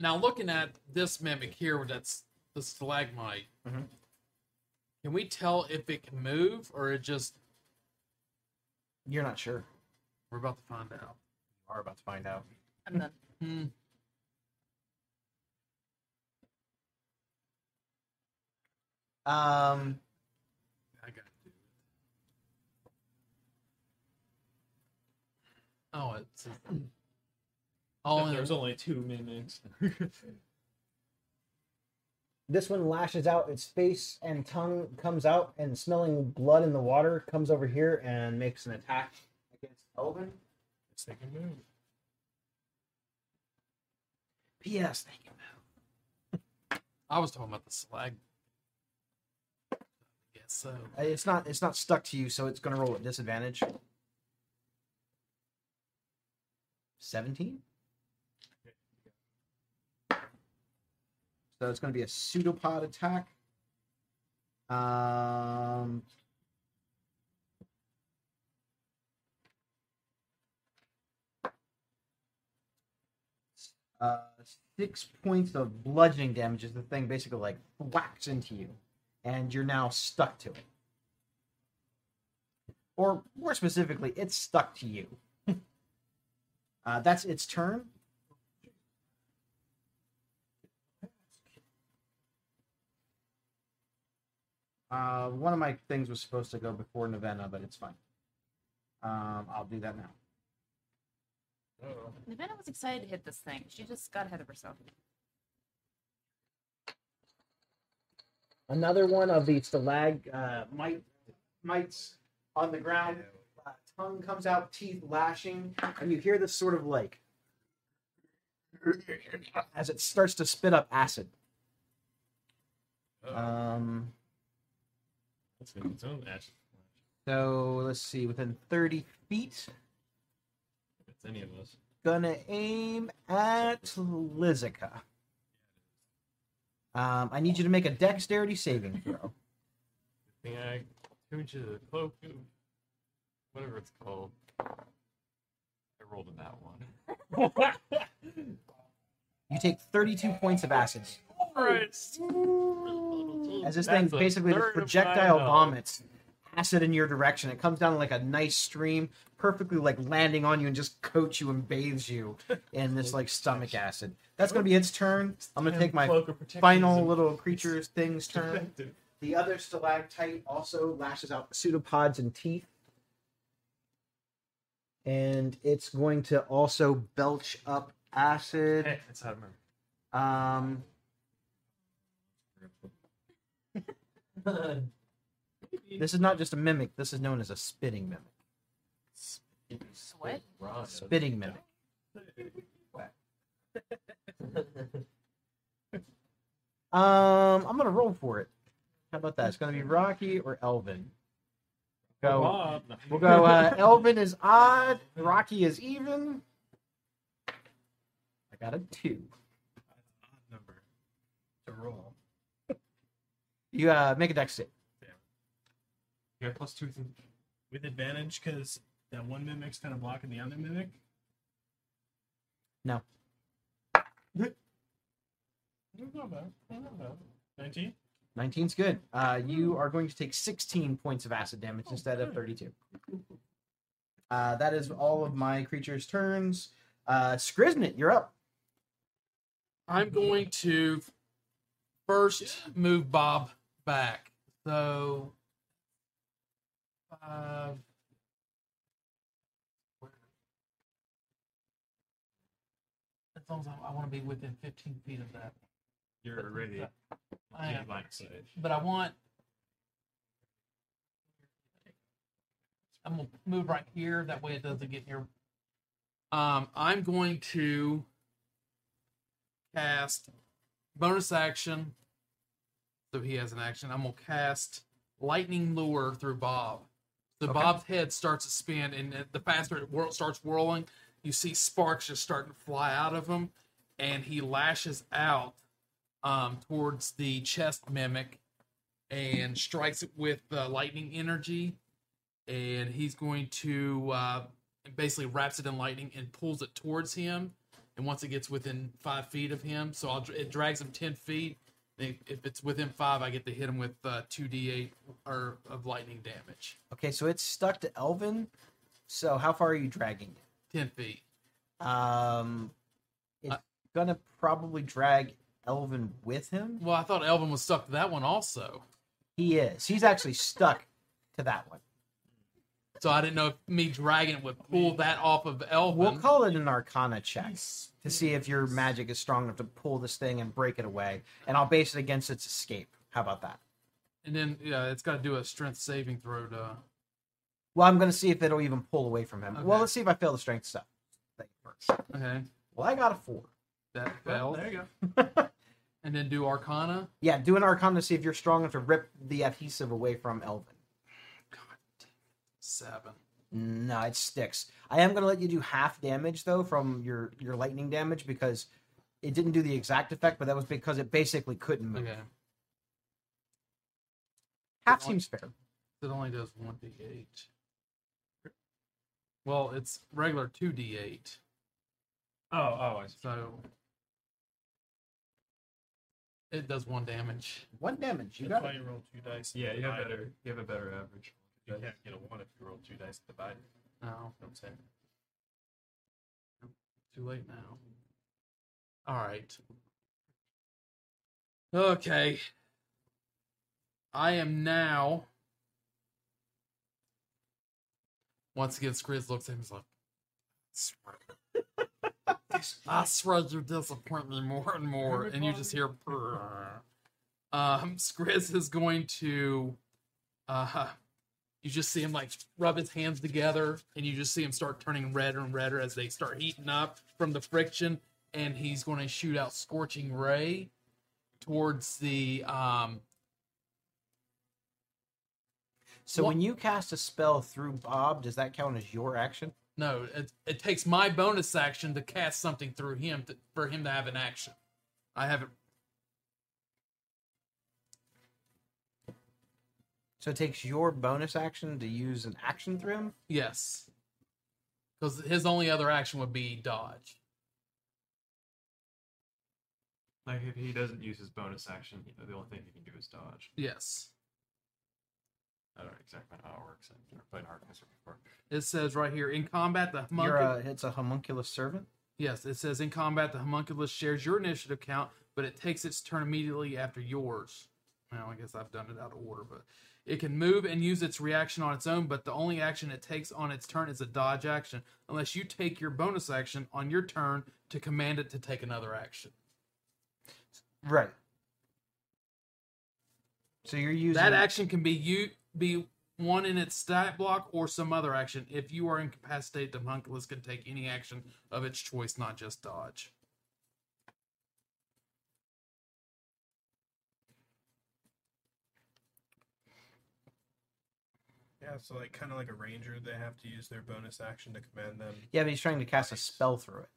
S3: Now looking at this mimic here with that's the stalagmite.
S1: Mhm.
S3: Can we tell if it can move or it just?
S1: You're not sure.
S3: We're about to find out.
S1: You are about to find out.
S4: I'm done.
S3: Hmm.
S1: Um,
S3: I got to. Oh, it's. Oh, and
S5: there's only two mimics.
S9: This one lashes out its face and tongue comes out and smelling blood in the water comes over here and makes an attack against Elvin.
S2: It's taking a move.
S1: P.S. Thank you.
S3: I was talking about the slag. I guess so.
S1: Uh, It's not. It's not stuck to you, so it's going to roll at disadvantage. Seventeen. So it's going to be a pseudopod attack. Um. Uh, six points of bludgeoning damage as the thing basically like whacks into you, and you're now stuck to it. Or more specifically, it's stuck to you. [laughs] uh, that's its turn. Uh, one of my things was supposed to go before Novena, but it's fine. Um, I'll do that now.
S4: Nevada was excited to hit this thing. She just got ahead of herself.
S9: Another one of the stalag uh, mite, mites on the ground.
S7: Uh, tongue comes out, teeth lashing.
S1: and you hear this sort of like as it starts to spit up acid. Um,
S5: That's been its own action.
S1: so let's see, within 30 feet,
S5: If it's any of us.
S1: gonna aim at Lizica. Um, I need you to make a dexterity saving throw.
S5: Thing I two inches of the cloak, of whatever it's called. I rolled in that one.
S1: You take 32 points of acid
S5: Christ.
S1: as this thing
S5: That's a
S1: basically this
S5: third of my
S1: projectile
S5: health.
S1: vomits acid in your direction. It comes down like a nice stream, perfectly like landing on you and just coats you and bathes
S5: [laughs]
S1: you in this like stomach acid. That's gonna be its turn. I'm gonna
S5: Damn
S1: take my
S5: cloak of protection
S1: final
S5: isn't
S1: little creatures things turn.
S5: effective.
S7: The other stalactite also lashes out.
S9: Pseudopods and teeth.
S1: And it's going to also belch up acid.
S5: Heck, that's how I remember.
S1: Um This is not just a mimic, this is known as a spitting mimic.
S4: What?
S5: Run.
S1: Spitting mimic. [laughs] Um, I'm gonna roll for it. How about that? It's gonna be Rocky or Elvin. Go.
S5: Bob.
S1: We'll go.
S2: [laughs]
S1: Uh, Elvin is odd. Rocky is even. I got a two.
S2: Odd number to roll.
S1: You uh, make a dex save.
S5: Yeah, plus two. is in-
S2: with advantage because that one mimic's kind of blocking the other mimic.
S1: No.
S2: Not bad. Not bad. Nineteen.
S1: 19's good. Uh, you are going to take 16 points of acid damage instead of 32. Uh, that is all of my creatures' turns. Uh, Skriznit, you're up.
S3: I'm going to first move Bob back. So five. As long as I, I want to be within 15 feet of that.
S5: You're already
S3: I am.
S5: in line of sight.
S3: but I want. I'm gonna move right here. That way, it doesn't get near. Um, I'm going to cast bonus action. So he has an action. I'm gonna cast lightning lure through Bob. So Bob's head starts to spin, and the faster it whirl, starts whirling, you see sparks just starting to fly out of him, and he lashes out um, towards the chest mimic and strikes it with uh, lightning energy. And he's going to uh, basically wraps it in lightning and pulls it towards him. And once it gets within five feet of him, so I'll, it drags him 10 feet. If, if it's within five, I get to hit him with uh, two d8 or of lightning damage.
S1: Okay, so it's stuck to Elvin. So how far are you dragging it?
S3: Ten feet.
S1: Um, it's
S3: Uh,
S1: gonna probably drag Elvin with him.
S3: Well, I thought Elvin was stuck to that one also,
S1: He is. He's actually stuck to that one.
S3: so I didn't know if me dragging it would pull that off of Elvin.
S1: We'll call it an Arcana check to see if your magic is strong enough to pull this thing and break it away. And I'll base it against its escape. How about that?
S3: and then yeah, it's got to do a strength saving throw to.
S1: Well, I'm gonna see if it'll even pull away from him. Well,
S3: Okay.
S1: let's see if I fail the strength stuff thing first.
S3: Okay,
S1: Well, I got a four.
S3: that
S2: Well,
S3: failed.
S2: there you go.
S3: [laughs] And then do Arcana.
S1: Yeah, do an Arcana to see if you're strong enough to rip the adhesive away from Elvin.
S3: Seven.
S1: No, it sticks. I am going to let you do half damage though from your your lightning damage because it didn't do the exact effect, but that was because it basically couldn't
S2: Hmm.
S1: move.
S3: Okay,
S1: Half seems fair.
S3: so it only does one d8. Well, it's regular two d8.
S5: Oh, oh, I see.
S3: So it does one damage.
S1: One damage. You
S2: That's
S1: got
S2: why
S1: it.
S2: you roll two dice.
S5: Yeah, Oh, you have
S2: Divide.
S5: better. You have a better average.
S2: You can't get a one if you roll two dice to divide. You
S5: Oh.
S3: No,
S2: know what I'm saying?
S3: too late now. All right. Okay. I am now. Once again, Skriz looks at him and is like, I swear [laughs] you disappoint me more and more. And you just hear. "Brrr." Um, Skriz is going to. Uh, you just see him like rub his hands together, and you just see him start turning redder and redder as they start heating up from the friction. And he's going to shoot out Scorching Ray towards the. um
S1: So
S3: Wha-
S1: when you cast a spell through Bob, does that count as your action?
S3: No, it, it takes my bonus action to cast something through him to, for him to have an action. I haven't.
S1: So it takes your bonus action to use an action through him.
S3: Yes. Because his only other action would be dodge.
S5: Like if he doesn't use his bonus action, he- the only thing he can do is dodge.
S3: Yes.
S5: I don't know exactly how it works. I've never played hard Castle before.
S3: It says right here in combat the homuncul-
S1: You're a, it's a homunculus servant.
S3: yes it says in combat the homunculus shares your initiative count, but it takes its turn immediately after yours. Well, I guess I've done it out of order, but it can move and use its reaction on its own, but the only action it takes on its turn is a dodge action, unless you take your bonus action on your turn to command it to take another action.
S1: Right. So you're using
S3: That action can be you be one in its stat block or some other action. If you are incapacitated, the homunculus can take any action of its choice, not just dodge.
S2: Yeah, so like kind of like a ranger, they have to use their bonus action to command them.
S1: Yeah, but he's trying to cast a spell through it.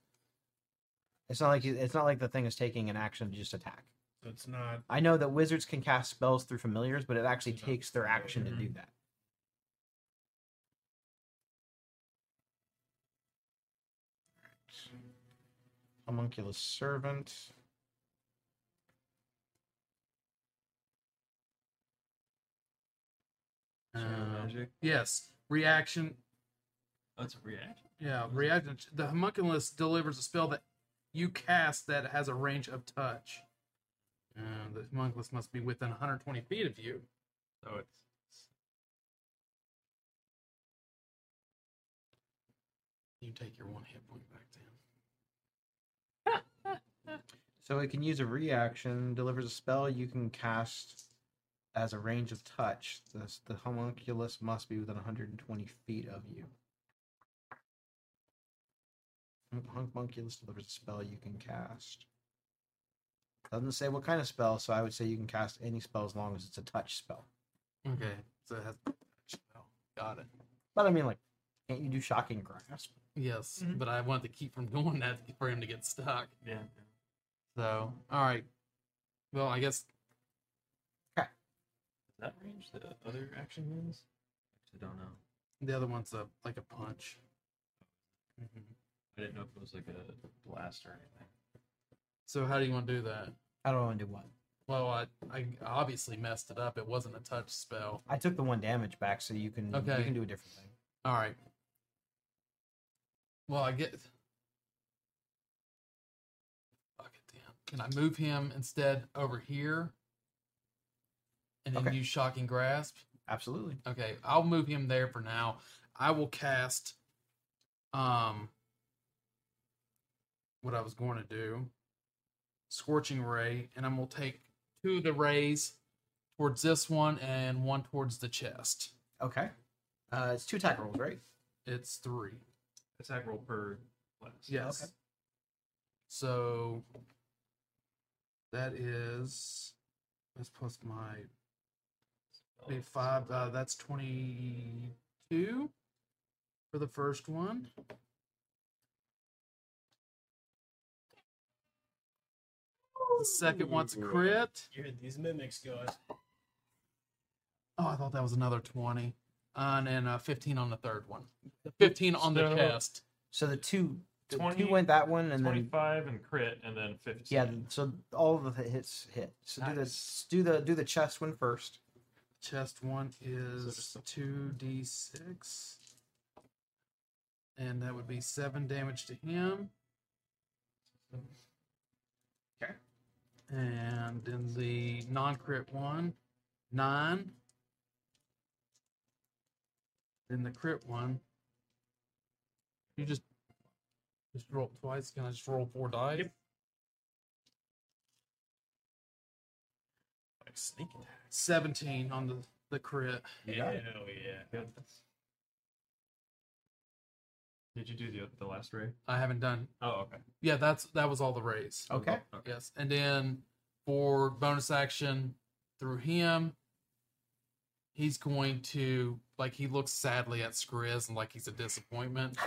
S1: It's not like he, it's not like the thing is taking an action to just attack.
S2: So it's not.
S1: I know that wizards can cast spells through familiars, but it actually
S2: Yeah.
S1: takes their action to do that. Homunculus servant.
S3: Uh,
S5: magic.
S3: yes, reaction.
S5: That's a reaction.
S3: Yeah, reaction. The homunculus delivers a spell that you cast that has a range of touch. Uh, the homunculus must be within 120 feet of you.
S5: So it's
S3: You take your one hit point back to him.
S1: So it can use a reaction, delivers a spell you can cast as a range of touch. The, the homunculus must be within 120 feet of you. Hum- Homunculus delivers a spell you can cast. Doesn't say what kind of spell, so I would say you can cast any spell as long as it's a touch spell.
S3: Okay, so it has. Got it.
S1: But I mean, like, can't you do shocking grasp?
S3: Yes, but I wanted to keep from [laughs] doing that for him to get stuck.
S5: Mm-hmm. yeah.
S3: So, all right. Well, I guess
S5: Is that range the other action is? I don't know.
S3: the other one's a like a punch. Mm-hmm.
S5: I didn't know if it was like a blast or anything.
S3: So, how do you want to do that?
S1: How do I want to do what?
S3: Well, I, I obviously messed it up. It wasn't a touch spell.
S1: I took the one damage back, so you can
S3: Okay.
S1: you can do a different thing.
S3: All right. Well, I get. Fuck it, damn. Can I move him instead over here? And then
S1: Okay.
S3: use shocking grasp.
S1: Absolutely.
S3: Okay, I'll move him there for now. I will cast um what I was going to do. Scorching ray, and I'm gonna take two of the rays towards this one and one towards the chest.
S1: Okay. Uh, it's two attack rolls, right?
S3: It's three.
S5: Attack roll per class.
S3: Yes. So that is that's plus my big five. Uh, that's twenty-two for the first one. The second one's a crit.
S2: You heard these mimics guys.
S3: Oh, I thought that was another twenty, uh, and then uh, fifteen on the third one. Fifteen on the
S5: So-
S3: chest.
S1: So the two, the
S5: 20
S1: two went that one, and then
S5: 25 and crit, and then 15.
S1: yeah. So all of the hits hit. So do the do the do the chest one first.
S3: Chest one is two d six, and that would be seven damage to him.
S1: Okay.
S3: And then the non crit one, nine. Then the crit one. You just just roll twice. Can I just roll four dice?
S2: Like sneak attack.
S3: Seventeen on the the crit.
S2: Hell yeah.
S5: Did you do the, the last ray?
S3: I haven't done.
S5: Oh, okay.
S3: Yeah, that's that was all the raise.
S1: Okay.
S3: Yes, and then for bonus action through him, he's going to like he looks sadly at Skriz and like he's a disappointment,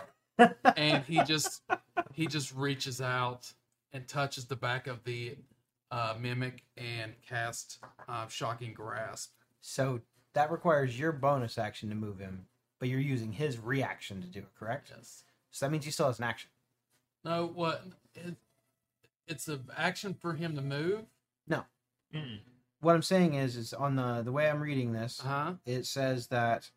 S3: and he just he just reaches out and touches the back of the uh, mimic and casts uh, shocking grasp.
S1: So that requires your bonus action to move him, but you're using his reaction to do it, correct?
S3: Yes.
S1: So that means he still has an action.
S3: No, what it, it's an action for him to move,
S5: Mm-mm.
S1: What I'm saying is, is on the the way I'm reading this,
S3: huh?
S1: it says that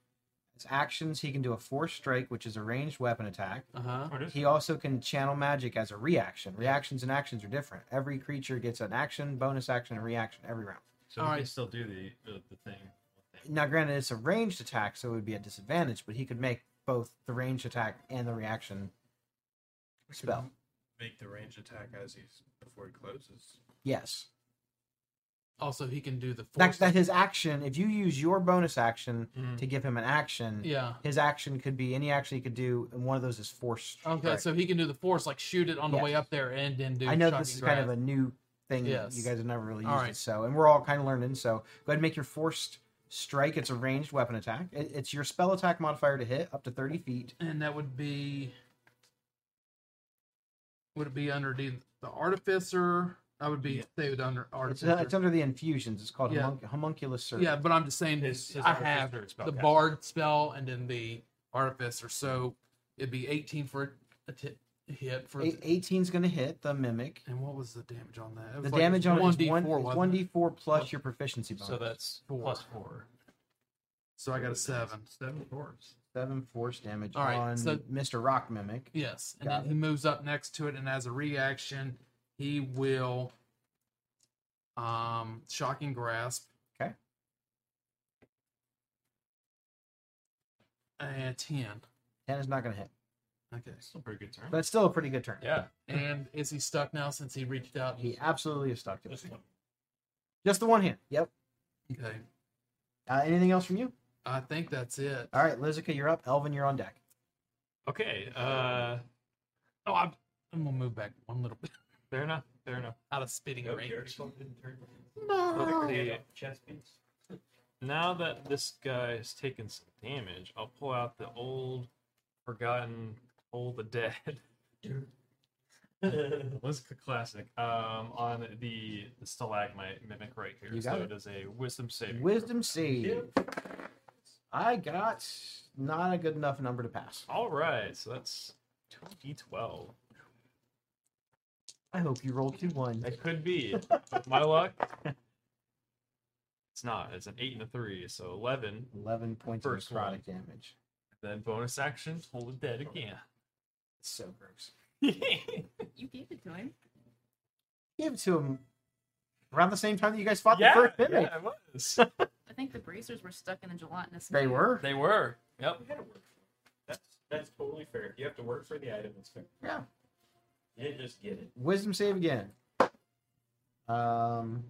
S1: his actions he can do a force strike, which is a ranged weapon attack.
S3: Uh huh.
S5: Oh, it is-
S1: He also can channel magic as a reaction. Reactions and actions are different. Every creature gets an action, bonus action, and reaction every round.
S5: So he can
S3: Alright.
S5: still do the, the, the thing.
S1: Now, granted, it's a ranged attack, so it would be a disadvantage, but he could make both the ranged attack and the reaction spell.
S2: Make the range attack as he's before he closes.
S1: Yes.
S3: Also, he can do the
S1: That,
S3: force. Mm-hmm.
S1: that his action, if you use your bonus action
S5: Mhm.
S1: to give him an action,
S3: yeah.
S1: his action could be any action he could do, and one of those is force.
S3: Okay,
S1: strike.
S3: so he can do the force, like shoot it on the
S1: Yes.
S3: way up there, and then do.
S1: I know
S3: shocking
S1: this is kind of
S3: grasp.
S1: a new thing that you
S3: Yes.
S1: guys have never really
S3: All
S1: used
S3: right.
S1: it so and we're all kind of learning so go ahead and make your forced strike it's a ranged weapon attack it, it's your spell attack modifier to hit up to 30 feet
S3: and that would be would it be under the, the artificer? I would be they would under
S1: it's,
S3: artificer.
S1: uh, it's under the infusions it's called
S3: Yeah.
S1: homunc- homunculus serpent
S3: yeah, but I'm just saying
S5: His- his
S3: I have
S5: artificer is
S3: the
S5: spellcaster.
S3: bard spell and then the artificer, so it'd be 18 for a ti- hit for.
S1: Eight-
S3: the-
S1: 18's going to hit the mimic
S3: and what was the damage on that? It was
S1: the
S3: like
S1: damage on it is 1,
S3: 1d4,
S1: it's
S3: wasn't it?
S1: 1d4 plus your proficiency bonus
S5: Oh, So that's
S3: Four.
S5: plus four.
S3: So I got a seven.
S5: Seven fours.
S1: 7 force damage
S3: All right,
S1: on
S3: so-
S1: Mr. Rock mimic
S3: Yes, and
S1: Got
S3: then he moves up next to it, and as a reaction, he will um shocking grasp.
S1: Okay.
S3: And ten.
S1: 10 is not going to hit
S3: Okay.
S5: Still pretty good turn.
S1: but it's still a pretty good turn
S5: yeah.
S3: And is he stuck now since he reached out?
S1: he absolutely is stuck to it
S5: Just one.
S1: just the one hand yep
S3: Okay.
S1: uh, anything else from you
S3: I think that's it.
S1: all right lizica you're up elvin you're on deck
S5: Okay. Uh, oh, I'm,
S3: I'm gonna move back one little bit [laughs]
S5: fair enough. Fair enough.
S3: out of spitting
S6: Nope,
S3: range.
S6: you're still in turn.
S5: Well,
S6: Hand
S5: the-
S6: off Chess piece.
S5: now that this guy's taken some damage, I'll pull out the old, forgotten, old
S1: [laughs]
S5: the dead. Let's go classic. Um, on the, the stalagmite mimic right here.
S1: You
S5: so
S1: got
S5: it is a wisdom saving. throw.
S1: Wisdom save. I got not a good enough number to pass.
S5: All right. So that's two d twelve.
S1: I hope you rolled two one.
S5: That could be. With my luck. It's not. It's an eight and a three, so eleven.
S1: 11 points
S5: First
S1: of necrotic
S5: one.
S1: damage.
S5: Then bonus action, hold it
S1: [laughs]
S5: dead again.
S1: It's so gross.
S4: You gave it to him.
S1: Give it to him around the same time that you guys fought
S5: yeah,
S1: the first
S5: yeah,
S1: mimic.
S5: it was.
S4: I think the bracers were stuck in a gelatinous.
S1: They
S4: mud.
S1: were.
S5: they were. Yep.
S6: You gotta work for it. That's that's totally fair. If you have to work for the item, it's fair.
S1: Yeah.
S6: You didn't just get it.
S1: Wisdom save again. Um.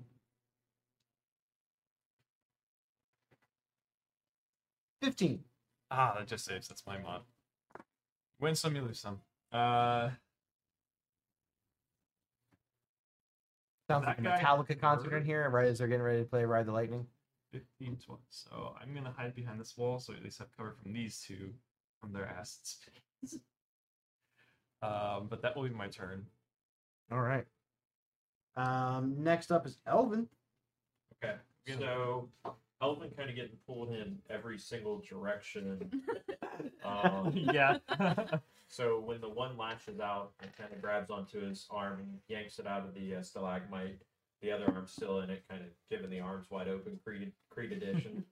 S1: Fifteen.
S5: Ah, that just saves. That's my mod. Win some, you lose some. Uh,
S1: Sounds
S5: That
S1: like a
S5: guy
S1: Metallica concert in
S5: murdered-
S1: here, right as they're getting ready to play Ride the Lightning.
S5: 15, 20. So I'm gonna hide behind this wall, so at least have cover from these two from their acids. [laughs] um, but that will be my turn. [laughs]
S1: All right. Um. Next up is Elvin.
S6: Okay. So Elvin kind of getting pulled in every single direction. um,
S5: yeah.
S6: so when the one lashes out and kind of grabs onto his arm and yanks it out of the uh, stalagmite, the other arm's still in it, kind of giving the arms wide open, Creed, Creed edition.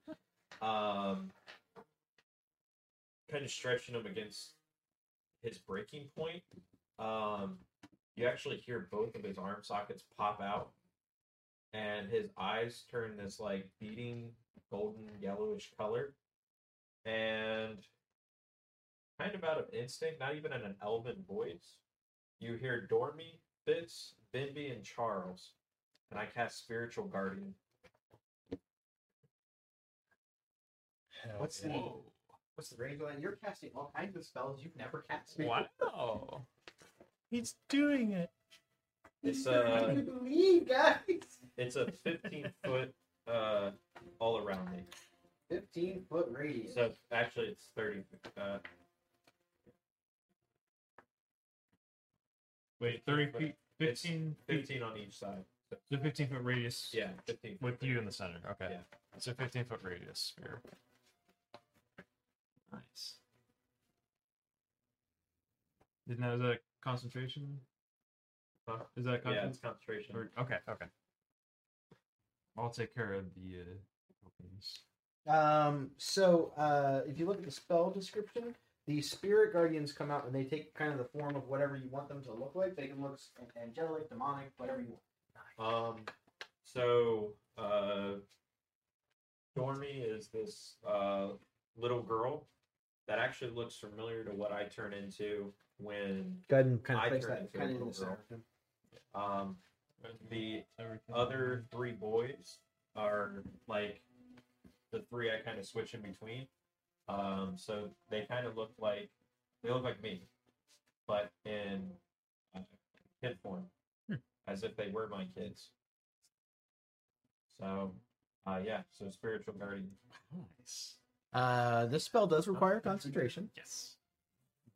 S6: um, kind of stretching him against his breaking point. Um, you actually hear both of his arm sockets pop out and his eyes turn this like beating golden yellowish color and kind of out of instinct not even in an elven voice you hear dormy fitz bimby and charles and i cast spiritual guardian
S2: Hell
S7: What's
S2: yeah.
S7: the what's the range on that? You're casting all kinds of spells you've never cast before.
S5: [laughs] wow.
S2: He's doing it.
S1: [laughs]
S6: it's
S2: uh,
S6: a
S7: Look at me, guys.
S6: it's a 15 foot uh all around me
S7: Fifteen foot radius.
S6: so actually it's 30 uh
S5: Wait, 30 feet,
S6: It's
S5: 15 feet,
S6: 15 on each side
S5: the 15 foot radius.
S6: yeah 15
S5: With you in the center. Okay.
S6: Yeah.
S5: It's a 15 foot radius sphere. Nice. Didn't that, is that concentration?
S6: Huh?
S5: Is that
S6: yeah
S5: concentration?
S6: it's concentration
S5: Or- okay, okay. I'll take care of the uh, tokens.
S1: Um, so uh, if you look at the spell description, the spirit guardians come out and they take kind of the form of whatever you want them to look like. They can look s- angelic, demonic, whatever you want.
S6: Um, so uh, Dormy is this uh, little girl that actually looks familiar to what I turn into when
S1: Go ahead and kind
S6: I
S1: of place
S6: turn
S1: that
S6: into a
S1: kind of in
S6: little
S1: the center. of him.
S6: um, the
S5: Everything.
S6: other three boys are like the three I kind of switch in between. Um, so they kind of look like they look like me, but in uh, kid form, as if they were my kids. So, uh, yeah. So spiritual guardian. [laughs]
S5: Nice.
S1: Uh, this spell does require concentration,
S5: Yes.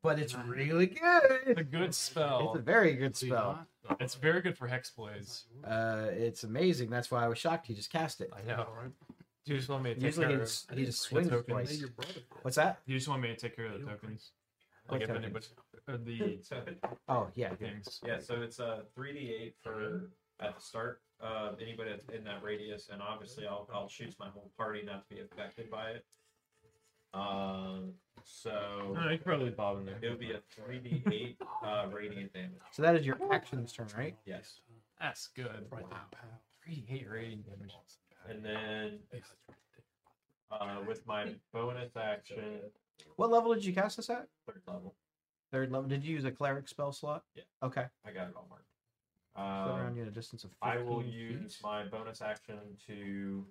S1: but it's really good.
S5: It's a good spell.
S1: It's a very good spell.
S5: It's very good for hex plays.
S1: Uh, it's amazing. That's why I was shocked he just cast it.
S5: I know, right? You just want me to take
S1: Usually
S5: care
S1: he
S5: of
S1: just, he just
S5: the
S1: swings
S5: tokens.
S1: twice. What's that?
S5: You just want me to take care of the tokens.
S1: What
S5: Like if
S1: tokens?
S5: anybody, uh,
S1: [laughs]
S5: the
S6: So
S1: Oh yeah,
S5: things.
S6: yeah. So it's a three d eight for at the start. Uh, anybody that's in that radius, and obviously I'll I'll choose my whole party not to be affected by it. Um. So.
S5: No, you could probably bob in there.
S6: It would be a 3d8 uh, radiant damage.
S1: So that is your action's turn, right?
S6: Yes.
S5: That's good. Wow. Three hate rating damage.
S6: And then uh, with my bonus action,
S1: What level did you cast this at?
S6: third level,
S1: Third level. Did you use a cleric spell slot?
S6: Yeah.
S1: Okay.
S6: I got it all marked.
S1: So
S6: Um,
S1: around you at a distance of 15
S6: I will
S1: feet.
S6: use my bonus action to,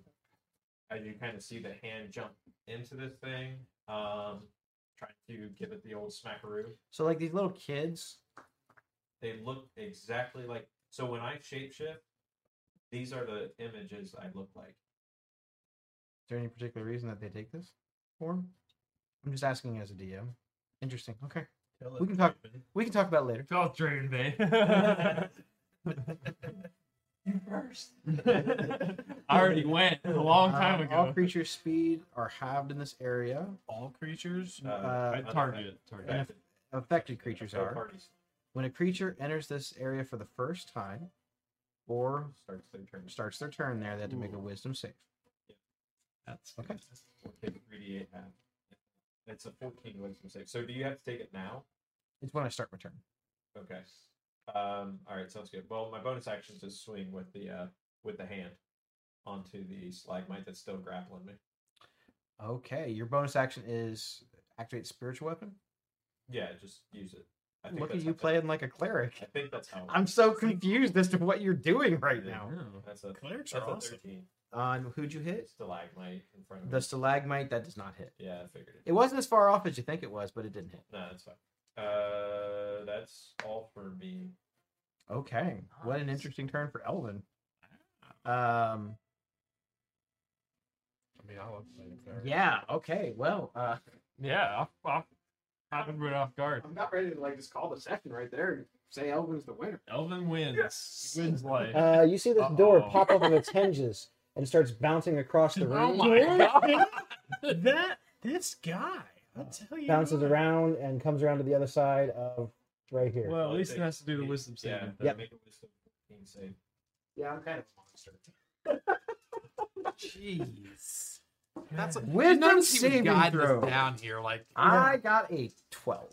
S6: as you kind of see the hand jump into this thing, um, trying to give it the old smackaroo.
S1: So like these little kids.
S6: They look exactly like. So when I shapeshift, these are the images I look like.
S1: Is there any particular reason that they take this form? I'm just asking as a DM. Interesting. Okay,
S2: Tell
S1: We
S2: it,
S1: can talk-
S2: Raven.
S1: we can talk about it later.
S5: Felt drained, babe. [laughs] I
S6: You first. [laughs]
S5: already went a long time
S1: Uh,
S5: ago.
S1: All creature speed are halved in this area.
S2: All creatures.
S6: Uh,
S1: Uh,
S5: target.
S1: and
S5: Target.
S1: if- affected creatures
S6: So
S1: are.
S6: parties
S1: When a creature enters this area for the first time, or
S6: starts their turn.
S1: starts their turn there, they have to make a Wisdom save.
S6: Yeah.
S5: That's
S1: Okay.
S6: Or take three D eight half. It's a fourteen wisdom save. So do you have to take it now?
S1: It's when I start my turn.
S6: Okay. Um. All right. Sounds good. Well, my bonus action is to swing with the uh with the hand onto the slagmite that's still grappling me.
S1: Okay, your bonus action is activate spiritual weapon.
S6: Yeah, just use it. I
S1: Look at
S6: that's
S1: you
S6: how-
S1: playing like a cleric.
S6: I think that's how. it
S1: I'm
S6: works.
S1: so confused as to what you're doing right
S6: Yeah.
S1: now.
S6: That's a
S2: Clerics
S6: that's
S2: are
S6: a
S2: awesome.
S6: thirteen.
S1: On who'd you hit?
S6: It's stalagmite in front of
S1: The
S6: me.
S1: stalagmite that does not hit.
S6: Yeah, I figured it.
S1: It wasn't as far off as you think it was, but it didn't hit.
S6: No, that's fine. Uh, that's all for me.
S1: Okay, what an
S5: Nice.
S1: interesting turn for Elvin. Um,
S2: I mean, I love playing cleric.
S1: yeah. Okay. Well, uh, [laughs]
S5: Yeah, off, off, caught everybody off guard.
S7: I'm about ready to like just call the second right there and say Elvin's the winner.
S5: Elvin wins. He wins life.
S1: [laughs]
S9: Uh, you see this door
S5: Uh-oh.
S9: pop up on its hinges and starts bouncing across the room.
S3: Oh my god!
S2: that this guy. I
S1: Oh.
S2: tell you,
S9: bounces
S2: what.
S9: around and comes around to the other side of right here.
S5: well, at
S6: I'll
S5: least it
S6: take-
S5: has to do the wisdom
S6: Yeah,
S5: saving.
S9: Yep.
S6: make a wisdom save.
S7: Yeah, I'm kind of a monster.
S3: Jeez.
S1: that's a
S3: Notice
S1: wisdom
S3: he was
S1: saving
S3: guiding us
S1: throw.
S3: down here, like
S1: I got a twelve.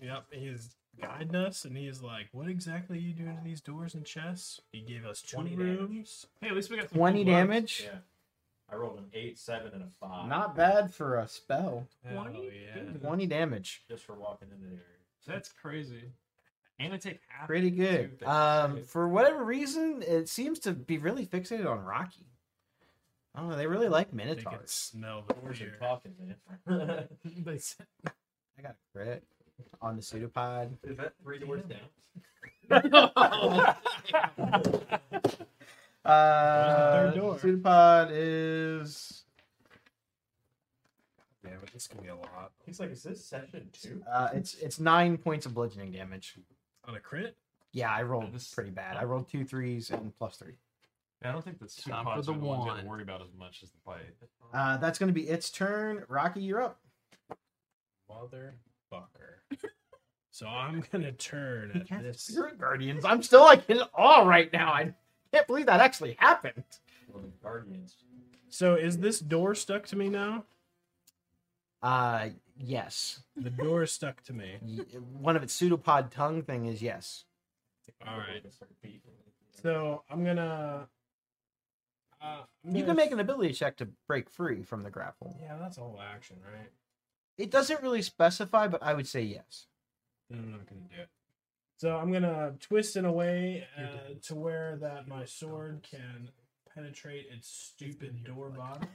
S2: Yep, he's guiding us, and he's like, "What exactly are you doing to these doors and chests?" He gave us two
S6: 20 damage.
S2: rooms.
S5: Hey, at least we got some
S1: Twenty
S5: good luck.
S1: damage.
S6: Yeah, I rolled an eight, seven, and a five.
S1: Not bad for a spell.
S2: Hell yeah.
S1: Twenty damage.
S6: just for walking into the area.
S5: That's crazy. And I take half.
S1: Pretty good.
S6: things,
S1: Um,
S6: right?
S1: for whatever reason, it seems to be really fixated on Rocky. I don't know. They really like
S2: They can
S1: Minotaurs.
S2: smell the
S6: Doors
S2: beer.
S6: are talking, man. [laughs]
S3: they said,
S1: I got a crit on the pseudopod.
S6: Is that three doors down?
S1: Uh,
S2: There's the third door.
S1: pseudopod is
S2: Damn it, this can be a lot.
S6: He's like, is this session two?
S1: uh, it's it's nine points of bludgeoning damage.
S2: On a crit,
S1: Yeah, I rolled
S5: this-
S1: pretty bad. I rolled two threes and plus three.
S5: I don't think the two
S3: Time for
S5: pods
S3: the
S5: are the ones you have
S3: wand.
S5: to worry about as much as the fight.
S1: Uh, that's going to be its turn. Rocky, you're up. [laughs]
S2: motherfucker. so I'm gonna turn
S1: He
S2: at
S1: cast
S2: this.
S1: Spirit Guardians.
S2: [laughs]
S1: I'm still like in awe right now. I can't believe that actually happened.
S6: Well,
S1: uh,
S6: the guardians.
S2: So is this door stuck to me now?
S1: Uh, yes.
S2: The door is stuck to me.
S1: Y- One of its pseudopod tongue thing is yes.
S2: All right.
S6: Start beating.
S2: So I'm gonna. Uh, I'm
S1: You
S2: gonna-
S1: can make an ability check to break free from the grapple.
S2: Yeah, that's all action, right?
S1: It doesn't really specify, but I would say yes.
S2: Then I'm not gonna do it. So I'm gonna twist in a way uh, to where that my sword can penetrate its stupid door bottom,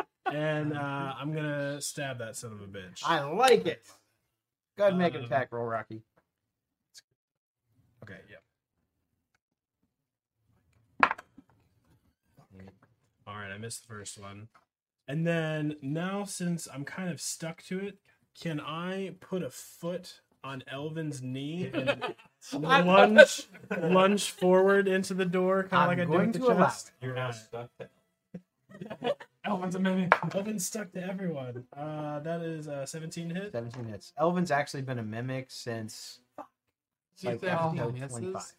S2: [laughs]
S1: [laughs]
S2: and uh, I'm gonna stab that son of a bitch.
S1: I like it. Go ahead and make an
S2: Um,
S1: attack roll, Rocky.
S2: Okay, yep. All right, I missed the first one. And then now, since I'm kind of stuck to it, can I put a foot on Elvin's knee and lunge, lunge forward into the door, kind
S1: I'm
S2: of like I
S1: going
S2: did
S1: to
S2: with the
S1: allow
S2: chest?
S6: You're now stuck. There.
S5: Elvin's a mimic.
S2: Elvin's stuck to everyone. Uh, that is uh, 17 to hit.
S1: 17 hits. Elvin's actually been a mimic since
S3: See
S1: like
S3: if they have
S1: episode
S3: any
S1: 25.
S3: misses?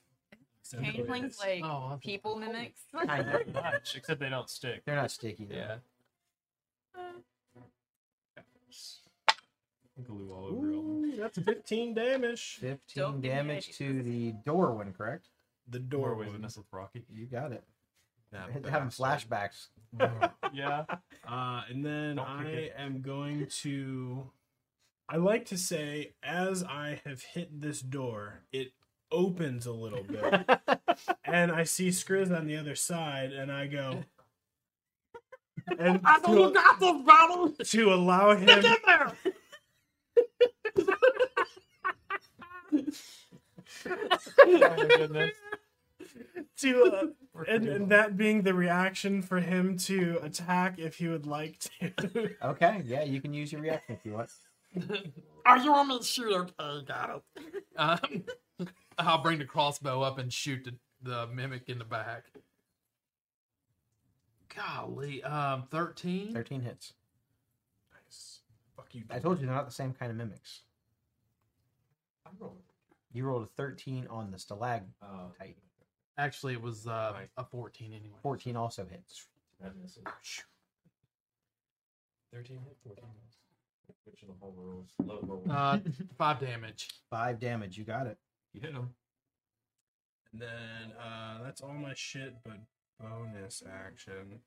S4: Changelings like
S3: Oh, I-
S4: people mimics.
S3: [laughs]
S1: I know.
S5: Pretty much, except they don't stick.
S1: They're not sticky though.
S5: Glue all over Elvin.
S2: Ooh, that's 15 damage.
S1: 15
S4: Don't be
S1: damage
S4: nice.
S1: to the door one, correct?
S2: The
S5: More
S2: door
S5: ways to
S2: was
S5: mess with Rocky.
S1: You got it.
S2: That
S1: They're having
S2: bastard.
S1: flashbacks.
S5: Yeah.
S2: Uh, and then
S5: Don't
S2: I
S5: kick it.
S2: am going to. I like to say, as I have hit this door, it opens a little
S5: [laughs]
S2: bit, and I see Skriz on the other side, and I go. And to, to allow him
S5: Oh, my goodness.
S2: to, uh, and, and that being the reaction for him to attack if he would like to. [laughs]
S1: Okay, yeah, you can use your reaction if you want.
S3: Are you want me to shoot? oh, Okay, got it. [laughs] Um, I'll bring the crossbow up and shoot the, the mimic in the back. Golly, um, 13?
S1: 13 hits.
S2: Fuck you.
S1: I told you they're not the same kind of mimics. You rolled a 13 on the stalagmite.
S6: Oh,
S3: Actually, it was uh, a 14 uh, anyway.
S1: 14 also hits.
S6: That misses.
S5: 13 hit, 14
S6: Which of the whole rules? Low roll.
S1: [laughs]
S3: Uh, five damage.
S1: Five damage. You got it.
S5: You hit him.
S2: And then uh, that's all my shit, but bonus action.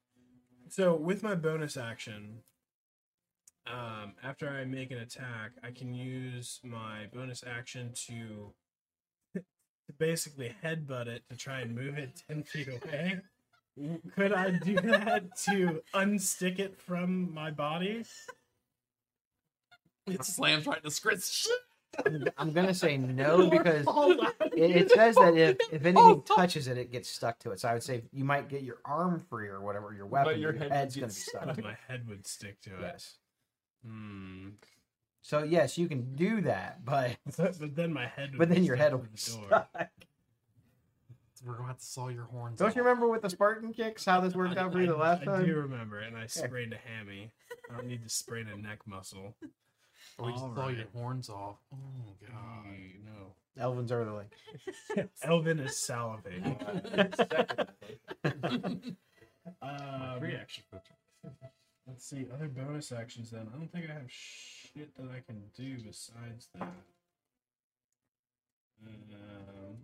S2: So with my bonus action, um, after I make an attack, I can use my bonus action to [laughs] to basically headbutt it to try and move it ten feet away. Could I do that to unstick it from my body?
S3: It slams right in the script.
S1: I'm- I'm gonna say no Oh, because it, it says that
S3: [laughs]
S1: if, if anything touches it, it gets stuck to it. So I would say you might get your arm free or whatever your weapon.
S5: your
S1: your,
S5: head
S1: head's
S5: would
S1: gonna be
S5: get
S1: stuck. to it.
S2: My head would stick to it.
S1: Yes.
S2: Hmm.
S1: So yes, you can do that, but
S2: But, but then my head. Would
S1: but
S2: be
S1: then your
S2: stuck
S1: head
S2: to
S1: will be
S2: the door.
S1: stuck.
S3: We're gonna have to saw your horns.
S1: Don't you
S3: off.
S1: remember with the Spartan kicks how this worked
S2: I-
S1: out for you
S2: I-
S1: the last
S2: I do
S1: time?
S2: remember, and I sprained a hammy. I don't need to sprain a neck muscle.
S3: Or we just saw your
S2: Alright.
S3: horns off. Oh god.
S2: Mm, no.
S1: Elvin's are like
S2: Elvin is salivating.
S6: Second, I think.
S2: [laughs] Um,
S5: Reaction filter.
S2: let's see other bonus actions. Then I don't think I have shit that I can do besides that. Um,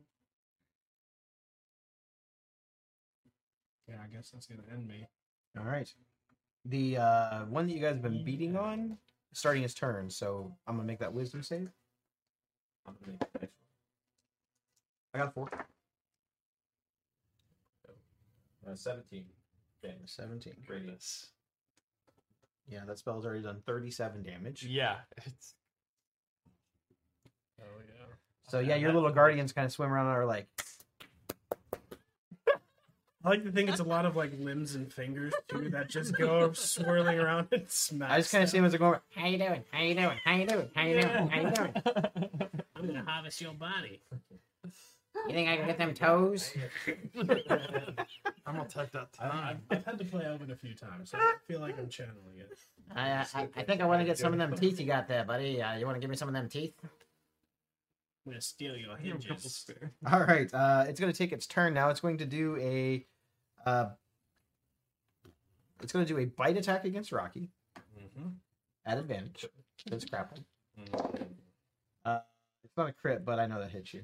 S2: yeah, I guess that's gonna end me.
S1: All right. The uh, one that you guys have been beating on is starting his turn, so I'm gonna make that wisdom save.
S6: I'm gonna make the next
S1: I got a four.
S6: one. Uh, Seventeen. Damage.
S1: Seventeen.
S6: Radiant.
S1: Yeah, that spell's already done thirty-seven damage.
S5: Yeah. It's... Oh, yeah.
S1: So yeah, your little guardians kind of swim around and are like,
S2: I like to think it's a lot of like limbs and fingers too that just go swirling around and smash.
S1: I just kind of see
S2: stuff.
S1: them as they're going, how you doing? How you doing? How you doing? How you doing? How you doing?
S2: I'm gonna harvest your body.
S1: You think I can get them toes?
S3: I'm gonna take that
S2: I,
S3: time.
S2: I've, I've had to play Elvin a few times, so I feel like I'm channeling it.
S1: I I, I- I think I want to get some of them teeth you got there, buddy. Uh, you want to give me some of them teeth?
S2: I'm gonna steal your
S5: Give him a couple
S2: hinges.
S5: spare.
S1: All right, uh, it's going to take its turn now. It's going to do a, uh, it's going to do a bite attack against Rocky
S2: Mm-hmm.
S1: at advantage. It's grappling. Uh, it's not a crit, but I know that hits you.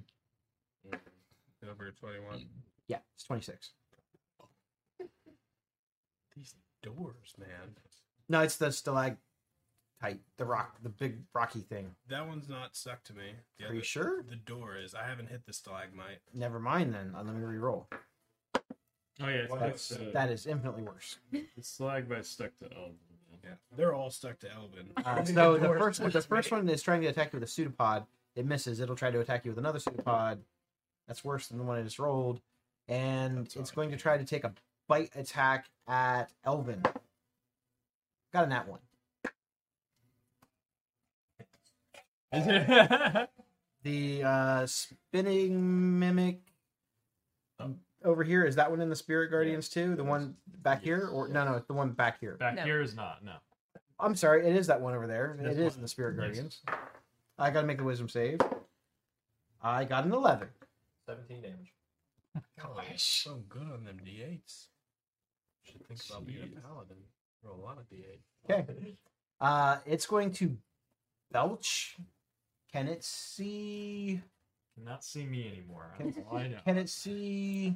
S2: Over 21.
S1: Yeah, it's twenty six.
S2: These doors, man.
S1: No, it's the stalactite, the rock, the big rocky thing.
S2: That one's not stuck to me. The
S1: Are you
S2: other-
S1: sure?
S2: The door is. I haven't hit the stalagmite.
S1: Never mind then. Uh, Let me re-roll.
S5: Oh, yeah. It's,
S2: Well,
S5: that's,
S2: that's,
S5: uh,
S1: That is infinitely worse.
S5: it's slag by stuck to elm.
S2: Yeah. They're all stuck to Elvin.
S1: Uh, so the first
S2: door's stuck
S1: one, the
S2: to
S1: first
S2: me.
S1: one is trying to attack you with a pseudopod. It misses. It'll try to attack you with another pseudopod. That's worse than the one I just rolled. And
S2: That's
S1: it's
S2: all I
S1: going to
S2: can.
S1: try to take a bite attack at Elvin. Got a nat
S2: [laughs]
S1: one. The uh, spinning mimic um, over here is that one in the Spirit Guardians too? The one back here, or no, no, it's the one back here.
S5: Back
S4: No.
S5: here is not. No.
S1: I'm sorry, it is that one over there.
S5: That's
S1: it is
S5: one.
S1: in the Spirit
S5: Yes.
S1: Guardians. I gotta make the wisdom save. I got an eleven.
S6: Seventeen damage.
S2: Oh, it's so good on them D8s. Should think about being a
S5: Jeez.
S2: paladin. Roll a lot of D8.
S1: Okay. Uh, it's going to belch. Can it see?
S5: Cannot see me anymore. I
S1: Can-
S5: don't know, I know.
S1: Can it see?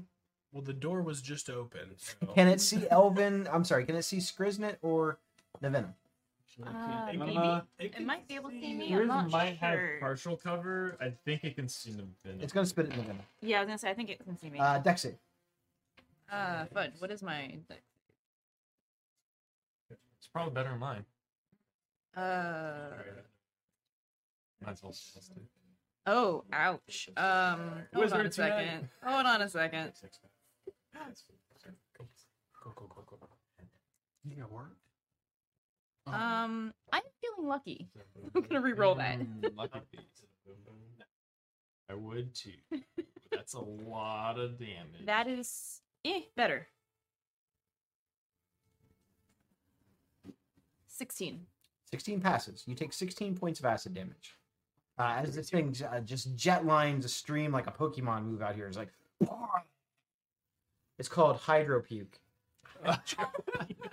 S2: Well, the door was just open.
S4: [laughs]
S5: Oh.
S2: So
S1: Can it see Elvin? I'm sorry. Can it see Skriznet or Navenum?
S4: Uh,
S2: It can-
S4: maybe.
S5: Uh,
S4: It might be able to see me.
S5: Yours
S4: I'm not
S5: might
S4: sure.
S5: have partial cover. I think it can see the venom.
S1: It's gonna spit at Navenum.
S4: Yeah, I was gonna say I think it can see me.
S1: Uh, Dex it.
S4: Uh, but what is my
S5: It's probably better than mine.
S4: uh?
S5: Might as well. let's do it.
S4: Oh, ouch. Um, hold on a
S5: Wizard tonight.
S4: second. Hold on a second. [laughs]
S3: Go go go go. You got work. Oh,
S4: Um, I'm feeling lucky. [laughs] I'm gonna re-roll that.
S5: Mm, lucky bees. I would
S4: [laughs]
S5: too. but That's a lot of damage.
S4: That is eh better. Sixteen.
S1: Sixteen passes. You take sixteen points of acid damage. Uh, as this thing uh, just jetlines a stream like a Pokemon move out here. It's like. It's called Hydro Puke.
S4: I'm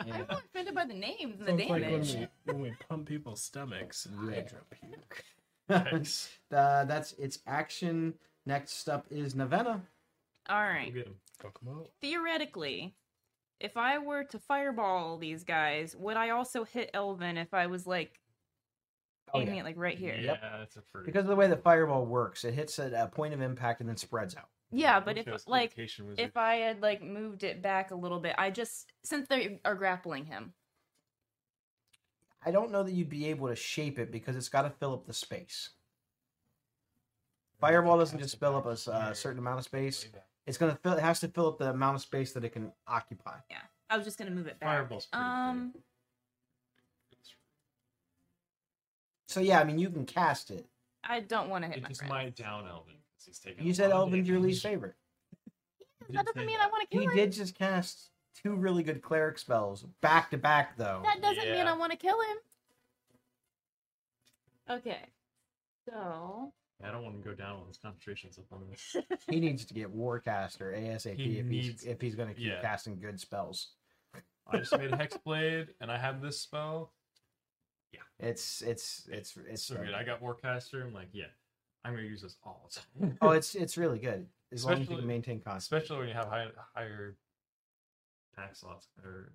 S4: more offended by the names and
S2: So
S4: the
S2: it's like when
S4: damage.
S2: we, when we pump people's stomachs. Hydropuke.
S1: [laughs] uh,
S5: [laughs]
S1: that's its action. Next up is Navenna.
S4: All right.
S5: Get 'em.
S2: Fuck 'em up.
S4: Theoretically, if I were to fireball these guys, would I also hit Elvin if I was like
S1: Oh,
S4: aiming
S1: yeah.
S4: it like right here?
S5: Yeah, that's a pretty.
S1: Because of the way the fireball works, it hits at a point of impact and then spreads out.
S4: Yeah, but if
S5: Just
S4: like
S5: location was
S4: if
S5: a-
S4: I had like moved it back a little bit, I just since they are grappling him.
S1: I don't know that you'd be able to shape it because it's got to fill up the space. Fireball doesn't just fill up a s- a certain amount of space. It's gonna fill. It has to fill up the amount of space that it can occupy.
S4: I was just gonna move it back.
S5: Fireball's pretty
S4: um,
S1: So yeah, I mean you can cast it.
S4: I don't want to hit
S5: it
S4: my
S5: just
S4: friends.
S5: might down Elvin. 'cause He's taking
S1: You
S5: a
S1: said
S5: lot of
S1: Elvin's your
S5: damage.
S1: least favorite.
S5: Did
S4: That
S5: say
S4: doesn't mean
S5: that.
S4: I want to
S1: He
S4: kill him.
S1: did just cast two really good cleric spells back to back though.
S4: That doesn't mean
S5: Yeah.
S4: I want to kill him. Okay. So [laughs]
S5: I don't want to go down on his concentrations up on this.
S1: He needs to get Warcaster ASAP
S5: He
S1: if
S5: needs-
S1: he's if he's gonna keep
S5: yeah.
S1: casting good spells.
S5: I just
S1: [laughs]
S5: made a hexblade, and I have this spell.
S1: It's it's it's it's
S5: so good. I got Warcaster. I'm like, yeah, I'm gonna use this all the time.
S1: [laughs] oh it's it's really good as long as you
S5: Especially-
S1: can maintain constant.
S5: Especially when you have high, higher attack slots. Or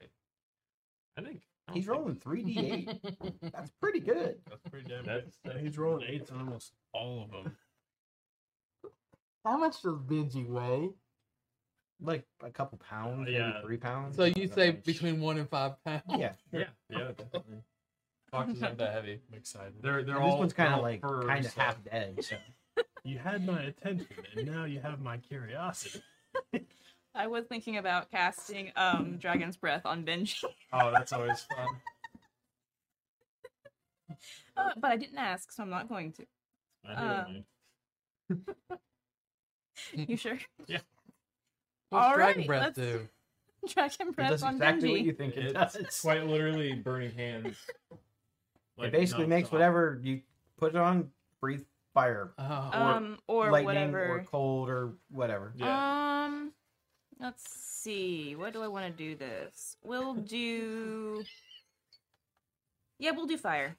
S5: I think I don't
S1: He's
S5: think
S1: rolling three d
S5: [laughs]
S1: eight. That's pretty good.
S5: That's pretty damn
S2: good. He's rolling eights on almost all of them.
S3: [laughs] How much does Benji weigh?
S1: Like a couple pounds, maybe
S5: Uh, Yeah.
S1: three pounds.
S3: So you
S1: Something
S3: say
S1: like-
S3: between one and five pounds?
S1: yeah.
S5: [laughs] Yeah, yeah, definitely. Foxes aren't that heavy.
S2: I'm [laughs] excited.
S5: They're they're
S1: And
S5: all
S1: this one's kind
S5: they're
S1: of
S5: all
S1: like
S5: fur,
S1: kind of
S5: so-
S1: half dead. So.
S2: You had my attention, and now you have my curiosity.
S4: I was thinking about casting um Dragon's Breath on Benji, [laughs]
S5: Oh, that's always
S2: [laughs]
S5: fun.
S4: Uh, but I didn't ask, so I'm not going to.
S5: I hear what you
S4: Uh,
S5: mean.
S4: You sure? [laughs]
S3: What's
S4: All
S3: Dragon
S4: right,
S3: Breath
S4: let's-
S3: do?
S4: Dragon
S1: It
S4: Breath
S1: does
S4: on
S1: exactly
S4: Benji.
S1: what you think it
S5: It's
S1: does.
S5: quite literally burning hands.
S1: it
S5: Like,
S1: basically makes
S5: nonstop.
S1: whatever you put it on breathe fire,
S3: Oh,
S4: um, or
S1: lightning, or
S4: whatever.
S1: cold, or whatever.
S2: Uh,
S5: Yeah.
S4: Um, let's see. What do I want to do this?
S5: [laughs]
S4: We'll do. Yeah, we'll do fire.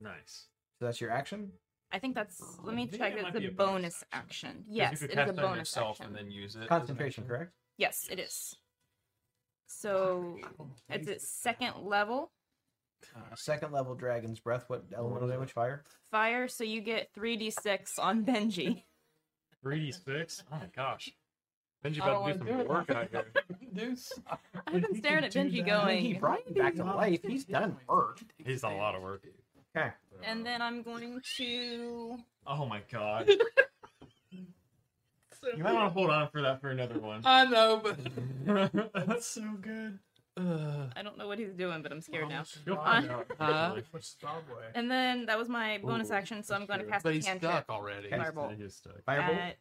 S5: nice.
S1: So that's your action.
S4: I think that's. Let me
S5: I think
S4: check.
S5: it might
S4: It's
S5: be
S4: a
S5: a bonus
S4: bonus action.
S5: 'Cause
S4: Yes,
S5: you
S4: it
S5: could
S4: is
S5: cast
S4: a
S5: it on
S4: bonus
S5: yourself
S4: action.
S5: and then use it. as an
S1: Concentration,
S5: action.
S1: correct?
S4: Yes, it is. So it's its second level
S1: Uh, second level dragon's breath. What elemental damage? Fire.
S4: fire, so you get three d six on Benji. [laughs]
S5: 3d6? Oh my gosh. Benji
S3: I don't
S5: about to
S3: wanna
S5: do
S3: do
S5: some
S3: it.
S5: work out
S3: [laughs]
S5: here.
S3: Deuce.
S4: I've been
S2: you
S4: staring
S2: can
S4: at
S2: do
S4: Benji
S2: that.
S1: I
S2: I
S1: think he
S4: going.
S1: brought you back to life. He's done work.
S5: He's done a lot of work.
S1: Okay.
S4: And then I'm going to.
S5: Oh my
S3: [laughs]
S5: god. You might
S3: So-
S5: want to hold on for that for
S3: [laughs]
S5: another one. [laughs]
S3: I know, but
S2: That's so good.
S3: uh,
S4: I don't know what he's doing, but I'm scared now.
S5: You'll
S4: find
S5: [laughs] out.
S3: [laughs] Huh?
S2: What's Zimbabwe?
S4: And then that was my bonus
S5: Ooh,
S4: action, so I'm going to
S5: true.
S4: cast
S3: but
S4: a
S3: he's
S4: cantrip
S3: stuck already.
S1: Okay.
S4: firebolt
S5: He is stuck.
S1: Fireball.
S4: at.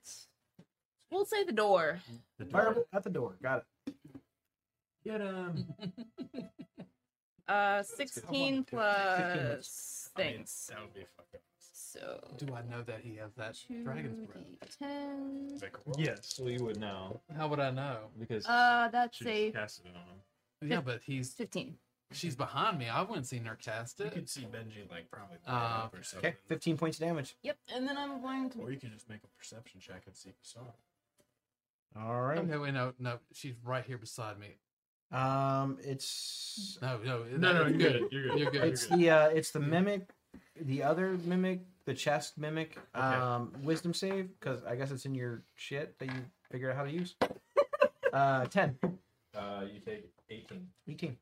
S4: We'll say the door.
S5: The door.
S1: Fireball at the door. Got it.
S5: Get him.
S4: Uh,
S2: I want
S4: 16
S2: it too.
S4: plus things.
S2: I mean, that would be fucking
S4: So
S3: Do I know that he has that dragon's breath?
S4: 2d10.
S2: sick world.
S5: Yes, well, you would know
S3: How would I know?
S5: because
S4: Uh, that's
S5: she
S4: a
S5: just casted it on him.
S3: Yeah, but he's
S4: 15.
S3: she's behind me. I wouldn't seen her cast
S2: You
S3: it.
S2: could see Benji like probably
S3: Uh,
S2: or something.
S1: Okay. Fifteen points of damage.
S4: Yep, and then I'm going to.
S2: Or you could just make a perception check and see if you saw it.
S1: All right.
S3: Okay, wait, no, no, she's right here beside me.
S1: Um, it's
S3: No, no,
S5: No, no,
S3: it's
S5: you're good. You're good.
S3: You're good.
S1: it's the uh, it's the mimic, the other mimic, the chest mimic.
S5: Okay.
S1: Um, wisdom save because I guess it's in your shit that you figured out how to use. Uh, 10,
S6: Uh, you take 18.
S1: 18.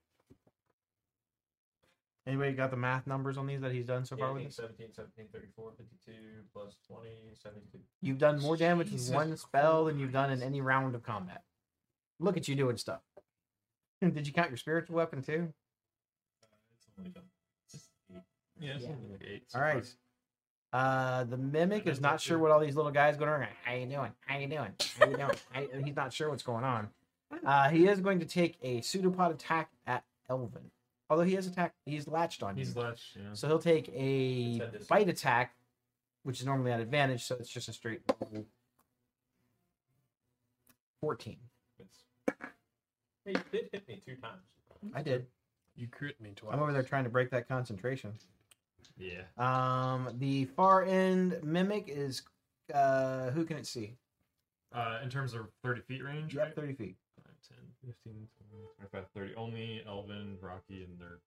S1: Anybody got the math numbers on these that he's done so
S6: Yeah,
S1: far
S6: I
S1: with
S6: think
S1: this?
S6: 17, 17, 34, 52, plus 20, 72.
S1: You've done more damage
S3: Jesus
S1: with one spell than you've done in any round of combat. Look at you doing stuff. [laughs] Did you count your spiritual weapon too?
S6: It's only done. It's eight.
S5: Yeah, it's
S1: Yeah.
S5: only like eight. so
S1: All right. Uh, the mimic is not sure what all these little guys going around. How you doing? How you doing? How you doing? How you-" [laughs] he's not sure what's going on. Uh, he is going to take a pseudopod attack at Elvin. Although he has attacked, he's latched on
S5: far.
S1: you.
S5: He's latched. Yeah.
S1: so he'll take a
S6: It's at this-
S1: bite attack, which is normally at advantage. So it's just a straight roll. fourteen.
S6: It's Hey, you did hit me two times. [laughs]
S1: I did.
S2: You crit me twice.
S1: I'm over there trying to break that concentration.
S5: Yeah.
S1: Um, the far end mimic is uh, who can it see?
S5: Uh, in terms of 30 feet range,
S1: Yep,
S5: right?
S1: thirty feet.
S5: 5, 10, 15, 20, 25, 30. Only Elvin, Rocky, and their.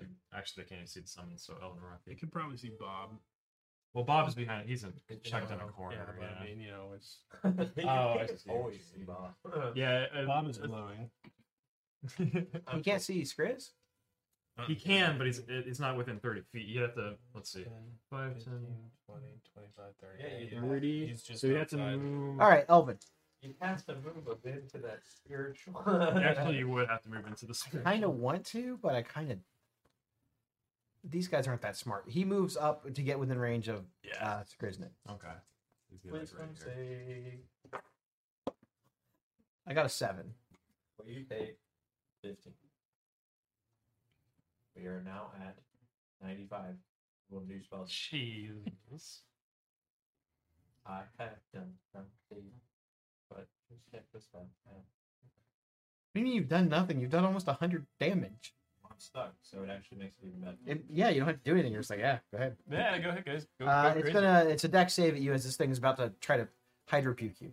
S5: Two. Actually, they can't exceed summon, so Elvin,
S2: You
S5: Rocky.
S2: can probably see Bob.
S5: Well, Bob is behind it. He's in chucked in
S2: Yeah,
S5: a corner.
S2: Yeah, but I
S5: Yeah,
S2: mean, you know, it's
S5: [laughs] Oh, I
S6: You
S5: see.
S6: always see Bob.
S5: [laughs] yeah. uh,
S2: Bob is
S5: uh,
S2: glowing.
S1: You can't see Skriz.
S5: [laughs] he can, but he's
S2: [laughs]
S5: it- it's not within 30 feet. You have to. Let's see. 5, 10,
S2: 20, 25, 30.
S6: Yeah, you do.
S5: 30.
S2: He's just
S5: so you have to
S2: outside.
S5: move.
S1: All right, Elvin.
S6: You have to move a bit to that spiritual.
S5: Actually, you would have to move into the
S1: I
S5: spiritual. [laughs]
S1: kind of want to, but I kind of. These guys aren't that smart. He moves up to get within range of
S2: Yeah.
S1: uh, Skriznik.
S5: Okay. He's gonna, like,
S6: [laughs] Please
S5: right
S6: don't
S5: here.
S6: say.
S1: I got a seven.
S6: Will you take 15? We are now at 95. We'll do
S5: Oh,
S6: spells.
S5: Jesus.
S6: I have done something, but just check this out. Yeah.
S1: What do you mean you've done nothing? You've done almost hundred damage.
S6: I'm stuck, so it actually makes it even better. [laughs]
S1: It- yeah, you don't have to do anything. You're just like, yeah, go ahead.
S5: Yeah, go ahead, guys. Go,
S1: Uh,
S5: go
S1: it's
S5: crazy.
S1: gonna it's a deck save at you as this thing's about to try to hydro puke you.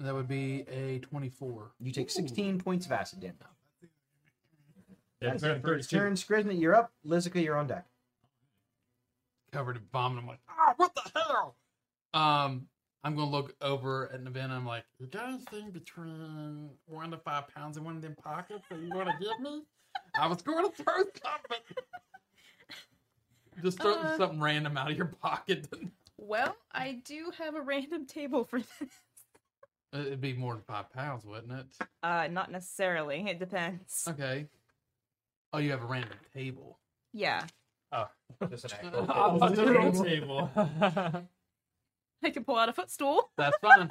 S3: That would be a 24.
S1: You take 16 points of acid damage.
S5: Yeah,
S1: That's your
S5: better than
S1: first
S5: 32. [laughs]
S1: turn. Skriznik, you're up. Lizica, you're on deck.
S3: Covered in vomit. I'm like, ah, what the hell? Um, I'm going to look over at Navin. I'm like, you got anything between one to five pounds in one of them pockets that you want to give me? I was going to throw something. Just throw
S4: Uh.
S3: something random out of your pocket.
S4: Well, I do have a random table for this.
S3: It'd be more than five pounds, wouldn't it?
S4: Uh, not necessarily. It depends.
S3: Okay. Oh, you have a random table.
S4: Yeah,
S6: Just an actual.
S1: [laughs]
S3: Oh,
S5: Opposite of the
S3: table.
S5: table. [laughs]
S4: I can pull out a footstool.
S3: That's fine.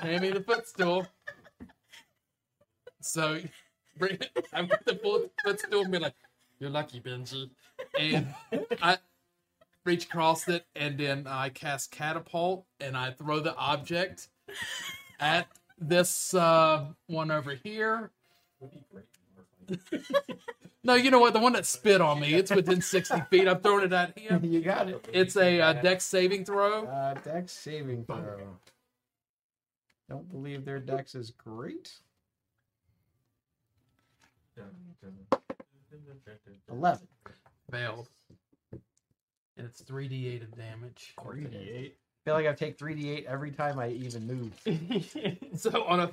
S3: Hand me the footstool. So, bring, I'm going to pull the footstool and be like, "You're lucky, Benji." And I reach across it, and then I cast catapult, and I throw the object at this uh, one over here.
S6: [laughs]
S3: No, you know what? The one that spit on me, it's within 60 feet. I'm throwing it at
S1: [laughs]
S3: him.
S1: you got it.
S3: It's a uh, deck saving throw.
S1: Uh, deck saving throw. Don't believe their dex is great. 11.
S3: Failed. And it's 3d8 of damage.
S5: 48.
S1: I feel like I take 3d8 every time I even move.
S3: [laughs] So on a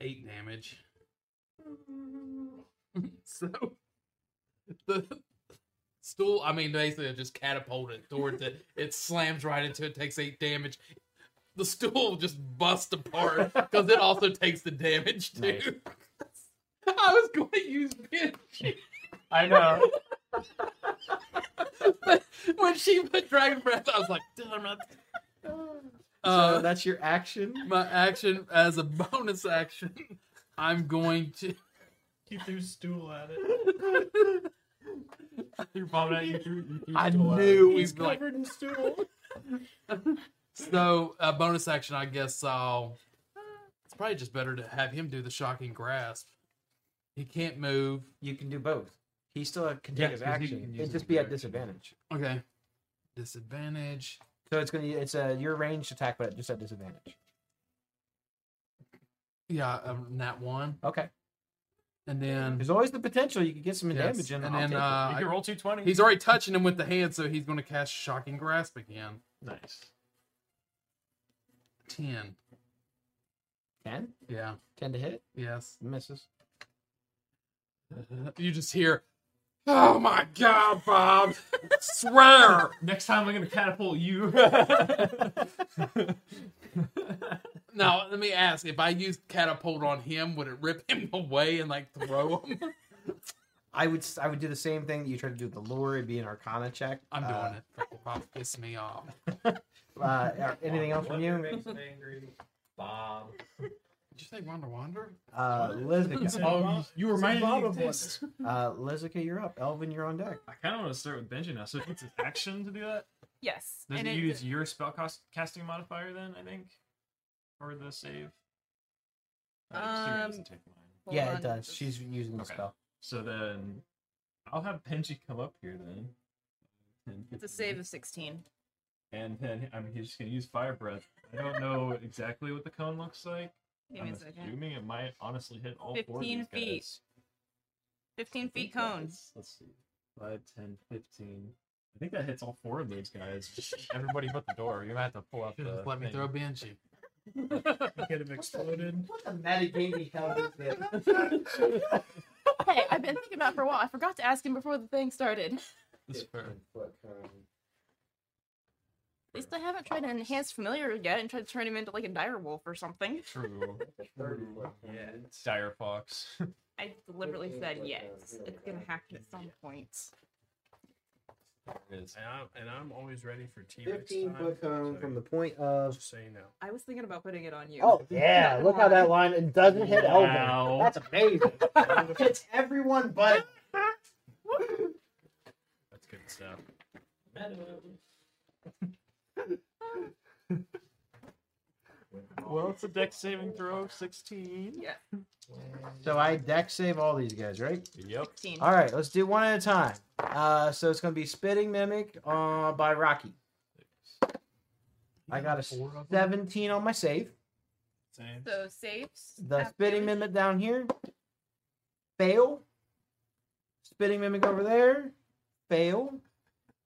S3: eight damage. [laughs] so the stool, I mean, basically, I just catapulted it towards it. It slams right into it, takes eight damage. The stool just busts apart because it also takes the damage too.
S1: Nice.
S3: [laughs] I was going to use Benji.
S5: I know.
S3: but [laughs] when she put dragon breath, I was like, damn it.
S1: so
S3: Uh,
S1: that's your action.
S3: my action as a bonus action, I'm going to.
S2: He threw stool at it.
S5: [laughs] You're vomiting. You threw- you threw
S3: I
S5: stool out.
S3: knew we'd be like.
S2: in stool.
S3: [laughs] So, a bonus action, I guess I'll. It's probably just better to have him do the shocking grasp. He can't move.
S1: You can do both. He still can take
S5: Yeah,
S1: his
S5: 'cause he
S1: action.
S5: can
S1: It'd
S5: use his
S1: just be at
S5: action.
S1: disadvantage.
S3: Okay. Disadvantage.
S1: So it's gonna it's a your ranged attack, but just at disadvantage.
S3: Yeah, um, nat one.
S1: Okay.
S3: And then.
S1: There's always the potential you could get some
S3: Yes,
S1: damage in.
S3: And
S1: I'll
S3: then
S1: take it.
S5: You can
S3: uh,
S5: roll 220.
S3: he's already touching him with the hand, so he's going to cast Shocking Grasp again.
S5: nice.
S3: 10.
S1: 10?
S3: Yeah.
S1: 10 to hit?
S3: Yes.
S1: Misses.
S3: You just hear, "Oh my God, Bob! Swear!"
S5: [laughs] Next time I'm gonna catapult [laughs] you.
S3: Now let me ask: If I used catapult on him, would it rip him away and like throw him? [laughs]
S1: I would s- I would do the same thing that you tried to do with the lure. It'd be an Arcana check.
S3: I'm
S1: Uh,
S3: doing it. Fucking Bob pissed me off.
S1: Uh, are- anything else from
S6: Wonder
S1: you?
S6: Makes me angry. Bob.
S3: Did you say Wonder Wander?
S1: Uh, Lizica.
S5: [laughs] oh, you, you reminded me.
S2: bottom
S5: Of this.
S1: Uh, Lizica, you're up. Elvin, you're on deck.
S5: I kind of want to start with Benji now. So it's an action to do that.
S4: Yes.
S5: Does
S4: and it-
S5: it use your spell cost- casting modifier then? I think, or the save. I assume it doesn't
S4: Um,
S5: take mine.
S4: hold
S1: yeah,
S4: on,
S1: it does.
S4: just-
S1: She's using the
S5: Okay.
S1: spell.
S5: So then, I'll have Penji come up here then.
S4: It's a save of 16.
S5: And then I'm just gonna use fire breath. I don't know exactly what the cone looks like.
S4: Give me
S5: I'm
S4: a second.
S5: assuming it might honestly hit all four of
S4: 15
S5: these
S4: feet.
S5: guys.
S4: 15
S5: think
S4: feet cone.
S5: that's- Let's see. 5, 10, 15. I think that hits all four of those guys. Just everybody but the door. You're gonna have to pull out the.
S1: Uh,
S3: Just let me
S5: thing.
S3: throw
S5: [laughs]
S3: a banshee.
S2: Get him exploded.
S7: What the metagame hell is [laughs] this?
S4: [laughs] Hey, I've been thinking about it for a while. I forgot to ask him before the thing started. [laughs] At
S5: That's fair.
S4: least I haven't tried to enhance familiar yet and tried to turn him into like a dire wolf or something.
S5: True.
S7: Thirty
S5: True.
S7: foot
S5: Yeah.
S7: cone.
S5: it's Dire fox.
S4: I deliberately
S7: Fifteen
S4: said
S7: foot
S4: yes.
S7: cone,
S4: It's gonna
S7: yeah.
S4: happen at some point.
S5: It is.
S2: And I'm, and I'm always ready for T Rex.
S7: 15 foot cone from the point of.
S2: Just say no.
S4: I was thinking about putting it on you.
S9: Oh
S7: [laughs]
S9: yeah, look how that line it doesn't hit
S5: Wow.
S9: Elvin. That's
S1: [laughs]
S9: amazing.
S7: Hits everyone but.
S2: That's good stuff.
S5: Well, it's a deck saving throw of 16.
S4: Yeah,
S1: So I deck save all these guys, right?
S5: Yep.
S4: 15.
S1: All right, let's do one at a time. Uh, so it's gonna be Spitting Mimic uh, by Rocky. I got a
S3: Four of them?
S1: 17 on my save.
S2: Same.
S4: So saves.
S1: The
S4: half
S1: Spitting
S4: damage.
S1: Mimic down here, fail. Spitting Mimic over there, fail.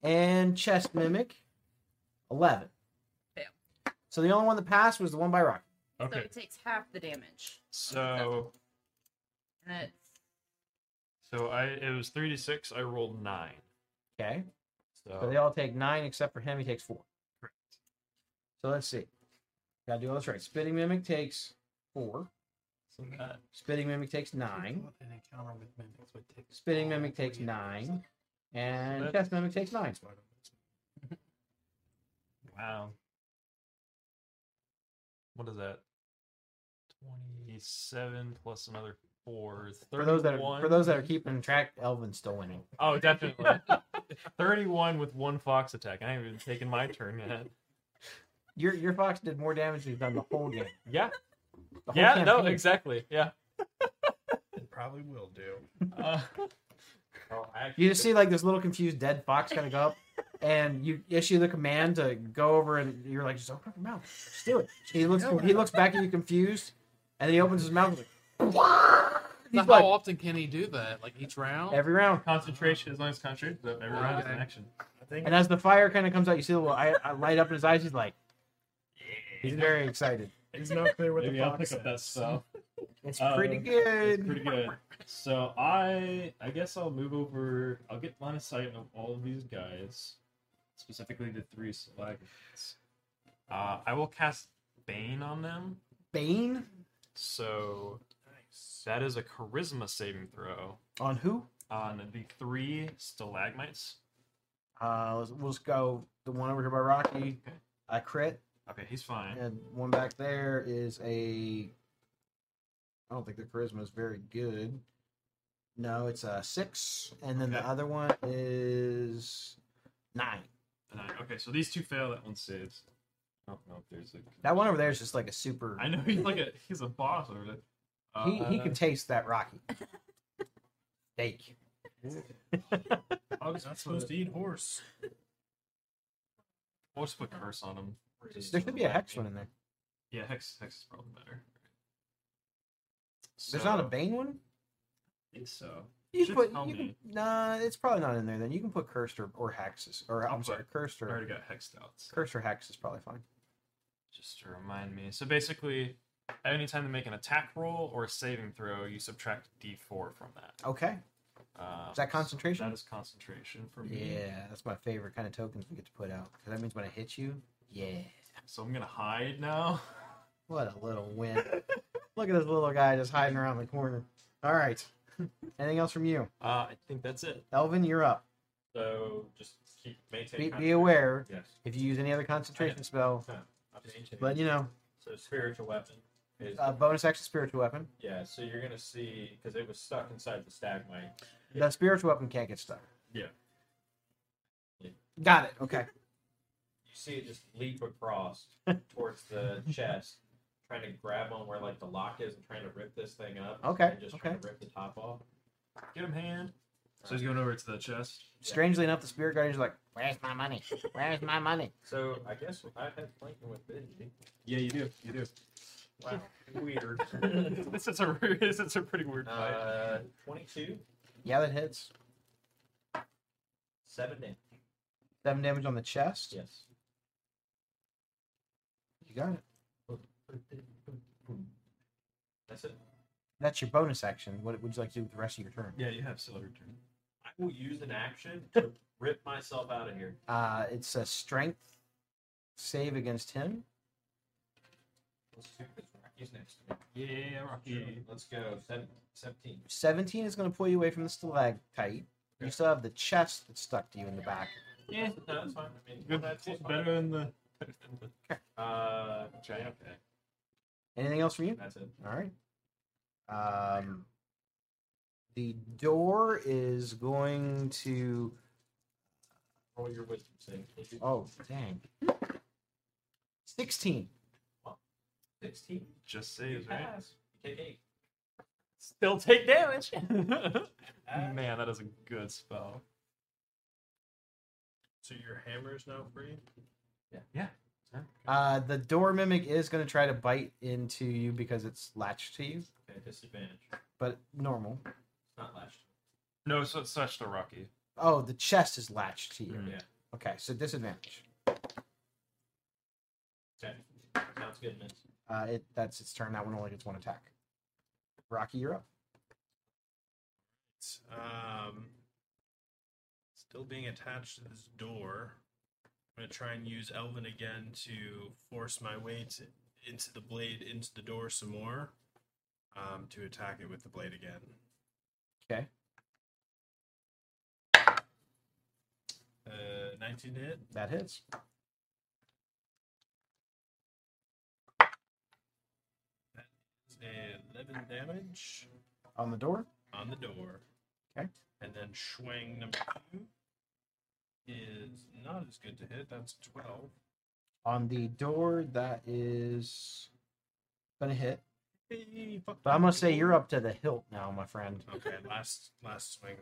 S1: And Chest Mimic, 11.
S4: Fail.
S1: So the only one that passed was the one by Rocky.
S4: So
S5: Okay.
S4: it takes half the damage.
S5: So
S4: And it's
S5: so I it was three to six. I rolled nine.
S1: Okay. So they
S5: So
S1: all take nine except for him. He takes four. So let's see. Gotta do all this right. Spitting Mimic takes four.
S3: So that
S1: Spitting Mimic takes nine.
S3: An encounter with mimics would take.
S1: Spitting
S3: all
S1: Mimic takes
S3: three hours.
S1: nine. And
S5: That's-
S1: Chest Mimic takes nine.
S5: wow. What is that? Twenty-seven plus another four. is
S1: For those that are,
S5: 31.
S1: for those that are keeping track, Elvin's still winning.
S5: [laughs]
S1: [laughs]
S5: Oh, definitely. Thirty-one with one fox attack. I haven't even taken my turn yet.
S1: Your your fox did more damage than you've done the whole game.
S5: Yeah.
S1: The whole
S5: Yeah. No.
S1: campaign.
S5: Exactly. Yeah.
S2: It probably will do.
S5: Uh,
S6: Oh, I actually
S1: You just see like this little confused dead fox kind of go up, and you issue the command to go over, and you're like, just open up your mouth, just do it. He looks he looks back at you confused, and then he opens his mouth and like,
S3: So
S1: he's
S3: how
S1: like
S3: often can he do that? Like each round?
S1: every round.
S5: concentration. As long as concentration's up, every round is an
S3: Okay.
S5: action.
S2: I think
S1: And as the fire kind of comes out, you see the little I, I light up in his eyes. He's like, he's very excited.
S2: it's not clear what
S5: Maybe
S2: the
S5: I'll
S2: fox
S5: pick up that
S2: says.
S5: stuff.
S1: It's
S5: Um,
S1: pretty
S5: It's
S1: good.
S5: pretty good. So I I guess I'll move over. I'll get line of sight of all of these guys, specifically the three slagons. Uh, I will cast Bane on them.
S1: Bane
S5: So that is a charisma saving throw
S1: on who?
S5: on the three stalagmites.
S1: Uh, let's, we'll just go the one over here by Rocky. I crit,
S5: Okay, he's fine.
S1: and one back there is a. I don't think the charisma is very good. No, it's a six, and then the
S5: Okay.
S1: other one is nine.
S5: And I- okay, so these two fail. That one saves. I don't know if there's a.
S1: That one over there is just like a super.
S5: I know he's like a he's a boss over there. Uh,
S1: He he can taste that Rocky. Steak.
S5: I'll
S1: [laughs]
S2: It's
S5: just
S2: not
S5: put,
S2: supposed to eat horse.
S5: I'll just put curse on him.
S1: There should be a hex one in there.
S5: Yeah, hex hex is probably better.
S1: There's not a
S5: So,
S1: bane one.
S5: I think so.
S1: You
S5: Should
S1: can put
S5: tell
S1: you can,
S5: me.
S1: nah, it's probably not in there. Then you can put cursed or, or hexes or I'm
S5: Okay.
S1: sorry, cursed
S5: I already
S1: or
S5: got hexed out. So
S1: cursed or hex is probably fine.
S5: just to remind me. So basically, anytime they make an attack roll or a saving throw, you subtract d4 from that.
S1: Okay,
S5: Uh,
S1: is that
S5: so
S1: concentration?
S5: That is concentration for
S1: Mm-hmm.
S5: me.
S1: yeah, that's my favorite kind of tokens we get to put out 'cause that means when I hit you, yeah,
S5: So I'm gonna hide now. [laughs]
S1: what a little [laughs] win. Look at this little guy just hiding around the corner. All right, [laughs] anything else from you,
S5: Uh, I think that's it.
S1: Elvin? You're up.
S5: So just keep
S1: Be,
S5: maintaining.
S1: be aware
S6: Yes.
S1: if you use any other concentration spell,
S6: I'm maintaining.
S1: but you know,
S6: So spiritual weapon is
S1: uh, bonus action spiritual weapon.
S6: yeah. So you're gonna see because it was stuck inside the stagmite.
S1: The spiritual weapon can't get stuck.
S5: Yeah.
S1: Got it. Okay.
S6: You see it just leap across [laughs] towards the chest, trying to grab on where like the lock is and trying to rip this thing up.
S1: Okay,
S6: And just trying to rip the top off.
S5: Get him hand. So he's going over to the chest.
S1: [laughs] Strangely enough, the spirit guardian's like, "Where's my money? Where's my
S6: [laughs]
S1: money?"
S6: So I guess I had flanking with Benji.
S5: Yeah, you do. You do.
S6: Wow,
S1: [laughs]
S6: weird.
S5: [laughs] this is a [laughs] this is a pretty weird fight.
S6: Uh, 22,
S1: Yeah, that hits.
S6: 7 damage.
S1: Seven damage on the chest.
S6: Yes.
S1: You got it.
S6: That's it.
S1: That's your bonus action. What would you like to do with the rest of your turn?
S5: yeah, you have still a return.
S6: I will use an action to rip myself out of here.
S1: Uh, it's a strength save against him.
S6: Let's do this. Rocky's next. to me.
S5: Yeah, Rocky.
S6: Let's go. Seven, 17.
S1: 17 is going to pull you away from the stalactite. You
S6: Okay.
S1: still have the chest that's stuck to you in the back.
S5: Yeah.
S6: That's, no, that's fine. I mean,
S5: Good.
S6: that's fine.
S5: Better than
S1: [laughs]
S5: the
S6: Uh,
S5: giant pack.
S1: Anything else from you?
S6: that's it.
S1: All right. Um, the door is going to.
S6: Roll your wisdom save.
S1: Oh, dang. 16.
S6: 16.
S5: Just saves, right?
S6: Pass. You Take 8.
S5: Still take damage. [laughs] Man, that is a good spell.
S2: So your hammer is now free.
S1: Uh, the door mimic is going to try to bite into you because it's latched to you,
S6: Okay, disadvantage.
S1: but normal.
S6: It's not lashed.
S5: No, so it's such the Rocky.
S1: Oh, the chest is latched to you.
S5: Mm.
S6: Yeah.
S1: Okay, so disadvantage.
S6: Okay. Sounds good,
S5: [laughs]
S6: miss.
S1: Uh, it that's its turn. That one only gets one attack. Rocky, you're up.
S2: Um, still being attached to this door. I'm gonna try and use Elvin again to force my way to, into the blade, into the door some more, um, to attack it with the blade again.
S1: Okay.
S2: Uh, 19 to hit,
S1: That hits.
S2: 11 damage
S1: On the door.
S2: on the door.
S1: Okay.
S2: And then Schwang number two is not as good to hit. That's 12.
S1: On the door, that is gonna hit.
S2: Hey, fuck
S1: But I'm
S2: you.
S1: gonna say you're up to the hilt now, my friend. [laughs]
S2: Okay, last last swing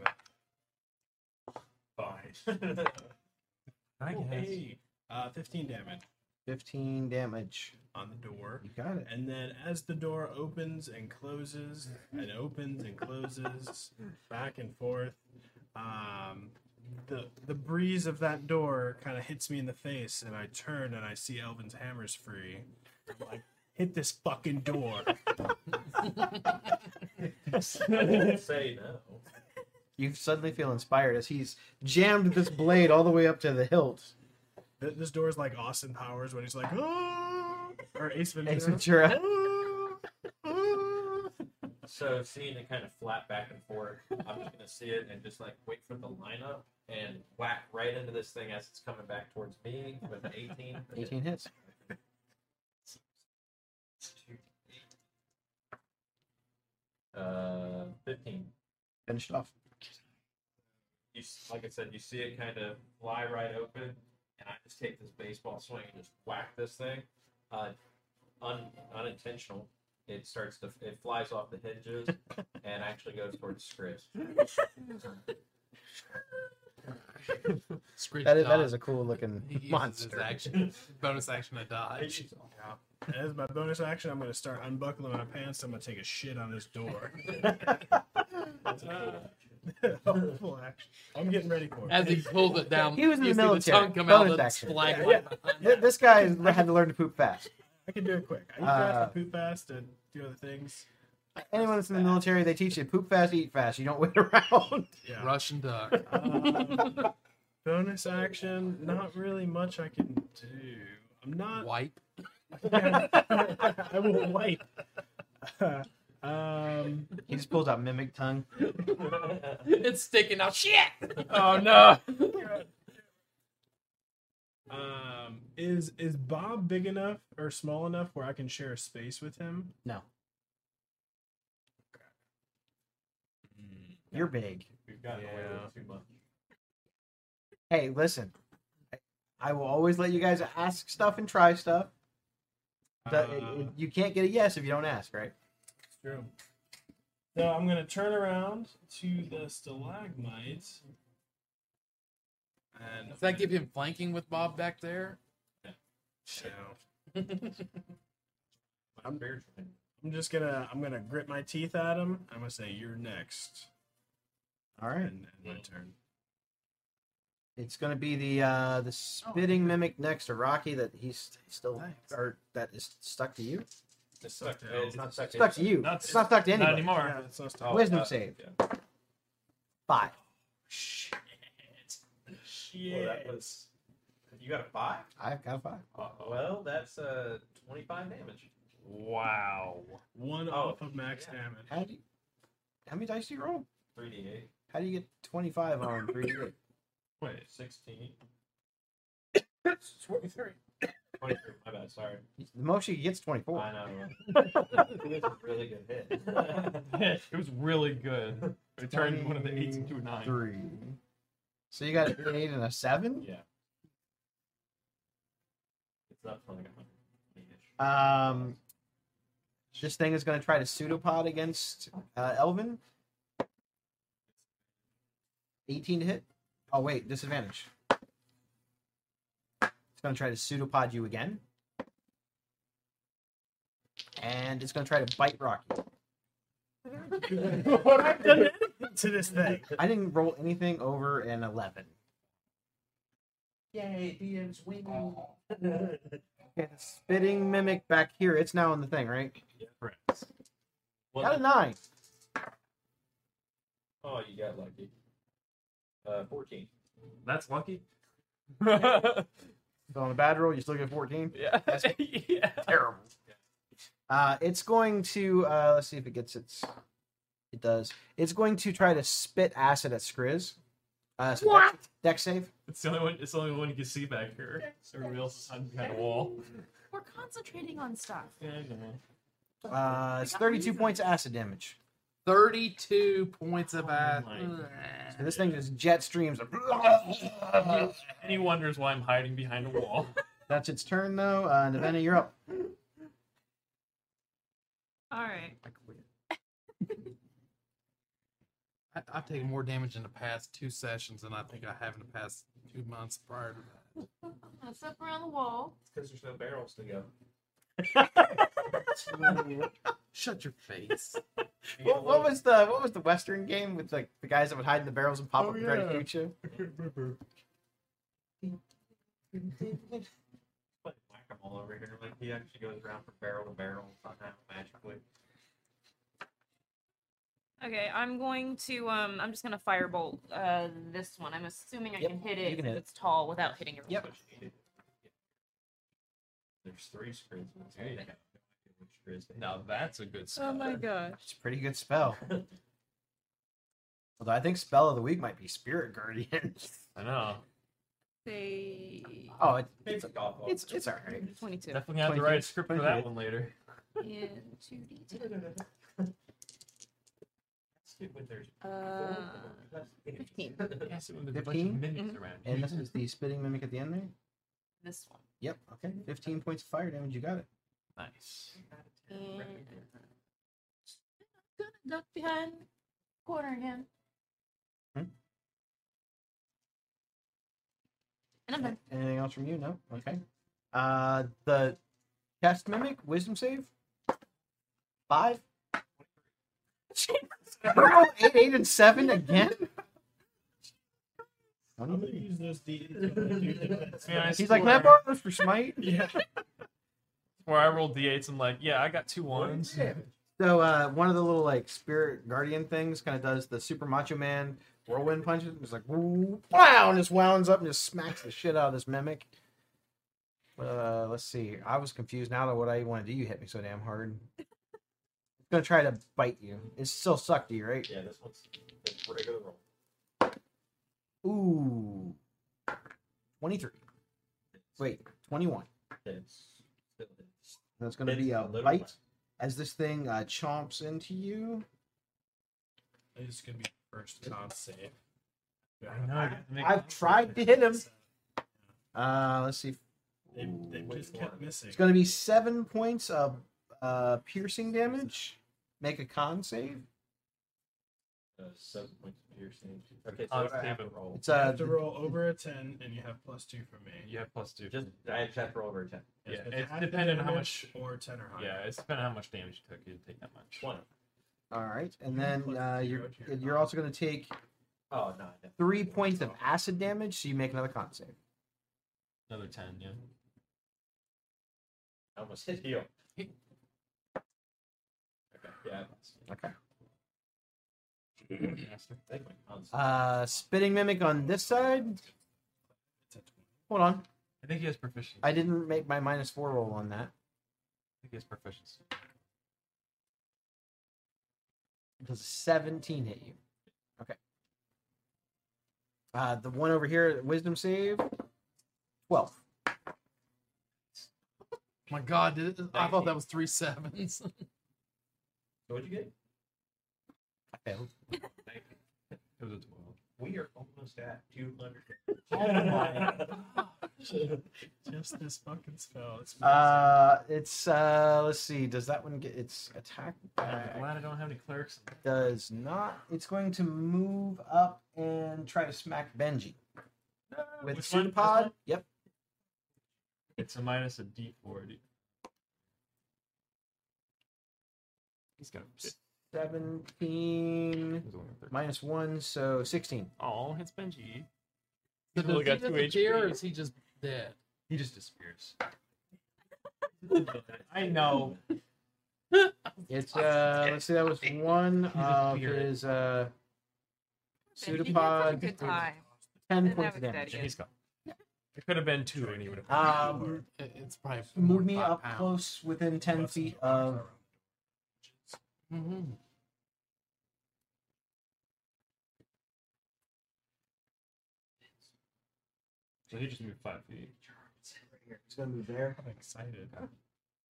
S2: then. Fine. [laughs]
S5: I
S2: Oh,
S5: guess.
S2: hey. Uh, 15 damage
S1: 15 damage.
S2: on the door.
S1: You got it.
S2: And then as the door opens and closes and opens and closes back and forth, um, the the breeze of that door kind of hits me in the face and I turn and I see Elvin's hammer's free. I'm like, hit this fucking door. [laughs]
S6: I didn't say no.
S1: You suddenly feel inspired as he's jammed this blade all the way up to the hilt.
S2: Th- This door is like Austin Powers when he's like, "Ah," or Ace Ventura. "Ah,
S1: Ace Ventura.
S6: So seeing it kind of flap back and forth, I'm just gonna see it and just like wait for the lineup and whack right into this thing as it's coming back towards me with an 18.
S1: 18 hits.
S6: Uh, 15.
S1: Finished off.
S6: You s- like I said, you see it kind of fly right open, and I just take this baseball swing and just whack this thing. Uh, un, unintentional. It starts to it flies off the hinges and actually goes towards Chris.
S3: Screech
S1: That is, that
S3: dodge.
S1: is a cool looking
S3: He uses his
S1: monster.
S3: action, bonus action to dodge.
S2: As my bonus action, I'm gonna start unbuckling my pants. I'm gonna take a shit on this door.
S1: [laughs]
S2: Full action. I'm getting ready for it.
S3: As he pulled it down,
S1: He was in
S3: you
S1: the
S3: see
S1: military.
S3: tongue come out
S1: Bonus
S3: and
S1: action.
S3: splag
S2: Yeah,
S3: right behind
S1: Th- This guy has- had to learn to poop fast.
S2: I can do it quick. I eat
S1: Uh,
S2: fast, I poop fast, and do other things.
S1: Anyone that's in the military, they teach you poop fast, eat fast. You don't [laughs] wait around.
S3: it.
S2: Yeah.
S3: Russian duck.
S2: Um, bonus action. Not really much I can do. I'm not.
S3: Wipe.
S1: [laughs]
S2: [laughs] I will wipe. um.
S1: He just pulls out mimic tongue.
S3: It's sticking out. Shit! Oh no! [laughs]
S2: Um, is is Bob big enough or small enough where I can share a space with him?
S1: No. Mm, You're big.
S6: We've gotten away
S5: Yeah.
S6: with too much.
S1: Hey, listen. I will always let you guys ask stuff and try stuff. That- it- it-
S2: Uh,
S1: you can't get a yes if you don't ask, right?
S2: True. So I'm gonna turn around to the stalagmite. And
S3: Does
S2: [laughs]
S3: that give him flanking with Bob back there?
S2: No. I'm I'm just gonna I'm gonna grit my teeth at him. I'm gonna say you're next.
S1: All right.
S2: And, and my turn.
S1: It's gonna be the uh the spitting mimic next to Rocky that he's still or that is stuck to you.
S6: It's stuck to-
S2: It's
S6: it's not stuck to
S1: Stuck to you.
S5: Not-
S1: it's not stuck to
S5: Not
S1: anybody.
S5: anymore.
S2: Yeah, it's not
S6: Oh,
S1: Wisdom
S6: uh,
S1: save.
S6: yeah.
S1: Five.
S6: Well,
S2: Shit.
S6: that was. You got a five?
S1: I've got a five.
S6: Uh, well, that's uh, 25 damage.
S5: Wow.
S2: One
S6: Oh,
S2: off of max
S6: yeah.
S2: damage.
S1: How do you, how many dice do you roll?
S6: 3d8.
S1: How do you get twenty five on three? d8?
S6: Wait, 16. 23. 23, my bad, sorry.
S1: the most you get is twenty four.
S6: I [laughs] know. it was a really good hit.
S5: [laughs]
S6: [laughs]
S5: it was really [laughs] good. It turned one of the eights into a nine.
S1: Three. So you got an eight and a seven?
S6: yeah. It's up for like 100 ish.
S1: Um, this thing is going to try to pseudopod against uh, Elvin. 18 to hit. Oh, wait, disadvantage. It's going to try to pseudopod you again. And it's going to try to bite Rocky.
S2: what I've done anything [laughs] to this thing.
S1: I didn't roll anything over an 11.
S7: Yay, DM's winning.
S1: Okay, the spitting mimic back here. It's now in the thing, right?
S5: Correct.
S6: Well,
S1: Got a 9.
S6: oh, you got lucky. Uh, 14.
S5: That's lucky.
S1: So on a bad roll, you still get 14. [laughs]
S5: yeah. [laughs] yeah.
S1: terrible. Uh, it's going to uh, let's see if it gets its. It does. It's going to try to spit acid at Skriz. Uh, so what? Deck, deck save.
S5: It's the only one. It's the only one you can see back here. Everybody else is hiding behind a wall.
S4: We're concentrating on stuff.
S5: Yeah, I know.
S1: Uh, it's 32 points of acid damage.
S3: 32 points of
S5: Oh
S3: ass.
S5: my
S1: So this thing just jet streams. [laughs]
S5: And he wonders why I'm hiding behind a wall.
S1: That's its turn though.
S5: [laughs]
S1: Uh, Navena, you're up.
S4: All right.
S3: I, I've taken more damage in the past two sessions than I think I have in the past two months prior to that.
S4: Let's up around the wall.
S6: It's because there's no barrels to go.
S3: Shut your face.
S1: What, what was the what was the Western game with like the guys that would hide in the barrels and pop
S5: Oh,
S1: up and try to
S5: yeah.
S1: shoot you?
S6: Like whack 'em all over here. Like he actually goes around from barrel to barrel somehow magically.
S4: Okay, I'm going to. Um, I'm just gonna firebolt uh this one. I'm assuming I
S1: Yep,
S4: can hit
S1: you
S4: it.
S1: can
S4: 'cause
S1: hit it.
S4: It's tall without hitting it.
S1: Yep.
S6: But she did. There's three screens. There you go. Which screens they
S5: [laughs] now
S6: have.
S5: that's a good
S4: Oh
S5: spell.
S4: my gosh.
S1: It's a pretty good spell. Although I think spell of the week might be Spirit Guardian. [laughs]
S5: I know.
S4: Say
S1: oh, it,
S6: They took off all-
S1: it's it's all right.
S4: twenty-two.
S5: Definitely gonna have to write a script for
S1: 28.
S5: that one later.
S4: Yeah, two D two.
S6: Dude, when there's
S4: Uh,
S6: four, that's eight. [laughs]
S4: fifteen.
S5: Yes, it was a bunch of
S1: 15?
S5: mimics around.
S1: And this is the spitting mimic at the end there.
S4: This one.
S1: Yep. Okay. Fifteen points of fire damage. You got it.
S5: Nice.
S4: And I'm gonna duck behind the corner again.
S1: Hmm?
S4: And I'm done.
S1: Anything else from you? No. Okay. Uh, the cast mimic wisdom save. Five. Roll eight, eight, and seven again.
S2: I'm gonna use those D.
S5: [laughs] Yeah, I
S1: He's like,
S5: swear-
S1: can I borrow those for smite?
S2: yeah.
S5: Where I rolled d8s and like, yeah, I got two ones.
S1: So uh, one of the little like spirit guardian things kind of does the super macho man whirlwind punches. And it's like "Woo, wow, and just wounds up and just smacks the shit out of this mimic. Uh, let's see. I was confused now. That what I want to do? You hit me so damn hard. It's gonna try to bite you. It's still suck to you, right?
S6: Yeah, this one's it's regular roll.
S1: Ooh, twenty three. Wait, twenty one.
S6: It's still it's
S1: That's gonna be a bite as this thing uh, chomps into you.
S2: It's gonna be first con save.
S5: I know.
S1: I've tried to hit him. Uh, let's see.
S2: They, they
S6: Ooh,
S2: just
S6: which
S2: kept
S6: one?
S2: missing.
S1: It's going to be seven points of uh, piercing damage. Make a con save.
S6: Uh, seven points of piercing. Okay, so
S5: Uh,
S6: what do I have to
S5: David.
S6: roll?
S1: It's
S2: You
S1: uh,
S2: have to roll over a ten, and you have plus two for me.
S5: You have plus two.
S6: Just I just have to roll over a ten.
S5: yeah,
S2: If
S5: it's
S2: half the
S5: dependent on how
S2: damage
S5: much-
S2: or ten or higher.
S5: yeah, it's depending on how much damage you took. You didn't take that much.
S6: Twenty.
S1: all right, and then
S2: Plus
S1: uh, you're
S2: zero to your
S1: you're
S2: con.
S1: also going to take
S6: Oh no, no.
S1: three points of acid damage, so you make another con save.
S5: Another ten. Yeah.
S6: I almost hit heal. okay, yeah.
S1: Okay.
S6: I think my cons-
S1: Uh, spitting mimic on this side. Hold on,
S5: I think he has proficiency.
S1: I didn't make my minus four roll on that.
S5: think he has proficiency.
S1: Does a 17 hit you? Okay. Uh, the one over here, wisdom save, 12.
S3: My God, did it, I thought that was three
S5: [laughs]
S3: sevens. [laughs]
S6: What'd you get?
S1: I failed.
S6: [laughs]
S5: It was a twelve.
S6: We are almost at two [laughs] hundred. Oh
S2: Just this fucking spell. It's
S1: Uh, it's, uh, let's see, does that one get its attack uh,
S5: I'm
S1: back?
S5: glad I don't have any clerics. in there.
S1: Does not. It's going to move up and try to smack Benji with
S5: Which one? This
S1: Pseudopod.
S5: one?
S1: Yep.
S5: It's a minus a D four. dude. He's got.
S1: 17 minus 1, so 16.
S5: Oh, it's Benji.
S3: Does
S5: only
S3: he
S5: got two
S3: disappear,
S5: HP.
S3: Or is he just dead?
S5: He just disappears. I know.
S1: It's, uh, let's see, that was one of
S5: spirit.
S1: his, uh,
S4: Benji had such a
S1: pseudopod. [laughs]
S4: good time. [laughs]
S1: 10 points
S4: And that
S1: of
S4: was
S1: damage.
S4: dead
S5: He's gone. It could have been two, and he would
S3: Uh,
S5: have.
S1: Um,
S3: It- It's probably
S1: move me up
S3: pounds.
S1: close within 10 feet of.
S3: Mhm.
S5: So he just moved five feet.
S7: He's gonna move there.
S2: I'm excited.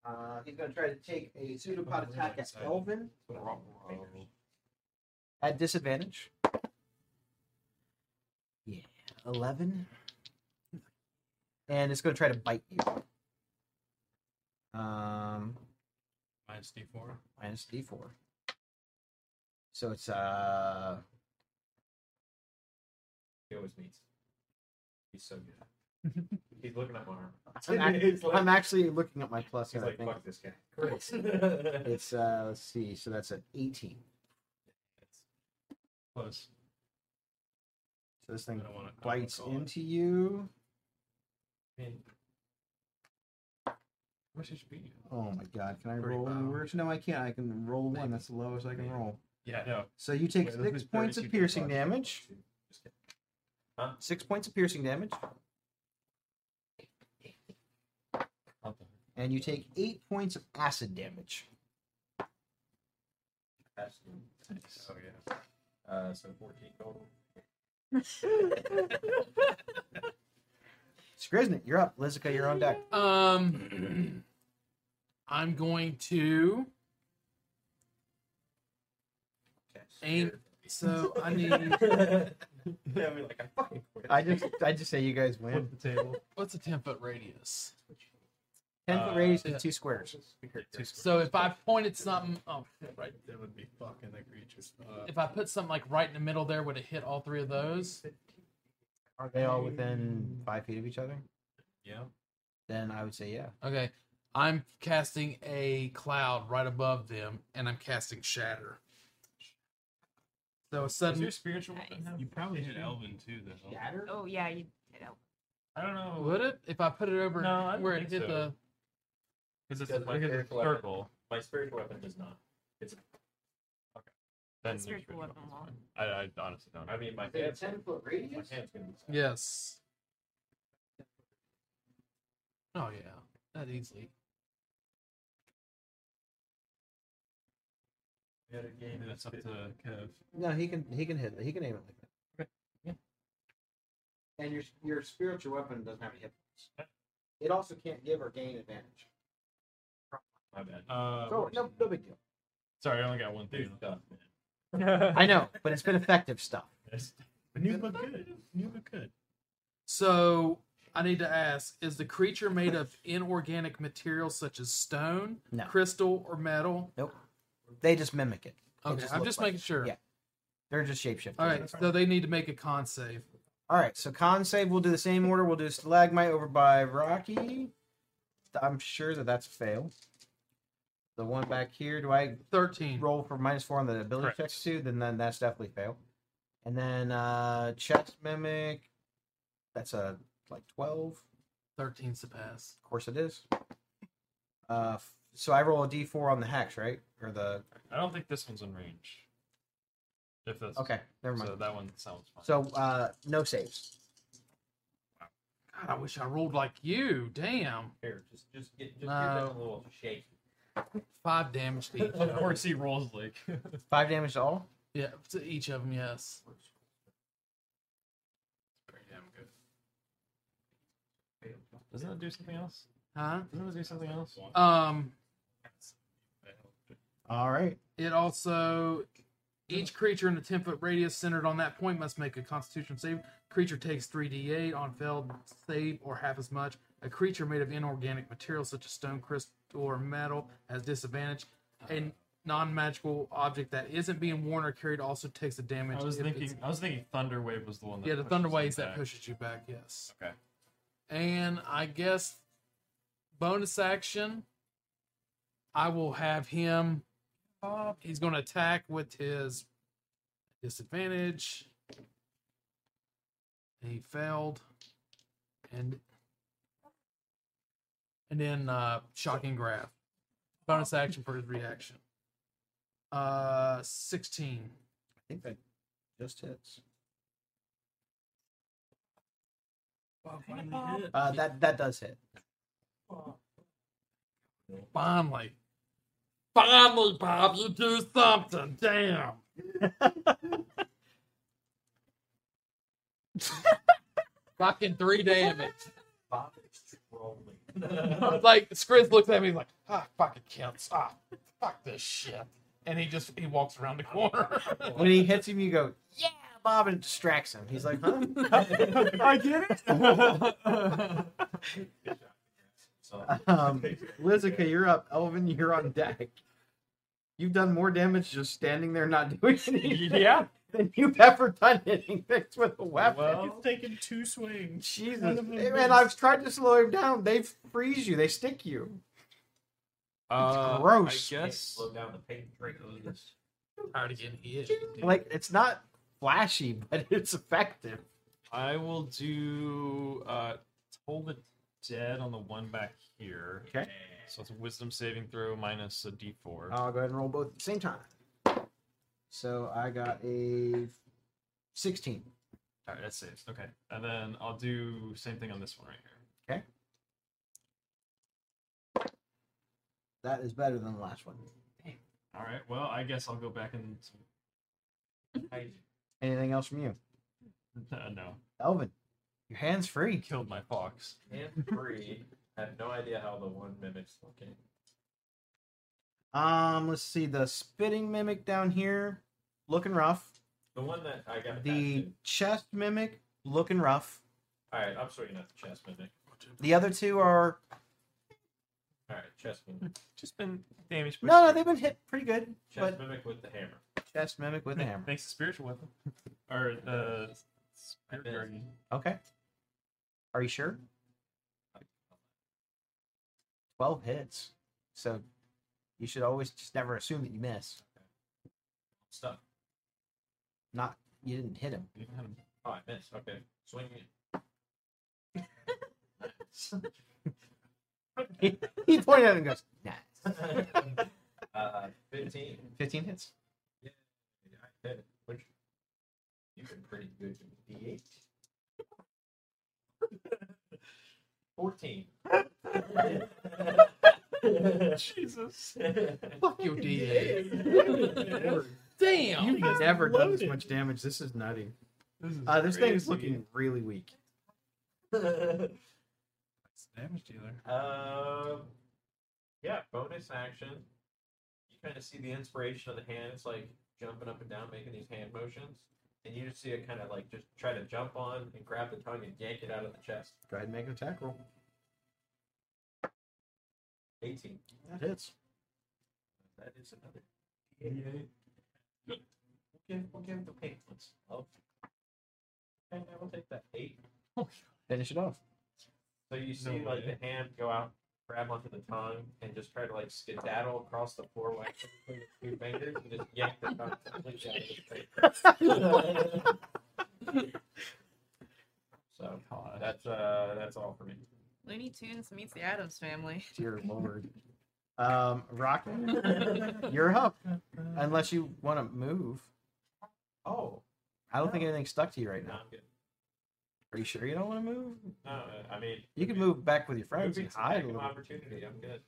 S7: Uh, he's gonna try to take a pseudopod attack at Elvin.
S1: At disadvantage. Yeah, 11. And it's going to try to bite you. Um,
S2: Minus D four.
S1: minus d4. So it's, uh,
S6: He always needs. He's so good. [laughs] He's looking at my arm.
S1: I'm, ac-
S6: [laughs] He's like-
S1: I'm actually looking at my plus
S6: He's
S1: here, I
S6: like,
S1: think.
S6: fuck this guy. [laughs] Great.
S1: It's, uh, let's see, so that's an 18.
S5: Close.
S1: So this
S2: I
S1: thing
S2: don't want to
S1: bites into you.
S5: How much HP?
S1: Oh my god, can I
S5: Pretty
S1: roll any
S5: low.
S1: worse? No, I can't. I can roll one. That's the lowest I can
S5: Maybe.
S1: roll.
S5: Yeah, no.
S1: So you take
S6: Wait, those
S1: six
S6: are
S1: points
S6: 32
S1: of piercing
S6: plus.
S1: damage.
S6: Just kidding.
S1: Six points of piercing damage. And you take eight points of acid damage.
S6: That's nice. Oh yeah. Uh, so fourteen total.
S1: Skriznik, you're up. Lizica, you're on deck.
S5: [clears throat]
S3: Um, I'm going to. Aim. So I [laughs]
S6: [laughs]
S3: need.
S6: yeah, we're like, I fucking quit.
S1: I just I just say you guys win. [laughs]
S5: Flip the table.
S3: What's a ten foot radius?
S1: Ten foot radius is
S3: Uh, yeah.
S1: two squares.
S3: So if I pointed something, oh,
S2: Right, that would be fucking the creatures. Uh,
S3: if I put something like right in the middle there, would it hit all three of those?
S1: Are they all within five feet of each other?
S5: Yeah.
S1: Then I would say yeah.
S3: Okay, I'm casting a cloud right above them, and I'm casting shatter. So
S5: Is your
S3: suddenly,
S5: spiritual weapon
S4: Nice.
S5: have-
S2: you probably hit Elvin too, though.
S7: Shatter.
S4: Oh yeah, you did help.
S5: I don't know.
S3: would it if I put it over
S5: No, I don't
S3: where it
S5: think
S3: did
S5: so.
S3: the?
S5: Because it's
S6: Yeah,
S5: a
S6: my
S5: like a
S6: spiritual weapon.
S5: circle.
S6: My spiritual weapon does not.
S5: Then
S4: It's
S5: your
S4: spiritual weapon
S5: weapon's
S4: wall.
S5: fine. I, I honestly don't.
S6: I mean, my
S7: Is it a
S6: hand's,
S7: ten foot
S6: my
S7: radius?
S6: hand's gonna be.
S3: Yes. Oh yeah, that easily.
S6: Yeah, the game is-
S5: That's up to Kev.
S1: No, he can he can hit it. He can aim it like that.
S7: And your your spiritual weapon doesn't have any hit points. It also can't give or gain advantage.
S6: My bad.
S5: Uh,
S1: Oh,
S7: So no, no big deal.
S5: sorry, I only got one
S6: Dude,
S5: thing.
S6: stuff,
S5: [laughs]
S1: I know, but it's been effective stuff.
S2: New but good. New but good.
S3: So I need to ask: Is the creature made of inorganic material such as stone,
S1: No.
S3: crystal, or metal?
S1: They just mimic it. It
S3: Okay,
S1: just
S3: I'm
S1: looks
S3: just
S1: like
S3: making sure.
S1: Yeah. They're just shapeshifters.
S3: All right, so they need to make a con save.
S1: All right, so con save. We'll do the same order. We'll do stalagmite over by Rocky. I'm sure that that's a fail. The one back here. Do I
S3: Thirteen.
S1: roll for minus four on the ability
S5: Correct.
S1: checks too? Then then that's definitely fail. And then uh chest mimic. That's a like twelve.
S3: Thirteen's the pass.
S1: Of course it is. Uh, f- so I roll a d4 on the hex, right? Or the
S5: I don't think this one's in range. If that's
S1: okay, never mind.
S5: So that one sounds fine.
S1: So uh, no saves.
S3: God, I wish I rolled like you. Damn.
S6: Here, just just get just give
S3: No.
S6: them a little shake.
S3: Five damage to each.
S5: [laughs]
S3: of
S5: [laughs] of
S3: 'em.
S5: course he rolls like
S1: Five damage to all.
S3: Yeah, to each of them. Yes. Pretty damn good.
S5: Doesn't that do something else?
S3: Huh?
S5: Doesn't it do something else?
S3: Um.
S1: All right.
S3: It also each creature in a ten foot radius centered on that point must make a Constitution save. Creature takes three d eight on failed save or half as much. A creature made of inorganic material such as stone, crystal, or metal has disadvantage. A non magical object that isn't being worn or carried also takes the damage.
S5: I was
S3: if
S5: thinking
S3: it's-
S5: I was thinking Thunderwave was the one that
S3: yeah, the
S5: pushes
S3: thunder
S5: him
S3: waves that
S5: back. [laughs]
S3: pushes you back. Yes.
S5: Okay.
S3: And I guess bonus action, I will have him. He's going to attack with his disadvantage. And he failed, and and then uh, shocking grab. Bonus action for his reaction. Uh, sixteen.
S1: I think that just hits.
S2: Finally hit.
S1: Uh, that that does hit.
S3: Finally. Finally, Bob, you do something. [laughs] Damn. Fucking three damage.
S6: Bob is
S3: [laughs]
S6: trolling.
S3: Like Scriz looks at me like, ah, fucking counts. Ah, fuck this shit. And he just he walks around the corner. [laughs]
S1: When he hits him, you go, "Yeah, Bob," and it distracts him. He's like, "Huh?"
S5: [laughs] I get it.
S6: So
S1: um, Lizica, you're up. Elvin, you're on deck. You've done more damage just standing there not doing anything
S5: [laughs] yeah.
S1: than you've ever done hitting things with a weapon.
S5: Well,
S2: He's taking two swings.
S1: Jesus,
S2: None of them
S1: Hey, man!
S2: missed.
S1: I've tried to slow him down. They freeze you. They stick you.
S5: Uh,
S1: gross.
S5: I
S6: can't
S5: guess
S6: slow down the paint drink of this.
S3: Tired of getting hit.
S1: Like it's not flashy, but [laughs] it's effective.
S5: I will do uh Toll the Dead on the one back here.
S1: Okay.
S5: So it's a wisdom saving throw minus a D four.
S1: I'll go ahead and roll both at the same time. So I got a sixteen.
S5: Alright, that saves. Okay. And then I'll do same thing on this one right here.
S1: That is better than the last one.
S5: Alright, well I guess I'll go back and [laughs]
S1: Anything else from you,
S5: uh, no.
S1: Elvin? Your hands free.
S5: Killed my fox.
S6: And three. I have no idea how the one mimics looking.
S1: Um, let's see the spitting mimic down here, looking rough.
S6: The one that I got.
S1: The chest mimic looking rough.
S6: All right, I'm sorry, not the chest mimic.
S1: The other two are
S6: All right, chest mimic.
S5: Just been damaged. by
S1: no, no,
S5: spirit.
S1: they've been hit pretty good.
S6: Chest
S1: But
S6: mimic with the hammer.
S1: chest mimic with a hammer.
S5: Thanks to spiritual weapon. [laughs] or uh
S6: I
S5: spirit
S6: missed.
S5: guardian.
S1: Okay. Are you sure? 12 hits. So you should always just never assume that you miss.
S6: Stuff.
S1: Not you didn't hit him.
S5: You had
S6: Oh, I missed. Okay, swing it.
S1: He pointed at him and goes, nah.
S6: [laughs] uh, fifteen.
S1: 15 hits.
S6: Yeah, I hit it. Which you've been pretty good with D eight. Fourteen. [laughs] Jesus.
S3: Fuck your DA.
S1: Oh, You
S3: Damn.
S1: have never done this
S2: loaded.
S1: much damage. This is nutty.
S5: This is
S1: Uh, this thing is
S5: crazy.
S1: looking really weak.
S2: It's a damage dealer.
S6: Um, yeah, bonus action. You kind of see the inspiration of the hand. It's like jumping up and down, making these hand motions. and you just see it kind of like just try to jump on and grab the tongue and yank it out of the chest.
S1: Go ahead and make an attack roll.
S6: 18.
S1: That hits.
S6: That is another. D8. We'll give, we'll give the pink ones. Oh. And I will take that 8.
S1: Finish it off.
S6: So you see like the hand go out, grab onto the tongue, and just try to like skedaddle across the floor like between the two fingers and just yank the tongue completely out of his face. [laughs] so that's uh that's all for me.
S4: Looney Tunes meets the
S1: [laughs]
S4: Adams Family. [laughs]
S1: Dear lord. Um, [laughs] Rocket, you're up. Unless you want to move.
S6: Oh
S1: I don't think anything's stuck to you right
S6: no,
S1: now.
S6: I'm good.
S1: Are you sure you don't want to move?
S6: No, uh, I mean
S1: You can move back with your friends and
S6: Moving's
S1: hide a
S6: an
S1: little.
S6: opportunity. I'm good.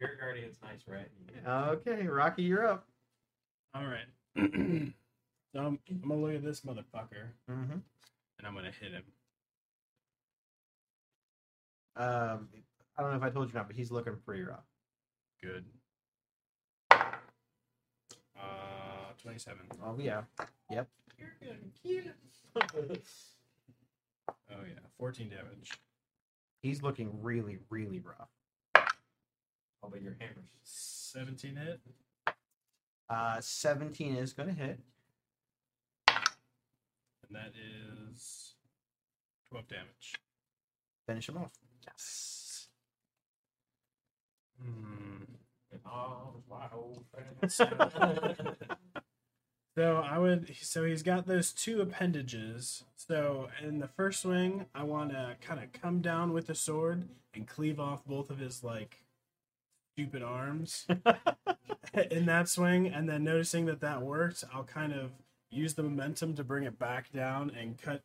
S6: Your guardian's nice, right?
S1: Okay, Rocky, you're up.
S2: All
S1: [clears throat]
S2: right. I'm, I'm gonna look at this motherfucker
S1: Mm-hmm.
S2: and I'm gonna hit him.
S1: Um, I don't know if I told you or not, but he's looking for you, Rob.
S2: Good. Uh, twenty-seven.
S1: Oh yeah,
S6: You're gonna
S2: [laughs]
S6: kill him.
S2: Oh yeah, fourteen damage.
S1: he's looking really, really rough.
S6: oh, but your hammer's
S2: Seventeen hit.
S1: Uh, 17 is gonna hit.
S2: And that is 12 damage.
S1: Finish him off.
S2: Yes. Hmm.
S6: Oh, my old
S2: So I would. So he's got those two appendages. So in the first swing, I want to kind of come down with the sword and cleave off both of his like stupid arms in that swing. And then noticing that that worked, I'll kind of use the momentum to bring it back down and cut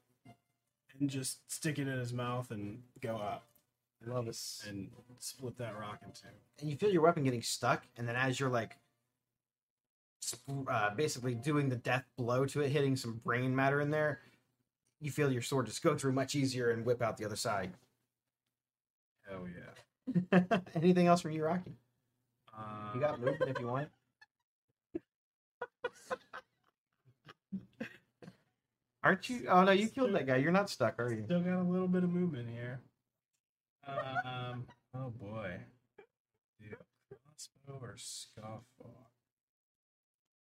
S2: and just stick it in his mouth and go up
S1: Love us.
S2: and split that rock in two.
S1: and you feel your weapon getting stuck, and then as you're like, sp- uh, basically doing the death blow to it, hitting some brain matter in there, you feel your sword just go through much easier and whip out the other side. [laughs]
S2: Hell yeah!
S1: Anything else from you, Rocky?
S2: Uh,
S1: You got movement if you [laughs] want. Aren't you? Oh no, you killed that guy. You're not stuck, are you?
S2: Um, Still got a little bit of movement here. Um. oh boy. Do crossbow or scoff?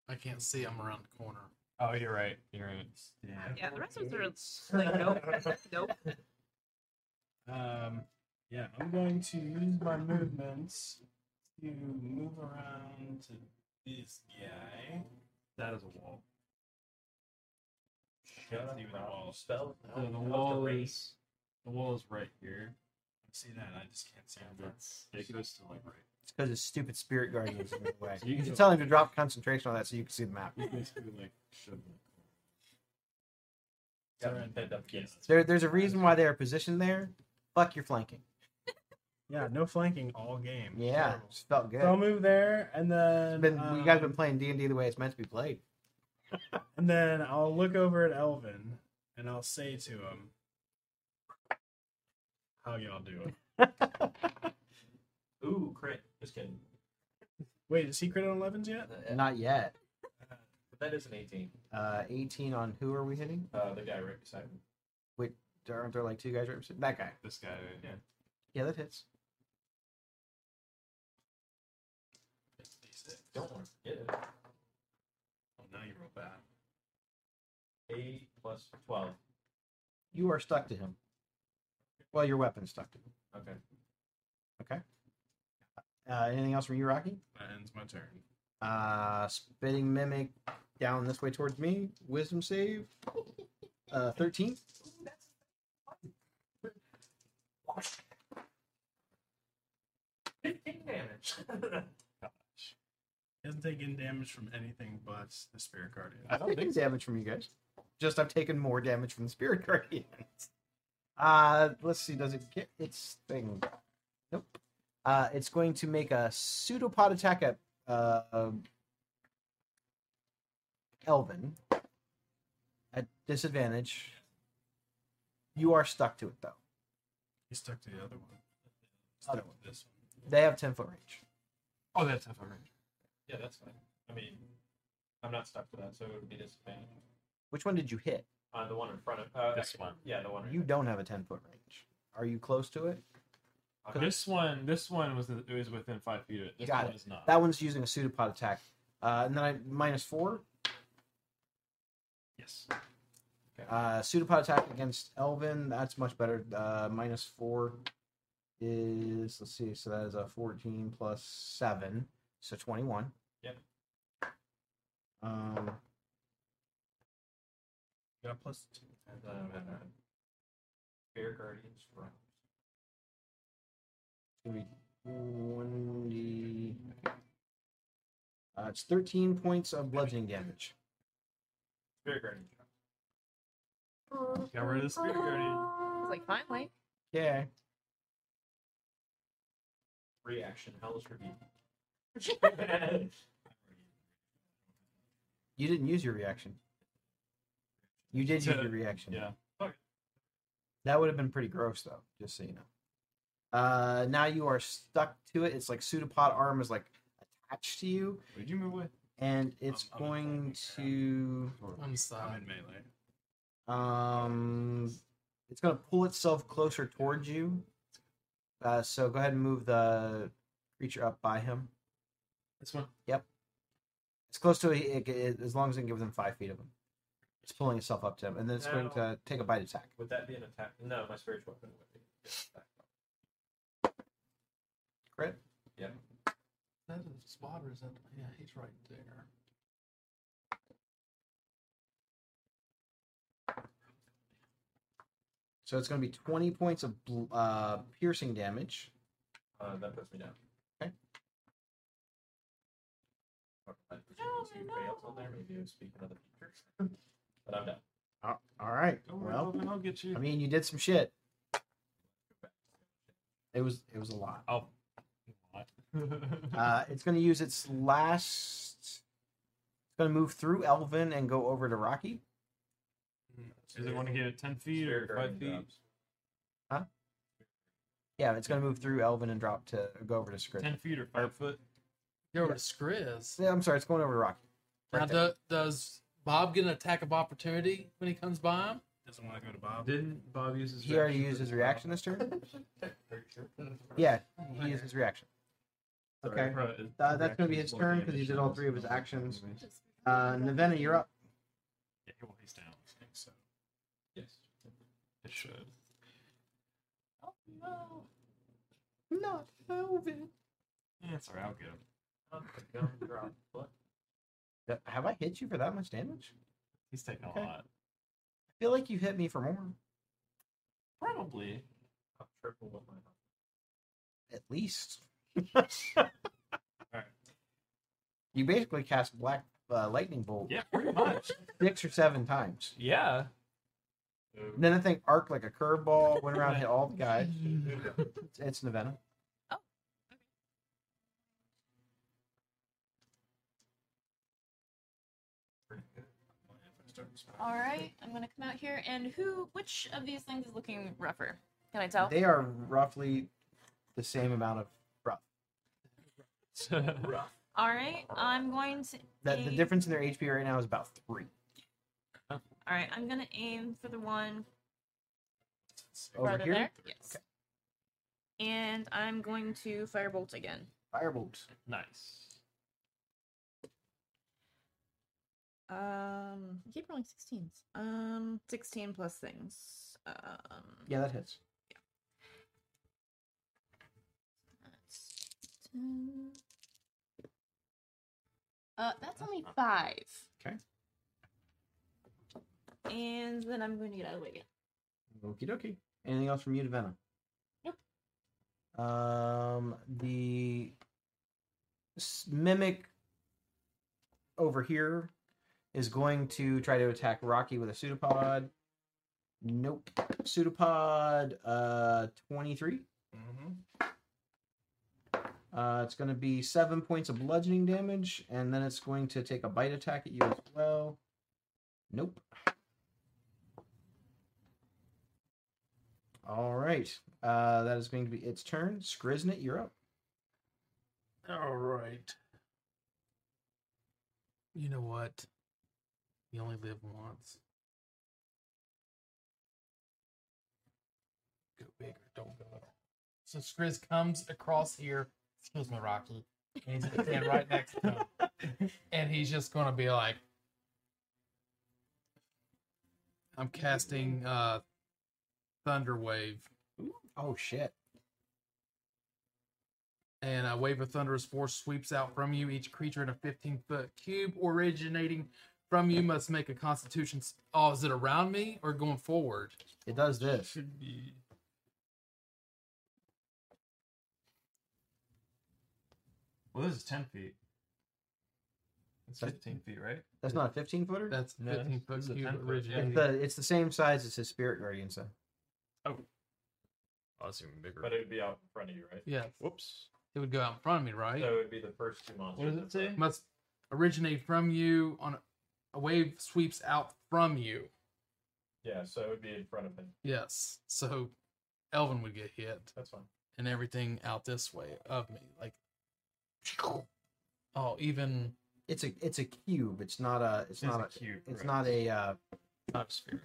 S3: I can't see. I'm around the corner.
S5: Oh, you're right. You're right.
S2: Yeah.
S4: Yeah, the rest of us are like, nope, [laughs] nope.
S2: Um. Yeah, I'm going to use my movements to move around to this guy.
S5: That is a wall.
S6: Shut
S2: That's
S6: up,
S2: even a
S6: Rob.
S2: wall.
S6: Spell.
S5: The, the wall is the wall is right here.
S2: See that? I just can't see him.
S5: That's it goes to like right.
S1: It's because his stupid spirit guardian is in the way. [laughs]
S5: So
S1: You
S5: you
S1: can
S5: can-
S1: tell him to drop concentration on that so you can see the [laughs] map.
S5: You basically like shove it.
S6: Got him pinned up against.
S1: There, there's a reason why they're positioned there. Fuck your flanking.
S2: Yeah, no flanking all game.
S1: Yeah,
S2: Terrible.
S1: just felt good.
S2: So I'll move there, and then
S1: It's been, you guys been
S2: um,
S1: playing D and D the way it's meant to be played.
S2: And then I'll look over at Elvin and I'll say to him, How y'all doing?
S6: Ooh, crit. Just kidding.
S2: Wait, is he crit on 11s yet?
S1: Not yet.
S6: But that is an 18.
S1: Uh, 18 on who are we hitting?
S6: Uh, the guy right beside me.
S1: There- Aren't there like two guys right beside that guy?
S5: This guy, right?
S6: Yeah.
S1: Yeah, that hits.
S6: Don't want to get it.
S2: Oh, now you roll bad.
S6: 8 plus 12.
S1: You are stuck to him. Well, your weapon's stuck to him.
S6: Okay.
S1: Uh, anything else from you, Rocky?
S2: That ends my turn.
S1: Uh, spitting mimic down this way towards me. Wisdom save. Uh, 13.
S6: damage. [laughs]
S2: He doesn't take any damage from anything but the Spirit Guardian.
S1: I don't think damage from you guys. Just I've taken more damage from the spirit [laughs] guardians. Uh let's see, does it get its thing? Nope. Uh it's going to make a pseudopod attack at uh um, Elvin. At disadvantage. You are stuck to it though.
S2: He stuck to the other one.
S1: Oh.
S2: Stuck with this
S1: They have ten foot range.
S5: Oh, that's half a range.
S6: yeah, that's fine. I mean, I'm not stuck to that, so it would be disadvantage.
S1: Which one did you hit?
S6: Uh, the one in front of uh,
S5: This one.
S6: Yeah, the one.
S1: You don't have a ten foot range. Are you close to it?
S6: Okay.
S5: This one, this one was it was within five feet. of it. This
S1: Got
S5: one
S1: it.
S5: is not.
S1: That one's using a pseudopod attack. Uh, and then I minus four.
S5: yes.
S1: Uh, pseudopod attack against Elvin. That's much better. Uh, minus four is let's see. So that is a fourteen plus seven, so twenty-one.
S6: Yep.
S1: Um,
S2: Yeah, plus two.
S6: And then I'm gonna Fear Guardians Round.
S1: it's gonna be twenty. Uh, it's thirteen points of bludgeoning damage.
S6: Fear Guardians Round.
S5: Got rid of the spirit guardian.
S4: It's like finally.
S1: Yeah.
S6: Reaction Hellish
S4: [laughs]
S6: Rebuke.
S1: You didn't use your reaction. You did use
S5: To-
S1: your reaction.
S5: yeah.
S1: That would have been pretty gross, though. Just so you know. Uh, now you are stuck to it. It's like pseudopod arm is like attached to you,
S5: Would you move away?
S1: and it's
S2: I'm- I'm
S1: going
S2: in
S3: I'm
S2: I'm in
S3: sorry.
S2: melee.
S1: to um, it's going to pull itself closer towards you. Uh, so go ahead and move the creature up by him.
S5: This one.
S1: It's close to it, it- as long as it can get within five feet of him. It's pulling itself up to him, and then it's going
S6: Now-
S1: to take a bite attack.
S6: Would that be an attack? No, my spiritual weapon would be.
S1: Crit?
S6: Yep.
S3: That is spot resent. Yeah, he's right there.
S1: So it's going to be 20 points of bl- uh, piercing damage.
S6: Uh, that puts me down.
S1: Okay.
S6: Or I presume
S4: No,
S6: you
S4: no.
S6: failed on there, maybe it was speaking of the future. [laughs] But I'm done.
S1: Uh, All right.
S5: Don't worry,
S1: Well,
S5: Logan, I'll get you.
S1: I mean, you did some shit. It was it was a lot.
S5: I'll.
S1: Uh, it's going to use its last. It's going to move through Elvin and go over to Rocky.
S5: Does it want to get it ten feet
S6: Spirit
S5: or five
S6: Guardian
S5: feet?
S6: drops.
S1: Yeah, it's going to move through Elvin and drop to go over to Scrib.
S5: Ten feet or five foot?
S3: You're over to Skriz.
S1: Yeah, I'm sorry, it's going over to Rocky.
S3: Now,
S1: Right there.
S3: do, does Bob get an attack of opportunity when he comes by him?
S2: Doesn't want to go to Bob.
S5: Didn't Bob use his?
S1: He already
S5: reaction
S1: used
S5: for
S1: his
S5: the-
S1: reaction this turn.
S4: [laughs]
S1: Yeah, he used his reaction.
S5: Sorry,
S1: Okay.
S5: probably- his
S1: Uh, that's gonna be
S5: reaction
S1: his
S5: was more
S1: turn 'cause he
S5: damage
S1: did
S5: than
S1: all
S5: his
S1: three of his
S5: normal
S1: actions.
S5: damage.
S1: Uh, Nevena, you're up.
S5: Yeah, well, he's down. I think so.
S6: Yes.
S5: It should.
S4: No.
S1: Not Elvin.
S5: Yeah, it's alright. I'll get him.
S6: Oh, the gun drop. What?
S1: Have I hit you for that much damage?
S5: He's taking
S1: Okay.
S5: a lot.
S1: I feel like you hit me for more.
S5: Probably.
S6: I'll triple what my
S1: At least. You basically cast black uh, lightning bolt
S5: Yeah, pretty much.
S1: six or seven times.
S5: yeah. [laughs]
S1: And then I think arc like a curveball went around and hit all the guys. It's, it's Nevena.
S4: All right, I'm gonna come out here, and who? Which of these things is looking rougher? Can I tell?
S1: They are roughly the same amount of rough.
S4: All right, I'm going to.
S1: That the
S4: aim-
S1: difference in their HP right now is about three.
S4: All right, I'm gonna aim for the one
S1: Over
S4: farther
S1: here,
S4: there. Yes. And I'm going to firebolt again.
S1: firebolt.
S5: nice.
S4: Um, I keep rolling 16s. Um, 16 plus things. Um,
S1: Yeah, that hits.
S4: That's ten. Uh, that's only five.
S1: Okay.
S4: And then I'm going to get out of the way again.
S1: Okie dokie. Anything else from you, Nevena? Nope. Um, the s- mimic over here is going to try to attack Rocky with a pseudopod. Nope. Pseudopod uh 23.
S2: Mm-hmm.
S1: Uh, it's going to be seven points of bludgeoning damage, and then it's going to take a bite attack at you as well. Nope. All right. Uh, that is going to be its turn. Skriznet, you're up.
S3: All right. You know what? You only live once. Go big or don't go. So Skriz comes across here. Excuse me, Rocky. And he's gonna stand right next to him. And he's just gonna be like I'm casting uh Thunder Wave.
S1: Oh shit.
S3: and a wave of thunderous force sweeps out from you. Each creature in a 15 foot cube originating from you must make a constitution. s- Oh, is it around me or going forward?
S1: It does this.
S2: Should be.
S5: Well, this is 10 feet. It's 15 feet, right?
S1: That's not a 15 footer?
S3: That's
S5: No,
S3: 15
S5: this
S3: foot
S5: is a
S3: cube
S5: 10 foot,
S1: It's
S3: originating.
S1: the, it's the same size as his spirit guardian, so.
S10: Oh, that's even bigger.
S6: But it would be out in front of you, right?
S3: Yeah,
S10: Whoops.
S3: it would go out in front of me, right?
S6: So it would be the first two monsters.
S5: What does it say?
S3: must originate from you on a, a wave sweeps out from you.
S6: Yeah, so it would be in front of him.
S3: Yes. So Elvin would get hit.
S6: That's fine.
S3: and everything out this way of me. Like, [sniffs] oh, even
S1: It's a it's a cube. It's not a it's, not a,
S5: cube.
S1: it's not a uh,
S5: not a sphere.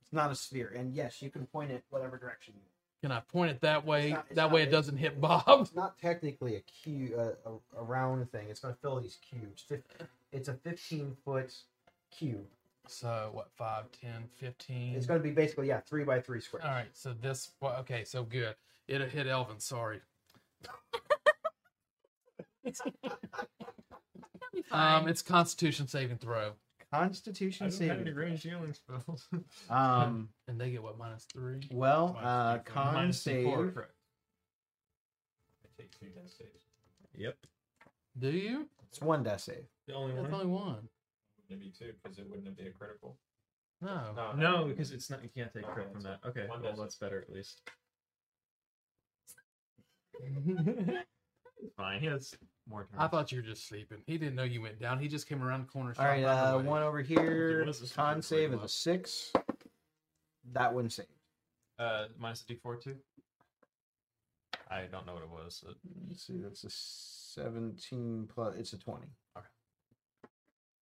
S1: it's not a sphere. And yes, you can point it whatever direction. you want.
S3: can I point it that way?
S1: It's not- it's
S3: that
S1: not
S3: way it
S1: big.
S3: doesn't hit Bob. [laughs]
S9: It's not technically a cube, a, a, a round thing. It's going to fill these cubes. Fif- It's a 15 foot cube.
S3: So what? Five, ten, fifteen.
S9: It's going to be basically yeah, three by three squares.
S3: All right. So this. well, Okay. So good. It hit Elvin. Sorry. [laughs]
S4: It'll be fine.
S3: Um, it's Constitution saving throw,
S1: Constitution saving.
S5: range healing [laughs] spells.
S1: Um.
S3: and they get what minus three.
S1: Well,
S2: Minus
S1: uh,
S2: D4.
S1: con save.
S6: It takes two death saves.
S10: Yep.
S3: Do you?
S1: It's one death save.
S5: The only
S3: That's
S5: one?
S3: only one.
S6: Wouldn't it be two? Because it wouldn't have been a critical.
S3: No.
S5: No, because it's not. You can't take credit
S6: Okay,
S5: from
S6: so
S5: that. Okay,
S6: one
S5: well,
S6: doesn't.
S5: that's better at [laughs] least. Fine. He has more.
S3: I
S5: turns.
S3: thought you were just sleeping. He didn't know you went down. He just came around the corner.
S1: All right.
S3: shot by the
S1: Uh,
S3: way.
S1: one over here.
S5: What is this
S1: Con
S5: one?
S1: save is a six. That one saved.
S5: Uh, minus a d4 too. I don't know what it was. but-
S1: Let's see. That's a seventeen plus. It's a twenty.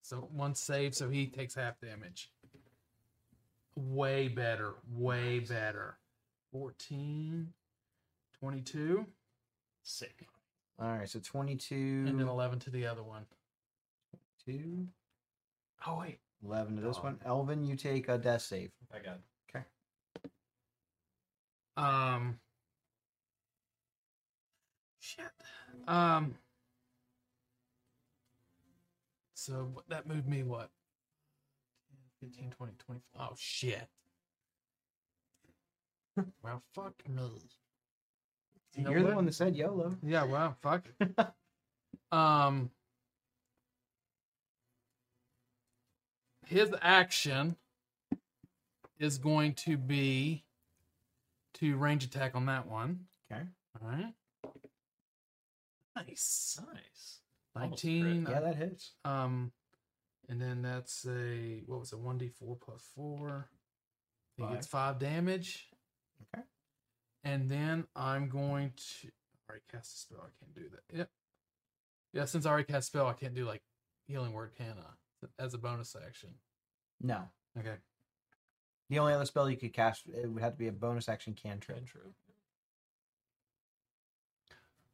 S3: So one save, so he takes half damage. Way better, way better. 14, 22,
S5: Sick.
S1: All right. So
S3: and then
S1: twenty-two.
S3: 11 to the other one.
S1: Two.
S3: Oh, wait.
S1: 11 to this one. Elvin, you take a death save.
S6: I got it.
S3: Um. Shit. Um. So what- that moved me what? 15, 20, 20. Oh, shit. [laughs] well, fuck me. You know
S1: You're the
S3: what?
S1: one that said YOLO.
S3: Yeah, wow, fuck. um his action is going to be to range attack on that one.
S1: Okay.
S3: All right. Nice.
S5: Nice. Almost crit.
S3: 19.
S1: Yeah, that hits.
S3: um and then that's a what was it? 1d4 plus 4. He gets 5 damage.
S1: Okay.
S3: And then I'm going to I already cast a spell. I can't do that. Yep. Yeah, since I already cast a spell, I can't do like healing word, can I? As a bonus action.
S1: No.
S3: Okay.
S1: The only other spell you could cast it would have to be a bonus action cantrip.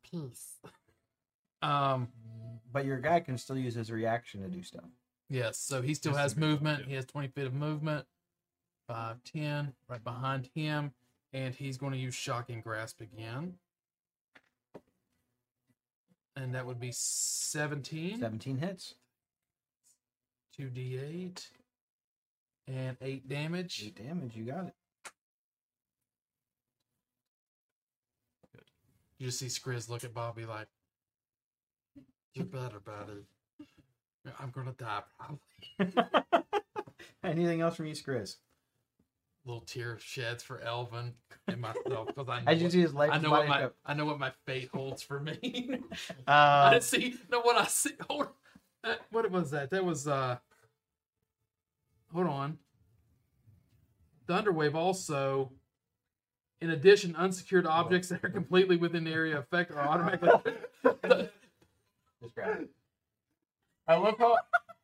S3: Peace. [laughs] Um.
S1: But your guy can still use his reaction to do stuff.
S3: Yes. So he still
S5: Yes,
S3: has
S5: he may as well,
S3: movement.
S5: yeah.
S3: He has twenty feet of movement. Five, ten, right behind him, and he's going to use shocking grasp again. And that would be seventeen.
S1: 17 hits.
S3: 2d8 and 8 damage
S1: 8 damage, you got it.
S3: you just see Skriz look at Bobby like you better buddy I'm gonna die
S1: [laughs]
S3: probably
S1: Anything else from you, Chris?
S3: little tear sheds for Elvin and [laughs] myself because I know,
S1: As you
S3: what,
S1: see his life
S3: I know
S1: body
S3: what my
S1: go-
S3: I know what my fate holds for me [laughs] I
S1: Um,
S3: see no what I see hold Uh, that, what was that that was uh hold on Thunderwave also in addition unsecured objects that are completely within the area of effect are automatically
S6: Just grab it.
S3: I love how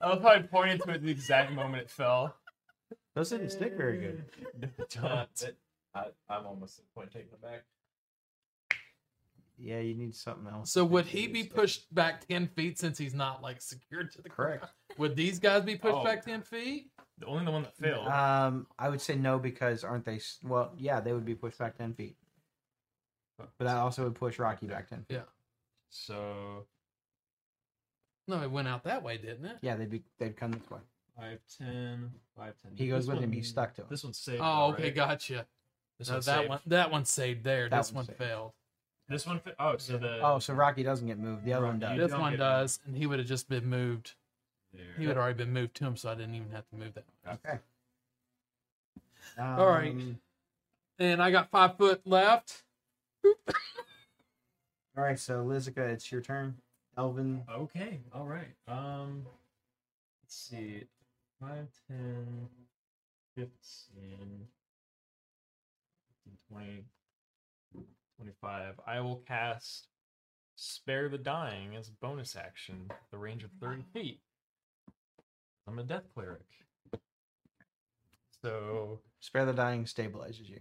S5: I love how I pointed to it at the exact moment it [laughs] fell.
S1: Those didn't stick very good.
S6: Uh, that- I, I'm almost at the point taking it back.
S1: [laughs] Yeah, you need something else.
S3: So would he
S1: [laughs]
S3: be pushed back ten feet since he's not like secured to the
S1: Correct.
S3: ground? Would these guys be pushed
S5: Oh.
S3: back ten feet?
S5: The only the one that failed.
S1: Um, I would say no because aren't they? s- Well, yeah, they would be pushed back ten feet, but that also would push Rocky back ten. feet.
S5: so
S3: No, it went out that way, didn't it?
S1: Yeah, they'd be they'd come this way.
S5: 5, 10, 5, 10.
S1: He goes with him. He's stuck to him.
S5: This one's saved.
S3: Oh,
S5: though,
S3: okay,
S5: right?
S3: gotcha.
S5: This
S3: So
S5: one's
S3: that
S5: saved.
S3: one, that one saved there.
S1: That
S3: this
S1: one's
S3: one
S1: saved.
S3: failed.
S5: This one. Fa- oh, so the.
S1: Oh, so Rocky doesn't get moved. The other one
S5: Rocky.
S1: does.
S5: You
S3: this
S5: don't
S3: one
S5: get-
S3: does, and he would have just been moved.
S5: there.
S3: He would already been moved to him, so I didn't even have to move that.
S1: Um,
S3: All right. And I got five foot left.
S1: All right. So Lizica, it's your turn. Elvin.
S5: Okay, all right. Um, let's see. 5, 10, 15, 20, 25. I will cast Spare the Dying as a bonus action, the range of 30 feet. I'm a death cleric. So
S1: Spare the dying stabilizes you.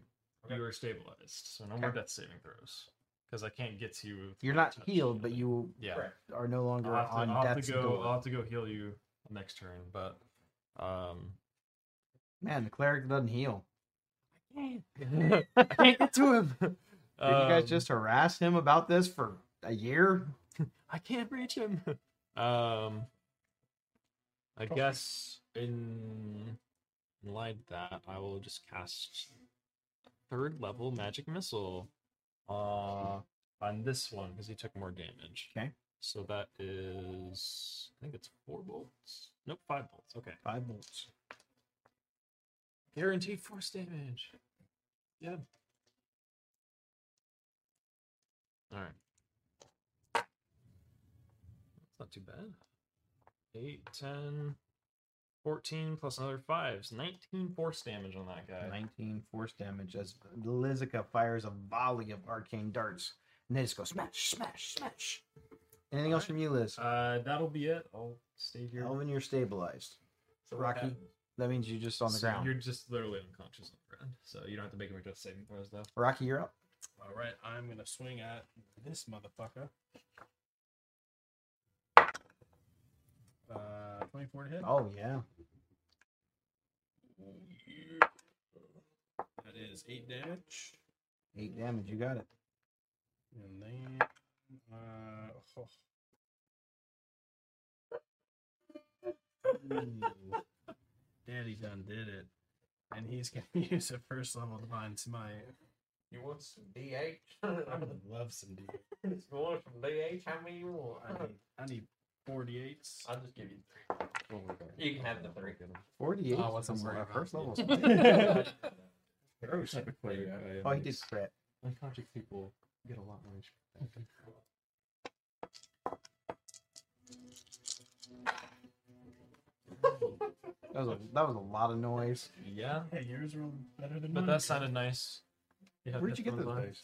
S5: you are stabilized, so no more
S1: Okay.
S5: death saving throws. Because I can't get to you. with
S1: You're
S5: my
S1: not
S5: touch
S1: healed, but
S5: ability.
S1: you
S5: Yeah.
S1: are no longer
S5: I'll have, to,
S1: on
S5: I'll have to
S1: death's
S5: go.
S1: door.
S5: I'll have to go heal you next turn, but um,
S1: Man, the cleric doesn't heal. I can't [laughs] get to
S5: [laughs]
S1: him. Did you guys
S5: um,
S1: just harass him about this for a year?
S5: I can't reach him. [laughs] um, I guess in in light of that I will just cast third level magic missile uh on this one because he took more damage.
S1: Okay.
S5: So that is I think it's four bolts. Nope, five bolts. Okay.
S1: Five bolts.
S5: Guaranteed force damage. Yeah. All right. That's not too bad. 8, 10, 14 plus another 5s. 19 force damage on that guy.
S1: 19 force damage as Lizica fires a volley of arcane darts. And they just go smash, smash, smash. Anything else from you, Liz?
S5: Uh, that'll be it. I'll stay here.
S1: Elvin, you're stabilized.
S6: So what
S1: Rocky,
S6: happened?
S1: that means you're just on the
S5: So
S1: ground.
S5: You're just literally unconscious on the ground. So you don't have to make him a death saving throws, though.
S1: Rocky, you're up.
S2: All right, I'm gonna swing at this motherfucker. Uh, 24 to hit.
S1: Oh, yeah.
S2: That is eight damage,
S1: Eight damage. You got it.
S2: and then uh, oh. Ooh. Daddy done did it, and he's gonna [laughs] use a first level divine smite.
S6: You want some [laughs] DH?
S2: I would love some D.
S6: Just want some DH? How many you want?
S2: I need, I need 48s.
S6: I'll just give you three.
S5: Oh,
S6: You can have the three.
S5: [laughs]
S1: 48.
S3: Oh, what's
S1: is
S3: I'm worried
S1: my
S3: about.
S1: First level.
S5: Gross.
S1: [laughs] oh, he did crit.
S5: Unconscious people get a lot more HP.
S1: That was, a, that was a lot of noise.
S5: Yeah.
S2: Hey, yours rolled better than mine.
S5: But that sounded nice.
S1: Where'd you get those
S5: those
S1: dice?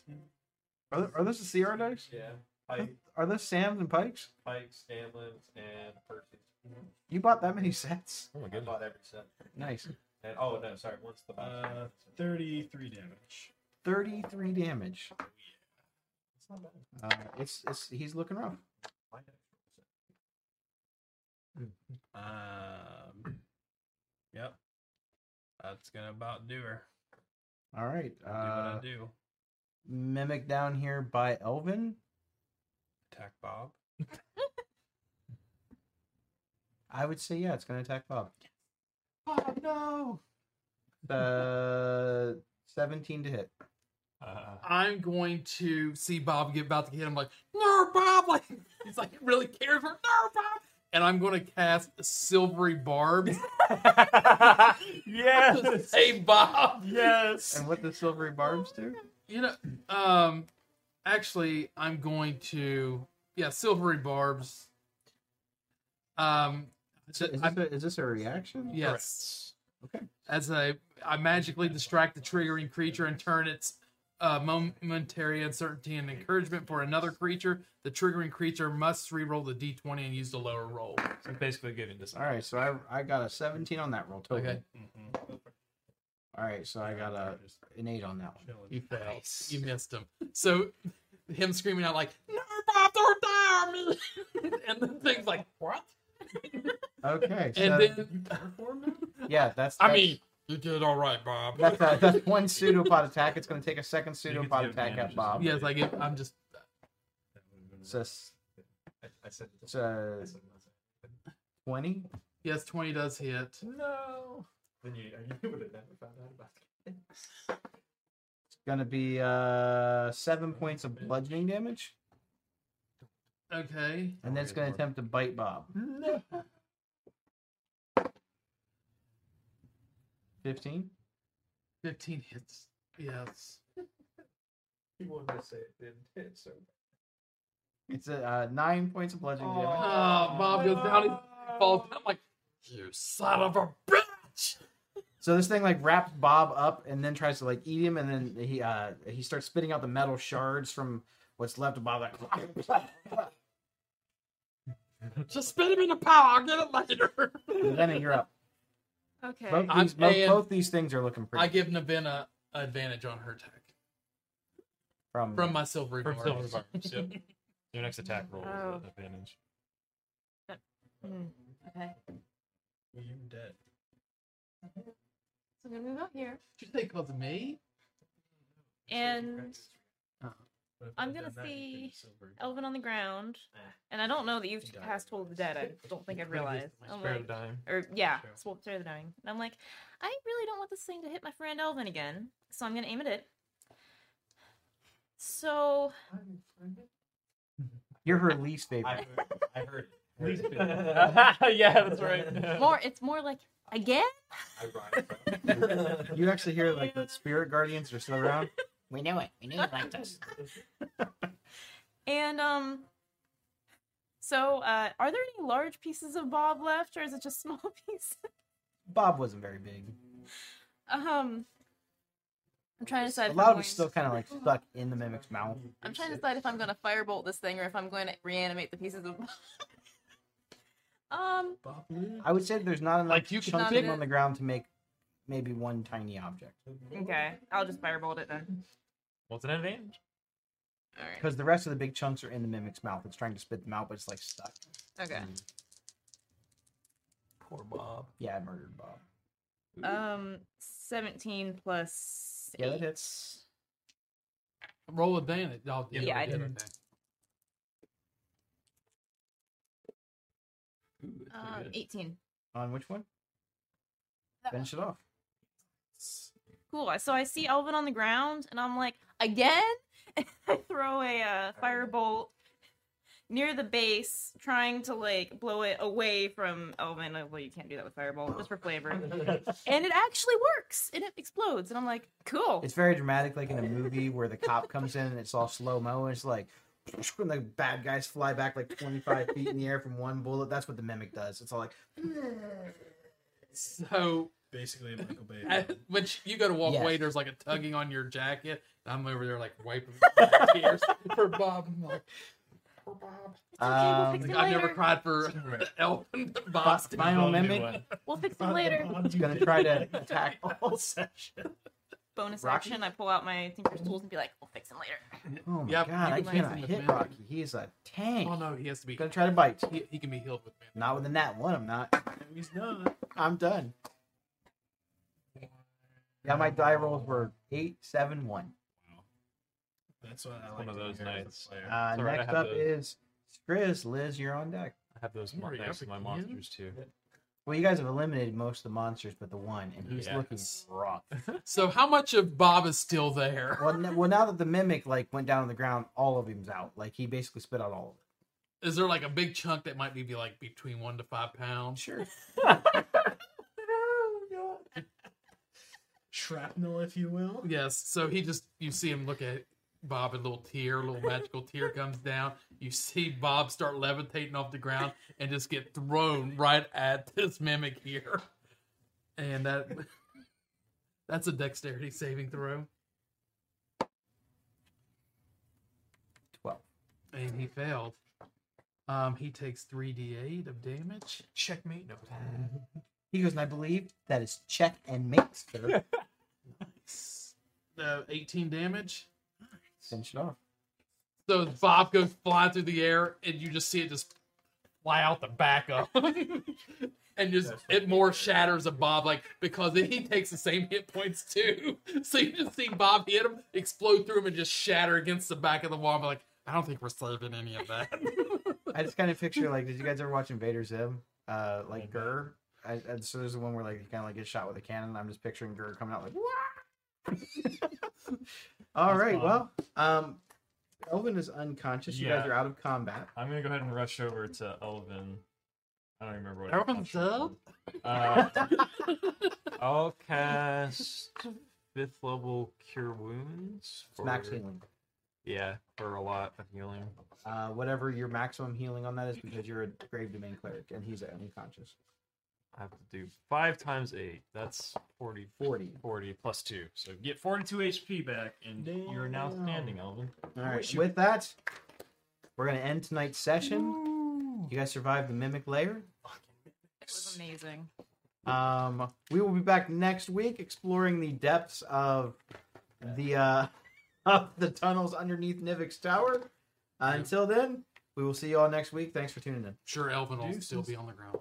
S1: Are, th- are those the CR dice?
S6: Yeah. Pike,
S1: Are those Sam's and Pike's?
S6: Pike, Scanlon's, and Percy's.
S1: You bought that many [laughs] sets?
S5: Oh my
S6: I
S5: goodness.
S6: bought every set.
S1: Nice.
S6: And, oh, no, sorry. Once the box.
S2: Uh, 33 damage.
S1: 33 damage. Uh, it's it's he's looking rough.
S2: Um, [clears throat] yep. That's gonna about do her.
S1: All right.
S2: Do what
S1: Uh,
S2: I do.
S1: mimic down here by Elvin.
S2: Attack Bob.
S1: I would say yeah, it's gonna attack Bob. Bob, no. Uh, 17 to hit.
S5: Uh,
S3: I'm going to see Bob get about to get him like, no, Bob. [laughs] Like he's like really cares for no, Bob. And I'm going to cast
S1: [laughs]
S3: silvery barbs.
S5: [laughs] yes.
S3: hey, Bob.
S5: Yes.
S1: And what the silvery barbs do?
S3: You know, um, actually, I'm going to yeah, silvery barbs. Um, so
S1: Is this,
S3: I'm-
S1: a, is this a reaction?
S3: yes.
S1: Okay.
S3: As I, I magically distract the triggering creature and turn its uh, momentary uncertainty and encouragement for another creature. The triggering creature must re-roll the d20 and use the lower roll.
S5: Uh, So basically giving this.
S1: All right, so I I got a 17 on that roll total.
S3: Okay.
S6: Mm-hmm.
S1: All right, so I got a E-
S2: Just
S1: an 8 on that one.
S2: chilling.
S3: You failed. You missed him. So him screaming out like "No, Bob, don't die on me!" [laughs] and the thing's like "What?"
S1: Okay. So,
S3: And then
S1: [laughs] yeah, that's,
S3: I
S1: that's-
S3: mean, you did all right, Bob.
S1: that's, uh, that's one pseudopod attack. It's going to take a second
S5: You get
S1: pseudopod
S5: the
S1: attack at
S5: advantages.
S1: Bob.
S3: yes, I get. I'm just
S1: So it's
S6: I, I said
S1: it's a
S6: I said- I said-
S1: 20.
S3: yes, twenty does hit.
S6: No. Then you, you would have never found out about it.
S1: Going to be uh 7 points of bludgeoning damage
S3: Okay,
S1: and then it's going to attempt to bite Bob. 15.
S3: fifteen hits. Yes.
S6: You wanted to say it didn't hit, so.
S1: It's a uh, 9 points of bludgeoning
S3: Oh,
S1: damage.
S3: Bob goes down. He falls down. I'm like, you son of a bitch.
S1: So this thing like wraps Bob up and then tries to like eat him, and then he uh he starts spitting out the metal shards from what's left of Bob. Like, [laughs]
S3: Just spit him in the pile. I'll get it later.
S1: Lenny, you're up.
S4: Okay.
S1: Both
S3: I'm
S1: these, both,
S3: paying-
S1: both these things are looking pretty.
S3: I give Navina advantage on her attack
S1: from,
S3: from my silvery
S5: From
S3: bars.
S5: silver
S6: [laughs]
S5: bars. Yep. Your next attack roll is
S4: Oh.
S5: an advantage.
S4: Hmm, Okay.
S2: You dead.
S4: So I'm gonna move out here,
S3: Did you say close to me?
S4: and
S2: But if
S4: I'm
S2: I'd
S4: gonna
S2: done that, you'd been
S4: see-
S2: silver.
S4: Elvin on the ground.
S6: Ah.
S4: And I don't know that you've
S2: He died.
S4: cast Hold the Dead. I don't think I've realized. Oh, I'm
S5: Spare
S4: like,
S5: the dime. [laughs]
S4: or yeah,
S2: Sure.
S4: Swap Through the Knowing. And I'm like, I really don't want this thing to hit my friend Elvin again, so I'm gonna aim at it. So
S1: You're her least
S6: I
S1: favorite.
S6: heard. I heard. [laughs]
S5: yeah, that's
S1: [laughs]
S5: right.
S4: more, it's more like again.
S6: I rhymed.
S1: You actually hear like the spirit guardians are still around.
S7: We knew it. We knew you liked us.
S4: And um, so uh, are there any large pieces of Bob left, or is it just small [laughs] pieces?
S1: Bob wasn't very big.
S4: um, I'm trying to decide.
S1: A
S4: if
S1: lot
S4: I'm
S1: of
S4: going
S1: it's still
S4: to-
S1: kind of like stuck in the mimic's mouth.
S4: I'm trying to decide if I'm going to firebolt this thing or if I'm going to reanimate the pieces of. [laughs]
S1: [laughs]
S4: um,
S1: I would say there's not enough
S3: Like,
S1: like
S3: you
S1: you
S3: could
S1: chunks
S4: fit-
S1: of them on the ground to make maybe one tiny object
S4: okay, I'll just firebolt it then.
S5: What's an advantage?
S4: All right.
S1: because the rest of the big chunks are in the mimic's mouth. It's trying to spit them out, but it's like stuck.
S4: Okay.
S3: Poor Bob.
S1: Yeah, I murdered Bob.
S4: Um, seventeen plus.
S1: Mm-hmm. Yeah, that
S4: eight.
S1: hits.
S3: [laughs] Roll advantage. Oh,
S4: Yeah, I
S3: did.
S4: did.
S3: Okay.
S4: Um, eighteen.
S1: On which one?
S4: That
S1: Finish it off.
S4: Cool. So I see Elvin on the ground, and I'm like, again. [laughs] And I throw a uh, firebolt near the base, trying to like blow it away from Elvin. Like, Well, you can't do that with firebolt, just for
S1: [laughs]
S4: flavor. and it actually works, and it explodes. And I'm like, cool.
S1: It's very dramatic, like in a movie where the cop comes in and it's all slow mo, and it's like [laughs] when the bad guys fly back like 25 feet in the air from one bullet. That's what the mimic does. It's all like, [laughs]
S3: So
S2: Basically, a Michael Bay.
S3: [laughs] I-
S2: film.
S3: when sh- you go to walk
S1: Yes.
S3: away, there's like a tugging on your jacket. and I'm over there like
S4: [laughs]
S3: wiping my tears for Bob. I'm like,
S4: It's okay, we'll
S1: Um,
S4: fix it
S3: I've never
S4: later.
S1: [laughs]
S3: cried for [laughs] Elvin Bob's
S1: My own mimic.
S4: We'll fix
S1: [laughs]
S4: it later.
S1: it's gonna try to attack.
S4: [laughs]
S1: [laughs]
S2: all session.
S4: Bonus
S1: Rocky?
S4: action. I pull out my Tinker's tools and be like, we'll fix it later.
S1: Oh my
S3: Yep,
S1: god, I
S3: you can
S1: cannot
S3: hit him with
S1: hit
S3: mimic.
S1: Rocky. He is a tank.
S3: Oh no, he has to be.
S1: Gonna try to bite.
S3: He, he can be healed with me.
S1: Not with a nat one. I'm not.
S2: [laughs] He's done.
S1: I'm done. Yeah, my die rolls were eight, seven, one.
S2: That's what I like
S5: one of
S2: to
S5: those
S2: hear as a
S5: nights.
S2: player.
S1: Uh,
S5: It's all right, I
S1: next
S5: have
S1: up
S5: those.
S1: is Grizz. Liz, you're on deck.
S5: I have those marked
S3: Hurry up
S5: next to my
S3: again.
S5: monsters too.
S1: Well, you guys have eliminated most of the monsters, but the one, and he's
S5: Yeah.
S1: looking rough.
S3: So how much of Bob is still there?
S1: well, n- well, now that the mimic like went down on the ground, all of him's out. Like he basically spit out all
S3: Is there like a big chunk that might be, be like between one to five pounds? [laughs] Sure.
S2: Shrapnel, if you will.
S3: Yes. So he just you see him look at Bob, a little tear, a little [laughs] magical tear comes down. You see Bob start levitating off the ground and just get thrown right at [laughs] this mimic here, [laughs] and that that's a dexterity saving throw. and he failed. Um, he takes 3d8 of damage. Checkmate. No.
S1: He goes, and I believe that is check and mate,
S3: [laughs]
S1: sir.
S3: Nice. No, 18 Uh, damage.
S1: Finish it off.
S3: So Bob goes flying through the air, and you just see it just fly out the back of him. [laughs] and just it more shatters of Bob, like because he takes the same hit points too. [laughs] So you just see Bob hit him, explode through him, and just shatter against the back of the wall. But like, I don't think we're saving any of that. [laughs]
S1: I just kind of picture like, did you guys ever watch Invader Zim? Uh, like Gurr. I, and so there's the one where like you kind of like get shot with a cannon. I'm just picturing Gurr coming out like. "Wah!" [laughs] All
S5: That's
S1: right.
S5: fun.
S1: Well, um, Elvin is unconscious. You guys
S5: Yeah.
S1: are out of combat.
S5: I'm gonna go ahead and rush over to Elvin. I don't remember what
S3: Elvin's
S5: option was. Uh, I'll
S1: [laughs]
S5: cast fifth level cure wounds.
S1: It's max
S5: for-
S1: healing.
S5: Yeah, for a lot of healing.
S1: Uh, whatever your maximum healing on that is, because you're a grave domain cleric and he's unconscious.
S5: I have to do five times eight. That's 40,
S1: 40.
S5: 40 plus two. So get 42 HP back, and you're now
S1: Damn.
S5: standing, Elvin.
S1: All right. With that, we're gonna end tonight's session. You guys survived the mimic layer.
S4: It was amazing.
S1: Um, we will be back next week exploring the depths of the uh, [laughs] of the tunnels underneath Nivik's tower. Uh, until then, we will see you all next week. Thanks for tuning in.
S3: sure, Elvin will still be on the ground.